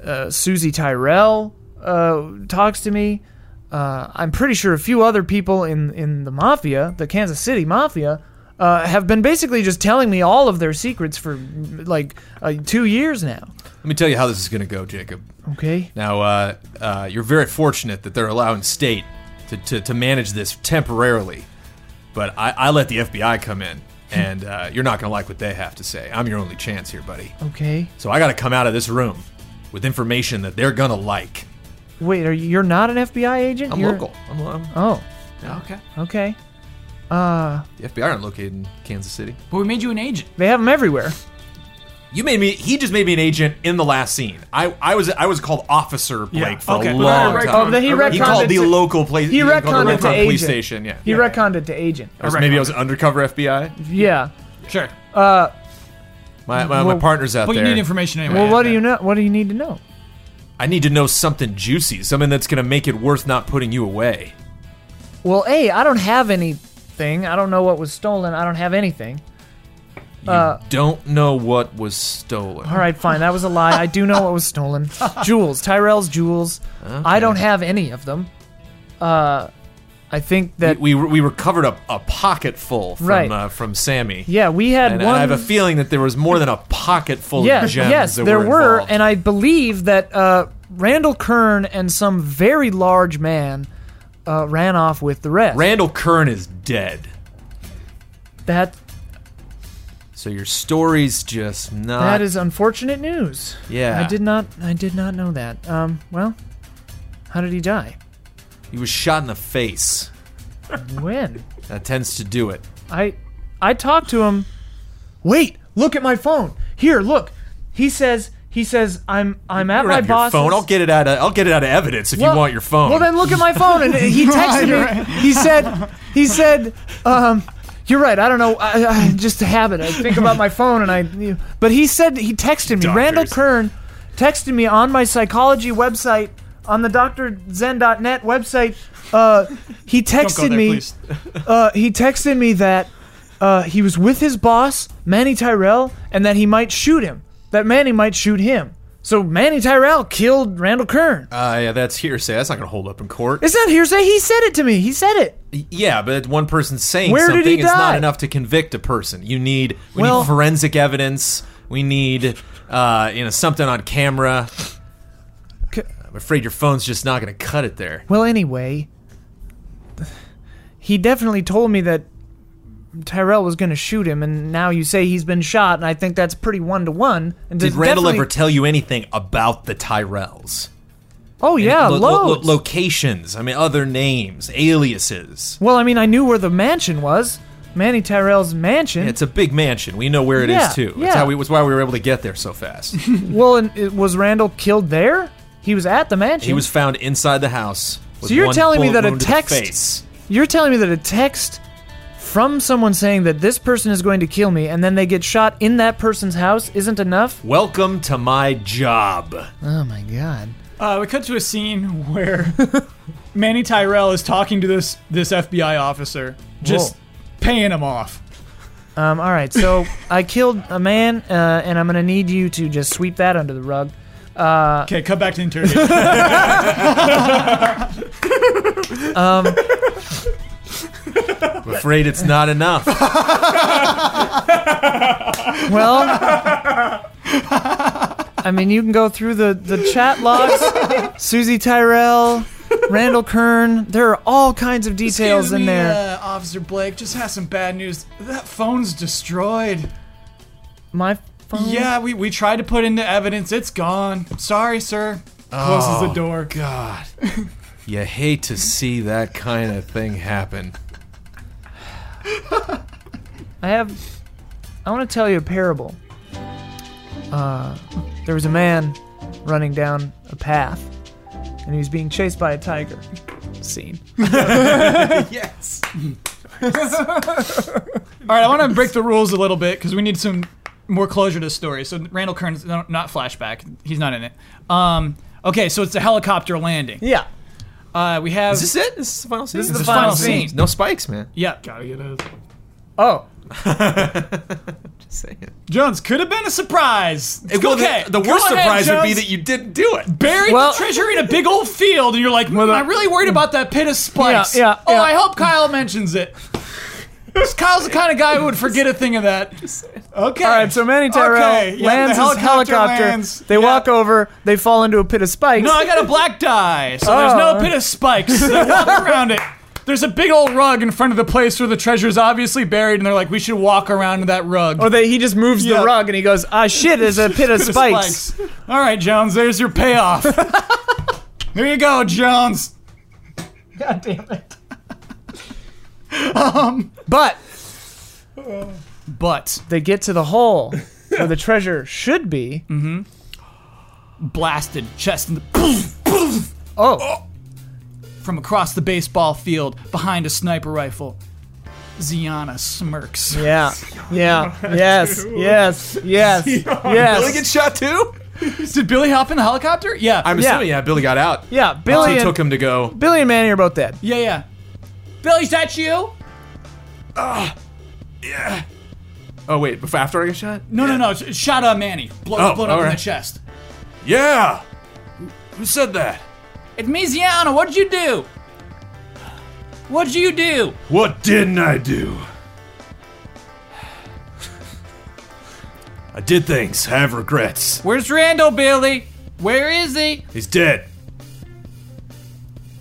Speaker 1: uh, Susie Tyrell uh, talks to me. Uh, I'm pretty sure a few other people in, in the mafia, the Kansas City mafia, uh, have been basically just telling me all of their secrets for mm, like uh, two years now.
Speaker 2: are. Let me tell you how this is gonna go, Jacob.
Speaker 1: Okay.
Speaker 2: Now, uh, uh, you're very fortunate that they're allowing state to, to, to manage this temporarily, but I, I let the FBI come
Speaker 3: (laughs)
Speaker 2: in, and uh, you're not gonna like what they have to say. I'm your only chance here, buddy.
Speaker 1: Okay.
Speaker 2: So I gotta come out of this room with information that they're gonna like.
Speaker 1: Wait, are you, you're not an FBI agent?
Speaker 2: I'm
Speaker 1: You're-
Speaker 2: local. I'm, I'm-
Speaker 1: Oh,
Speaker 4: Okay.
Speaker 1: okay. Uh,
Speaker 2: the FBI aren't located in Kansas City.
Speaker 4: But we made you an agent.
Speaker 1: they have them everywhere.
Speaker 2: You made me. He just made me an agent in the last scene. I, I was I was called Officer Blake for
Speaker 3: okay.
Speaker 2: a long
Speaker 3: Right, right,
Speaker 2: time.
Speaker 1: Oh, then he
Speaker 3: I
Speaker 1: retconned
Speaker 2: He
Speaker 1: it
Speaker 2: called the
Speaker 1: to-
Speaker 2: local place.
Speaker 1: he
Speaker 2: called the
Speaker 1: retconned it to
Speaker 2: Renton
Speaker 1: agent.
Speaker 2: police station. Yeah.
Speaker 1: He retconned it to agent.
Speaker 2: Or maybe I was undercover FBI.
Speaker 1: Yeah.
Speaker 4: Sure.
Speaker 1: Uh,
Speaker 2: My my, my
Speaker 1: Well-
Speaker 2: partner's out
Speaker 4: But you
Speaker 2: there.
Speaker 4: need information anyway.
Speaker 1: well, what do
Speaker 2: yeah.
Speaker 1: you know? What do you need to know?
Speaker 2: I need to know something juicy, something that's gonna make it worth not putting you away.
Speaker 1: Well, A, I don't have anything. I don't know what was stolen. I don't have anything.
Speaker 2: You
Speaker 1: Uh,
Speaker 2: don't know what was stolen.
Speaker 1: All right, fine. That was a lie. I do know what was
Speaker 2: (laughs)
Speaker 1: stolen. Jewels. Tyrell's jewels. I don't have any of them. Uh, I think that.
Speaker 2: we, we, we recovered a, a pocket full from
Speaker 1: Right.
Speaker 2: uh, from Sammy.
Speaker 1: yeah, we had
Speaker 2: And
Speaker 1: one.
Speaker 2: I have a feeling that there was more than a pocket full
Speaker 1: yeah,
Speaker 2: of gems.
Speaker 1: yes,
Speaker 2: that
Speaker 1: there
Speaker 2: were,
Speaker 1: were,
Speaker 2: involved.
Speaker 1: and I believe that uh, Randall Kern and some very large man uh, ran off with the rest.
Speaker 2: Randall Kern is dead.
Speaker 1: that
Speaker 2: So your story's just not.
Speaker 1: that is unfortunate news.
Speaker 2: Yeah.
Speaker 1: I did not. I did not know that. Um. Well, how did he die?
Speaker 2: He was shot in the face.
Speaker 1: When?
Speaker 2: That tends to do it.
Speaker 1: I I talked to him. Wait, look at my phone. Here, look. He says he says I'm I'm at
Speaker 2: You
Speaker 1: my
Speaker 2: have your
Speaker 1: boss's.
Speaker 2: phone. I'll get it out. Of, I'll get it out of evidence if
Speaker 1: Well-
Speaker 2: you want your phone.
Speaker 1: Well, then look at my phone.
Speaker 2: (laughs)
Speaker 1: And he texted me. He said he said um. You're right. I don't know. I, I just a habit. I think about my phone, and I. you- But he said he texted me. Randall
Speaker 2: Doctors.
Speaker 1: Kern texted me on my psychology website, on the drzen.net website. Uh, he texted
Speaker 4: Go there,
Speaker 1: me.
Speaker 4: please.
Speaker 1: uh, he texted me that uh, he was with his boss, Manny Tyrell, and that he might shoot him. That Manny might shoot him. So Manny Tyrell killed Randall Kern.
Speaker 2: uh, yeah, that's hearsay. That's not going to hold up in court.
Speaker 1: It's not hearsay. He said it to me. He said it.
Speaker 2: Yeah, but one person saying
Speaker 1: Where did
Speaker 2: something
Speaker 1: he
Speaker 2: is not
Speaker 1: die?
Speaker 2: enough to convict a person. You need we
Speaker 1: Well-
Speaker 2: need forensic evidence. We need uh, you know something on camera.
Speaker 1: C-
Speaker 6: I'm afraid your phone's just not going to cut it there.
Speaker 1: Well, anyway, he definitely told me that Tyrell was going to shoot him, and now you say he's been shot, and I think that's pretty one to one.
Speaker 2: Did Randall ever tell you anything about the Tyrells?
Speaker 1: Oh yeah,
Speaker 2: Lo- lo-
Speaker 1: loads.
Speaker 2: lo- locations. I mean, other names, aliases.
Speaker 1: well, I mean, I knew where the mansion was, Manny Tyrell's mansion.
Speaker 2: It's a big mansion. We know where it is
Speaker 1: Yeah,
Speaker 2: too. That's
Speaker 1: yeah.
Speaker 2: how we. That's why we were able to get there so fast.
Speaker 1: well, and it, was Randall killed there? He was at the mansion.
Speaker 2: he was found inside the house. with
Speaker 1: So you're
Speaker 2: one
Speaker 1: telling me
Speaker 2: bullet
Speaker 1: that a
Speaker 2: wound to the
Speaker 1: text-
Speaker 2: face.
Speaker 1: You're telling me that a text from someone saying that this person is going to kill me, and then they get shot in that person's house, isn't enough?
Speaker 2: Welcome to my job.
Speaker 1: Oh my god.
Speaker 4: Uh, we cut to a scene where (laughs) Manny Tyrell is talking to this this FBI officer, just paying him off.
Speaker 1: Um, all right, so I killed a man, uh, and I'm gonna need you to just sweep that under the rug. Uh,
Speaker 4: Okay, cut back to
Speaker 1: (laughs)
Speaker 4: the interrogation.
Speaker 2: I'm afraid it's not enough.
Speaker 6: (laughs)
Speaker 1: Well, I mean, you can go through the, the chat logs. Susie Tyrell, Randall Kern. There are all kinds of details in there.
Speaker 4: Uh, Officer Blake just has some bad news. That phone's destroyed.
Speaker 1: My phone.
Speaker 4: Yeah, we, we tried to put into evidence. It's gone. Sorry, sir. Closes
Speaker 1: Oh,
Speaker 4: the door.
Speaker 6: God. you hate to see that kind of thing happen.
Speaker 1: I have. I want to tell you a parable. Uh, there was a man running down a path, and he was being chased by a tiger. Scene.
Speaker 4: All right, I want to break the rules a little bit because we need some more closure to the story. So Randall Kern's no- not flashback. He's not in it. Um, okay, so it's a helicopter landing.
Speaker 1: Yeah.
Speaker 4: Uh, we have
Speaker 6: Is this it? This is the final scene?
Speaker 1: This is the
Speaker 4: the final
Speaker 1: final scene.
Speaker 4: scene.
Speaker 6: No spikes, man.
Speaker 4: Yeah,
Speaker 3: (laughs) Gotta get a.
Speaker 1: Oh,
Speaker 6: Just saying.
Speaker 4: Jones could have been a surprise. It's
Speaker 6: Well, the-
Speaker 4: okay,
Speaker 6: the,
Speaker 4: Go
Speaker 6: worst
Speaker 4: ahead,
Speaker 6: surprise would be
Speaker 4: Jones.
Speaker 6: that you didn't do it.
Speaker 4: buried
Speaker 1: Well-
Speaker 4: the treasure in a big old field, and you're like, "Hmm, I'm really worried about that pit of spice.
Speaker 1: Yeah, yeah,
Speaker 4: oh,
Speaker 1: yeah.
Speaker 4: I hope Kyle mentions it. 'Cause Kyle's the kind of guy who would forget a thing of that. Okay.
Speaker 1: all right. So Manny Tyrell
Speaker 4: Okay, yeah,
Speaker 1: lands
Speaker 4: the
Speaker 1: his
Speaker 4: helicopter
Speaker 1: helicopter.
Speaker 4: lands.
Speaker 1: They
Speaker 4: Yeah.
Speaker 1: walk over. They fall into a pit of spikes.
Speaker 4: No, I got a black die, so there's
Speaker 1: Oh.
Speaker 4: no pit of spikes. So they walk around it. There's a big old rug in front of the place where the treasure's obviously buried, and they're like, we should walk around that rug.
Speaker 1: (laughs) or they, he just moves
Speaker 4: Yeah.
Speaker 1: the rug and he goes, ah, shit, there's
Speaker 4: (laughs)
Speaker 1: a pit of
Speaker 4: Pit of
Speaker 1: spikes.
Speaker 4: All right, Jones, there's your (laughs) payoff. there you go, Jones.
Speaker 1: God damn it. but
Speaker 4: But
Speaker 1: they get to the hole where the treasure should be.
Speaker 4: Mm. blasted chest in the poof
Speaker 1: Oh,
Speaker 4: from across the baseball field behind a sniper rifle. Ziana smirks.
Speaker 1: yeah,
Speaker 4: (laughs)
Speaker 1: yeah, yes, yes, yes,
Speaker 6: Billy
Speaker 1: yes.
Speaker 6: gets shot too?
Speaker 4: Did Billy hop in the helicopter? Yeah.
Speaker 6: I'm
Speaker 1: Yeah.
Speaker 6: assuming, yeah, Billy got out.
Speaker 1: Yeah, Billy
Speaker 6: So it
Speaker 1: and,
Speaker 6: took him to go.
Speaker 1: Billy and Manny are both dead.
Speaker 4: yeah, yeah. Billy, is that you?
Speaker 6: Oh, wait, before, after I got shot?
Speaker 4: No, no, no. it's- Shot on Manny. Blow,
Speaker 6: Oh,
Speaker 4: blown up in
Speaker 6: alright.
Speaker 4: the chest.
Speaker 6: Yeah! Who said that?
Speaker 4: It's me, Ziana. What'd you do? What'd you do?
Speaker 25: What didn't I do? I did things. I have regrets.
Speaker 4: Where's Randall, Billy? Where is he?
Speaker 25: He's dead.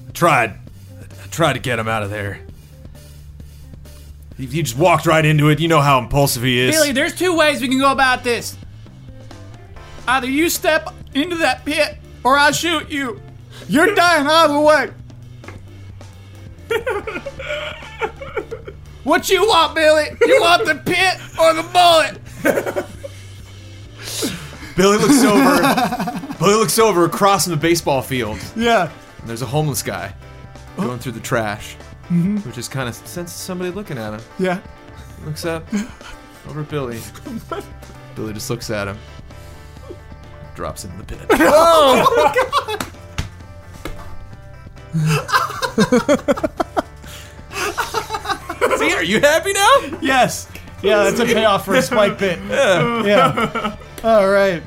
Speaker 25: I tried. I tried to get him out of there. He, he just walked right into it. You know how impulsive he is.
Speaker 4: Billy, there's two ways we can go about this. Either you step into that pit, or I shoot you. You're dying either (laughs) way. what you want, Billy? You want the pit or the bullet?
Speaker 6: Billy
Speaker 4: (laughs)
Speaker 6: looks over. Billy looks over across from the baseball field.
Speaker 4: Yeah. Oh.
Speaker 6: And there's a homeless guy going through the trash, which is kind of senses somebody looking at him.
Speaker 4: Mm-hmm. Yeah.
Speaker 6: He looks
Speaker 4: (laughs)
Speaker 6: up over at Billy. Billy just looks at him, drops into the
Speaker 4: (laughs)
Speaker 6: pit.
Speaker 4: Oh
Speaker 6: (laughs) See, are you happy
Speaker 4: (laughs)
Speaker 6: now?
Speaker 4: Yes. Yeah, that's a payoff for a spike pit. Yeah. All right.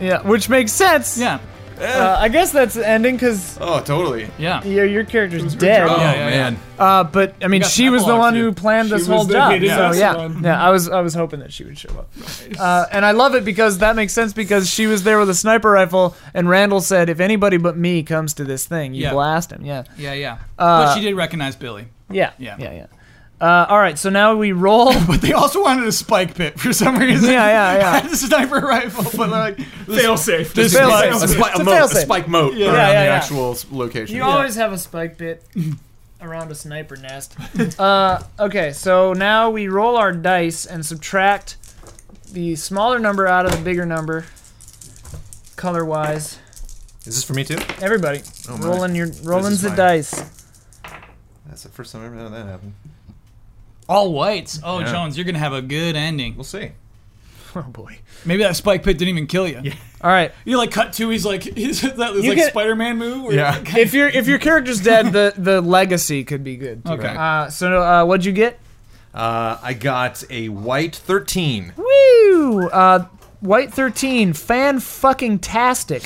Speaker 1: Yeah, which makes sense.
Speaker 4: Yeah.
Speaker 1: Uh, I guess that's the ending because
Speaker 2: Oh, totally.
Speaker 4: Yeah.
Speaker 1: your, your character's dead.
Speaker 2: Oh
Speaker 4: yeah,
Speaker 2: man.
Speaker 1: Uh, but I mean,
Speaker 4: got
Speaker 1: she was the
Speaker 4: Snapple
Speaker 1: one
Speaker 4: on
Speaker 1: who planned this
Speaker 3: She
Speaker 1: whole
Speaker 3: was the-
Speaker 1: job.
Speaker 3: it is
Speaker 1: so
Speaker 3: us
Speaker 1: yeah,
Speaker 3: one.
Speaker 1: yeah. I was I was hoping that she would show up. Uh, and I love it because that makes sense because she was there with a sniper rifle, and Randall said, "If anybody but me comes to this thing, you
Speaker 4: Yeah.
Speaker 1: blast him." Yeah,
Speaker 4: Yeah, yeah.
Speaker 1: Uh,
Speaker 4: but she did recognize Billy.
Speaker 1: yeah,
Speaker 4: Yeah.
Speaker 1: yeah, yeah. Uh, all right, so now we roll.
Speaker 26: But they also wanted a spike pit for some reason.
Speaker 1: Yeah, yeah,
Speaker 4: (laughs)
Speaker 1: yeah.
Speaker 26: the sniper rifle, but like
Speaker 3: Fail safe.
Speaker 26: this
Speaker 1: fail
Speaker 26: spike-
Speaker 1: safe.
Speaker 2: A,
Speaker 1: It's
Speaker 2: spike
Speaker 1: a
Speaker 2: a, moat, a
Speaker 1: failsafe.
Speaker 2: spike moat
Speaker 26: Yeah.
Speaker 2: around
Speaker 1: Yeah, yeah,
Speaker 2: the
Speaker 1: yeah.
Speaker 2: actual s- location.
Speaker 1: You always have a spike bit around a sniper nest. uh, okay, so now we roll our dice and subtract the smaller number out of the bigger number, color wise.
Speaker 27: Is this for me too?
Speaker 1: Everybody,
Speaker 2: Oh, my.
Speaker 1: rolling your rolling
Speaker 2: is
Speaker 1: the
Speaker 2: mine. (laughs)
Speaker 1: dice.
Speaker 2: That's the first time I've ever had that happen.
Speaker 4: All whites. Oh,
Speaker 2: Yeah.
Speaker 4: Jones, you're gonna have a good ending.
Speaker 2: We'll see.
Speaker 1: Oh boy!
Speaker 4: Maybe that spike pit didn't even kill you.
Speaker 1: All right,
Speaker 4: You like cut to he's like (laughs) he's that was
Speaker 1: You
Speaker 4: like
Speaker 1: get-
Speaker 4: Spider-Man move. Where
Speaker 2: Yeah.
Speaker 4: (laughs)
Speaker 1: if your if your character's dead, the the legacy could be good. Too.
Speaker 4: Okay.
Speaker 1: Uh, so uh, what'd you get?
Speaker 2: Uh, I got a white 13.
Speaker 1: Woo! Uh, White 13, fan fucking tastic.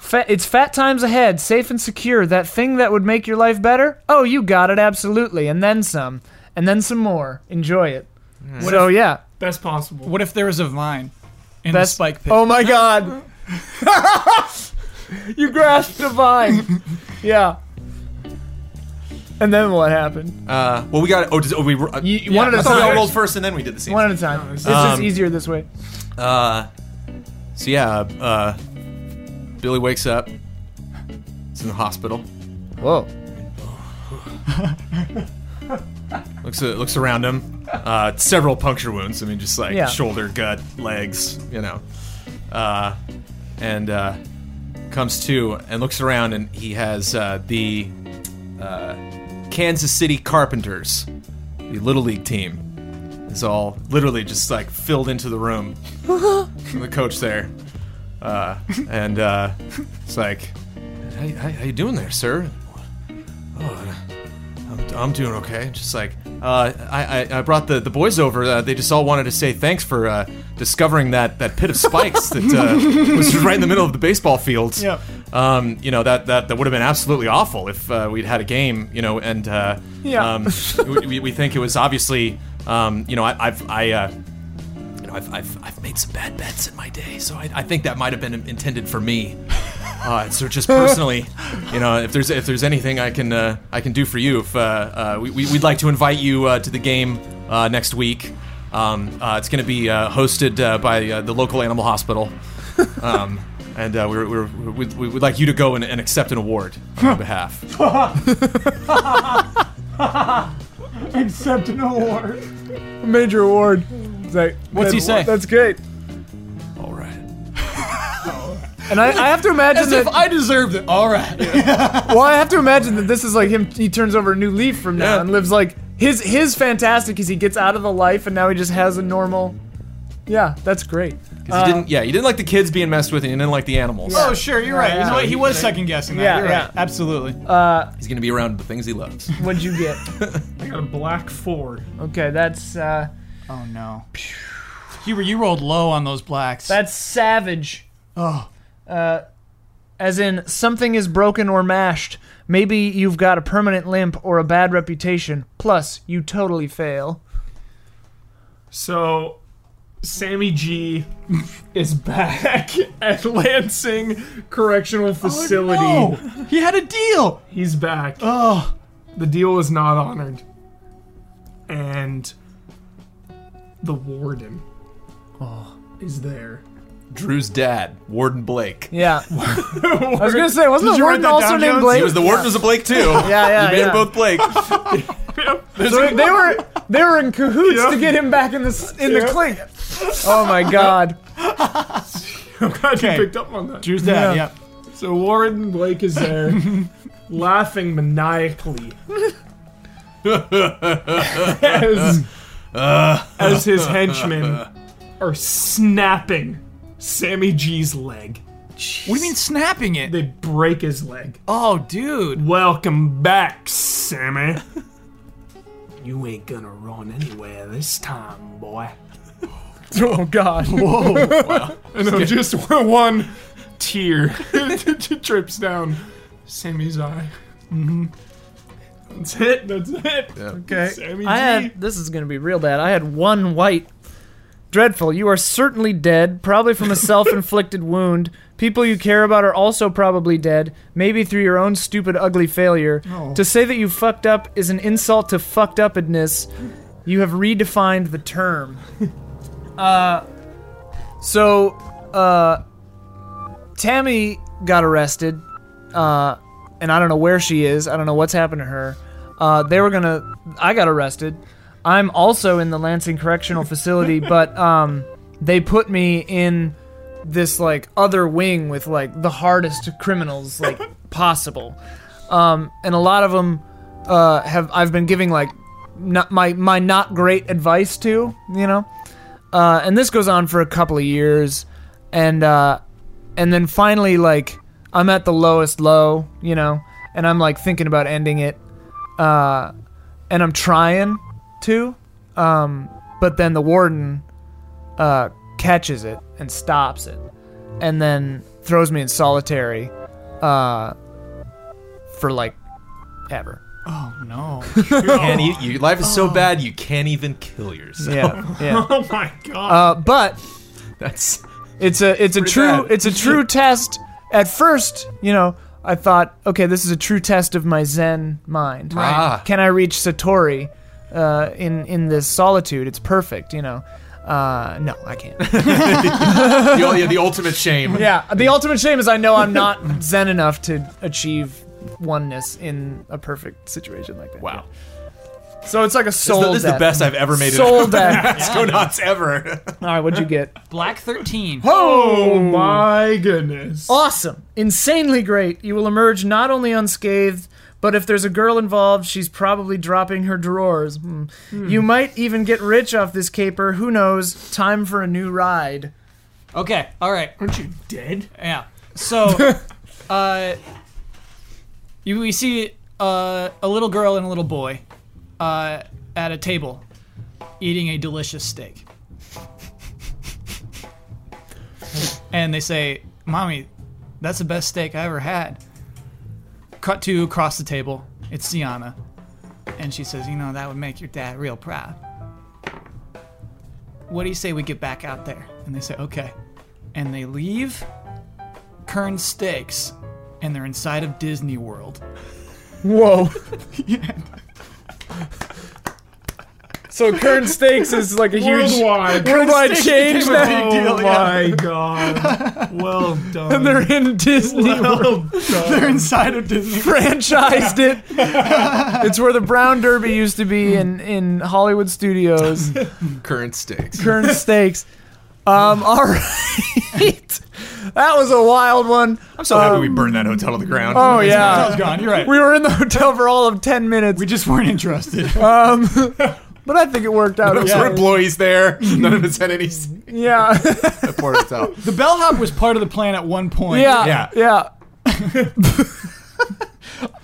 Speaker 1: Fa- it's fat times ahead, safe and secure. That thing that would make your life better? Oh, you got it, absolutely. And then some. And then some more. Enjoy it.
Speaker 2: Hmm.
Speaker 1: So, yeah.
Speaker 3: Best possible.
Speaker 4: What if there was a vine in
Speaker 1: Best-
Speaker 4: the spike pit?
Speaker 1: Oh my god. (laughs) you grasped a vine. Yeah. And then what happened?
Speaker 2: Uh, well, we got. Oh, does, oh we. Uh,
Speaker 1: You, one at
Speaker 2: I
Speaker 1: a
Speaker 2: thought we all
Speaker 1: time.
Speaker 2: rolled first and then we did the scene.
Speaker 1: One at a time. It's just
Speaker 2: Um,
Speaker 1: easier this way.
Speaker 2: Uh, so yeah, uh, Billy wakes up. He's in the hospital.
Speaker 1: Whoa.
Speaker 2: Looks uh, looks around him. Uh, several puncture wounds. I mean, just like
Speaker 1: Yeah.
Speaker 2: shoulder, gut, legs. You know. Uh, and uh, comes to and looks around and he has uh, the uh, Kansas City Carpenters, the little league team. Is all literally just like filled into the room. from the coach there, uh, and uh, it's like, how, how, how you doing there, sir? Oh, I'm, I'm doing okay. Just like uh, I, I, I brought the, the boys over. Uh, they just all wanted to say thanks for uh, discovering that, that pit of spikes that uh, was right in the middle of the baseball field.
Speaker 26: Yeah.
Speaker 2: Um, you know that that, that would have been absolutely awful if uh, we'd had a game. You know, and uh,
Speaker 1: Yeah.
Speaker 2: um, we, we- we think it was obviously. Um, you know, I, I've I. Uh, you know, I've, I've, I've made some bad bets in my day, so I, I think that might have been intended for me. Uh,
Speaker 1: (laughs)
Speaker 2: so just personally, you know, if there's if there's anything I can uh, I can do for you, if uh, uh, we, we- we'd like to invite you uh, to the game uh, next week. Um, uh, it's going to be uh, hosted uh, by uh, the local
Speaker 1: (laughs)
Speaker 2: animal hospital, um, and uh, we're, we're, we'd, we'd like you to go and, and accept an award on our behalf.
Speaker 1: Accept an award. A major award. It's like,
Speaker 4: What's he
Speaker 1: that's-
Speaker 4: say?
Speaker 1: That's great.
Speaker 2: All right.
Speaker 1: Uh, And I, I have to imagine
Speaker 26: As if
Speaker 1: that.
Speaker 26: I deserved it. All right.
Speaker 1: well, I have to imagine that this is like him. He turns over a new leaf from now
Speaker 2: Yeah.
Speaker 1: and lives like his his fantastic is he gets out of the life and now he just has a normal. Yeah, that's great.
Speaker 2: 'Cause you didn't, yeah, you didn't like the kids being messed with, and you didn't like the animals.
Speaker 4: (laughs) Oh, sure, you're right. You
Speaker 1: yeah.
Speaker 4: know what? He was second guessing that.
Speaker 1: Yeah,
Speaker 4: you're
Speaker 1: yeah. Uh,
Speaker 4: right. Absolutely.
Speaker 2: He's going to be around the things
Speaker 1: (laughs)
Speaker 2: he loves.
Speaker 1: What'd you get?
Speaker 3: I got a black four.
Speaker 1: Okay, that's uh,
Speaker 4: Oh no. Huber, you rolled low on those blacks.
Speaker 1: that's savage. Oh. Uh, as in something is broken or mashed. Maybe you've got a permanent limp or a bad reputation. Plus, you totally fail.
Speaker 3: So, Sammy G is back (laughs) at Lansing Correctional Facility.
Speaker 26: He had a deal.
Speaker 3: He's back.
Speaker 26: Oh,
Speaker 3: The deal was not honored. And the warden is there. (laughs)
Speaker 2: Drew's dad, Warden Blake.
Speaker 1: Yeah. (laughs) I was gonna say, wasn't the warden also named Blake?
Speaker 2: He was the warden was a Blake too.
Speaker 1: yeah, yeah,
Speaker 2: You made
Speaker 1: yeah.
Speaker 2: them
Speaker 1: (laughs)
Speaker 2: both Blake.
Speaker 1: So they were they were in cahoots to get him back in the s- in the clink. Oh my god.
Speaker 3: I'm glad
Speaker 4: Okay.
Speaker 3: you picked up on that.
Speaker 4: Drew's dad. Yep.
Speaker 3: So Warren Blake is there, laughing maniacally as, as his henchmen are snapping Sammy G's leg.
Speaker 4: What do you mean snapping it?
Speaker 3: They break his leg.
Speaker 4: Oh, dude.
Speaker 3: Welcome back, Sammy. You ain't gonna run anywhere this time, boy.
Speaker 1: (laughs) Oh (laughs) god.
Speaker 3: And I'm just (laughs) one tear (laughs) drips down Sammy's eye. hmm That's it. That's it.
Speaker 1: Okay.
Speaker 3: Sammy
Speaker 1: I
Speaker 3: G.
Speaker 1: had this is gonna be real bad. I had one white. Dreadful. You are certainly dead, probably
Speaker 3: (laughs)
Speaker 1: from a self-inflicted wound. People you care about are also probably dead, maybe through your own stupid, ugly failure.
Speaker 3: Oh.
Speaker 1: To say that you fucked up is an insult to fucked upness. You have redefined the
Speaker 3: (laughs)
Speaker 1: term. Uh, so, uh, Tammy got arrested, uh, and I don't know where she is. I don't know what's happened to her. Uh, they were gonna. I got arrested. I'm also in the Lansing Correctional Facility, but um, they put me in this like other wing with like the hardest criminals like possible, um, and a lot of them uh, have I've been giving like not my my not great advice to you know, uh, and this goes on for a couple of years, and uh, and then finally like I'm at the lowest low you know, and I'm like thinking about ending it uh, and I'm trying to, um, but then the warden uh, catches it and stops it, and then throws me in solitary uh, for like ever.
Speaker 3: (laughs)
Speaker 25: (laughs) Can't eat, your life is so bad you can't even kill yourself.
Speaker 1: Yeah, yeah.
Speaker 3: Oh my god.
Speaker 1: Uh, but
Speaker 25: (laughs)
Speaker 1: (laughs)
Speaker 25: That's
Speaker 1: it's a it's a true
Speaker 25: bad.
Speaker 1: it's
Speaker 25: (laughs)
Speaker 1: a true test. At first, you know, I thought, okay, this is a true test of my Zen mind.
Speaker 25: Ah.
Speaker 1: Can I reach Satori uh, in in this solitude? It's perfect, you know. Uh, no, I can't.
Speaker 25: the, ul- yeah, the ultimate shame.
Speaker 1: Yeah, the ultimate shame is I know I'm not zen enough to achieve oneness in a perfect situation like that.
Speaker 25: Wow.
Speaker 1: So it's like a
Speaker 25: This is
Speaker 1: soul
Speaker 25: the- this is the
Speaker 1: death.
Speaker 25: best I've ever made it.
Speaker 1: soul
Speaker 2: (laughs)
Speaker 1: death.
Speaker 25: Go nuts ever.
Speaker 1: All right, what'd you get?
Speaker 4: Black 13.
Speaker 1: Oh,
Speaker 3: my goodness.
Speaker 1: awesome. Insanely great. You will emerge not only unscathed, but if there's a girl involved, she's probably dropping her drawers. Hmm. You might even get rich off this caper. Who knows? Time for a new ride.
Speaker 4: Okay, all right.
Speaker 3: Aren't you dead?
Speaker 4: Yeah. So, uh, you we see uh, a little girl and a little boy uh, at a table eating a delicious steak, and they say, "Mommy, that's the best steak I ever had." Cut to across the table. It's Sienna, and she says, "You know that would make your dad real proud." What do you say we get back out there? And they say, "Okay." And they leave. Kern Steaks, and they're inside of Disney World.
Speaker 1: (laughs) Whoa. so Kern Steaks is like a huge
Speaker 3: Worldwide.
Speaker 1: worldwide change now.
Speaker 3: Oh my god. Well done.
Speaker 1: And (laughs) they're in Disney World.
Speaker 3: They're inside of (laughs) Disney.
Speaker 1: franchised it. it's where the Brown Derby used to be in, in Hollywood studios.
Speaker 25: (laughs) Current stakes.
Speaker 1: Kern Steaks. Um, all right. that was a wild one.
Speaker 25: I'm so happy we burned that hotel to the ground.
Speaker 1: Um, Oh, yeah.
Speaker 4: gone. You're right.
Speaker 1: We were in the hotel for all of 10 minutes.
Speaker 4: We just weren't (laughs) interested.
Speaker 1: Um, (laughs) but I think it worked out.
Speaker 25: None of us were
Speaker 1: okay.
Speaker 25: employees there. None of us had
Speaker 1: (laughs)
Speaker 25: any s-
Speaker 1: Yeah. (laughs)
Speaker 25: that poor hotel.
Speaker 4: the bellhop was part of the plan at one point.
Speaker 1: Yeah.
Speaker 25: Yeah.
Speaker 1: Yeah. (laughs)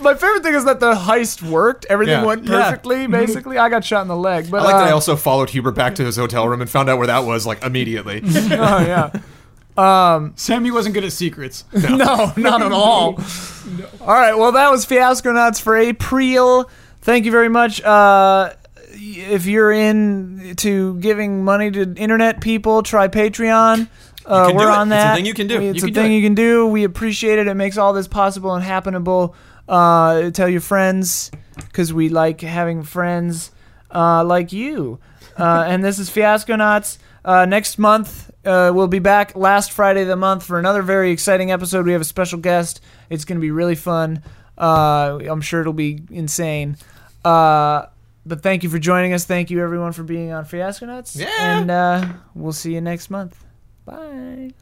Speaker 1: My favorite thing is that the heist worked. Everything
Speaker 25: Yeah.
Speaker 1: went
Speaker 25: Yeah.
Speaker 1: perfectly. Basically, I got shot in the leg, but
Speaker 25: I like that I
Speaker 1: uh,
Speaker 25: also followed Hubert back to his hotel room and found out where that was like immediately.
Speaker 1: (laughs) oh, yeah.
Speaker 4: Sammy wasn't good at secrets.
Speaker 1: (laughs) No, not at all. All right. Well, that was Fiasco Nuts for April. Thank you very much. Uh, if you're in to giving money to internet people, try Patreon. Uh,
Speaker 25: can
Speaker 1: we're
Speaker 25: do it.
Speaker 1: on
Speaker 25: It's a
Speaker 1: that.
Speaker 25: thing you can do.
Speaker 1: It's
Speaker 25: You
Speaker 1: a
Speaker 25: can do
Speaker 1: thing
Speaker 25: it.
Speaker 1: you can do. We appreciate it. It makes all this possible and happenable. Uh, tell your friends because we like having friends uh, like you. Uh, (laughs) and this is Fiasco Knots. Uh, next month, uh, we'll be back last Friday of the month for another very exciting episode. We have a special guest. It's going to be really fun. Uh, I'm sure it'll be insane. Uh, but thank you for joining us. Thank you, everyone, for being on Fiasco Nuts. Yeah. And uh, we'll see you next month. Bye.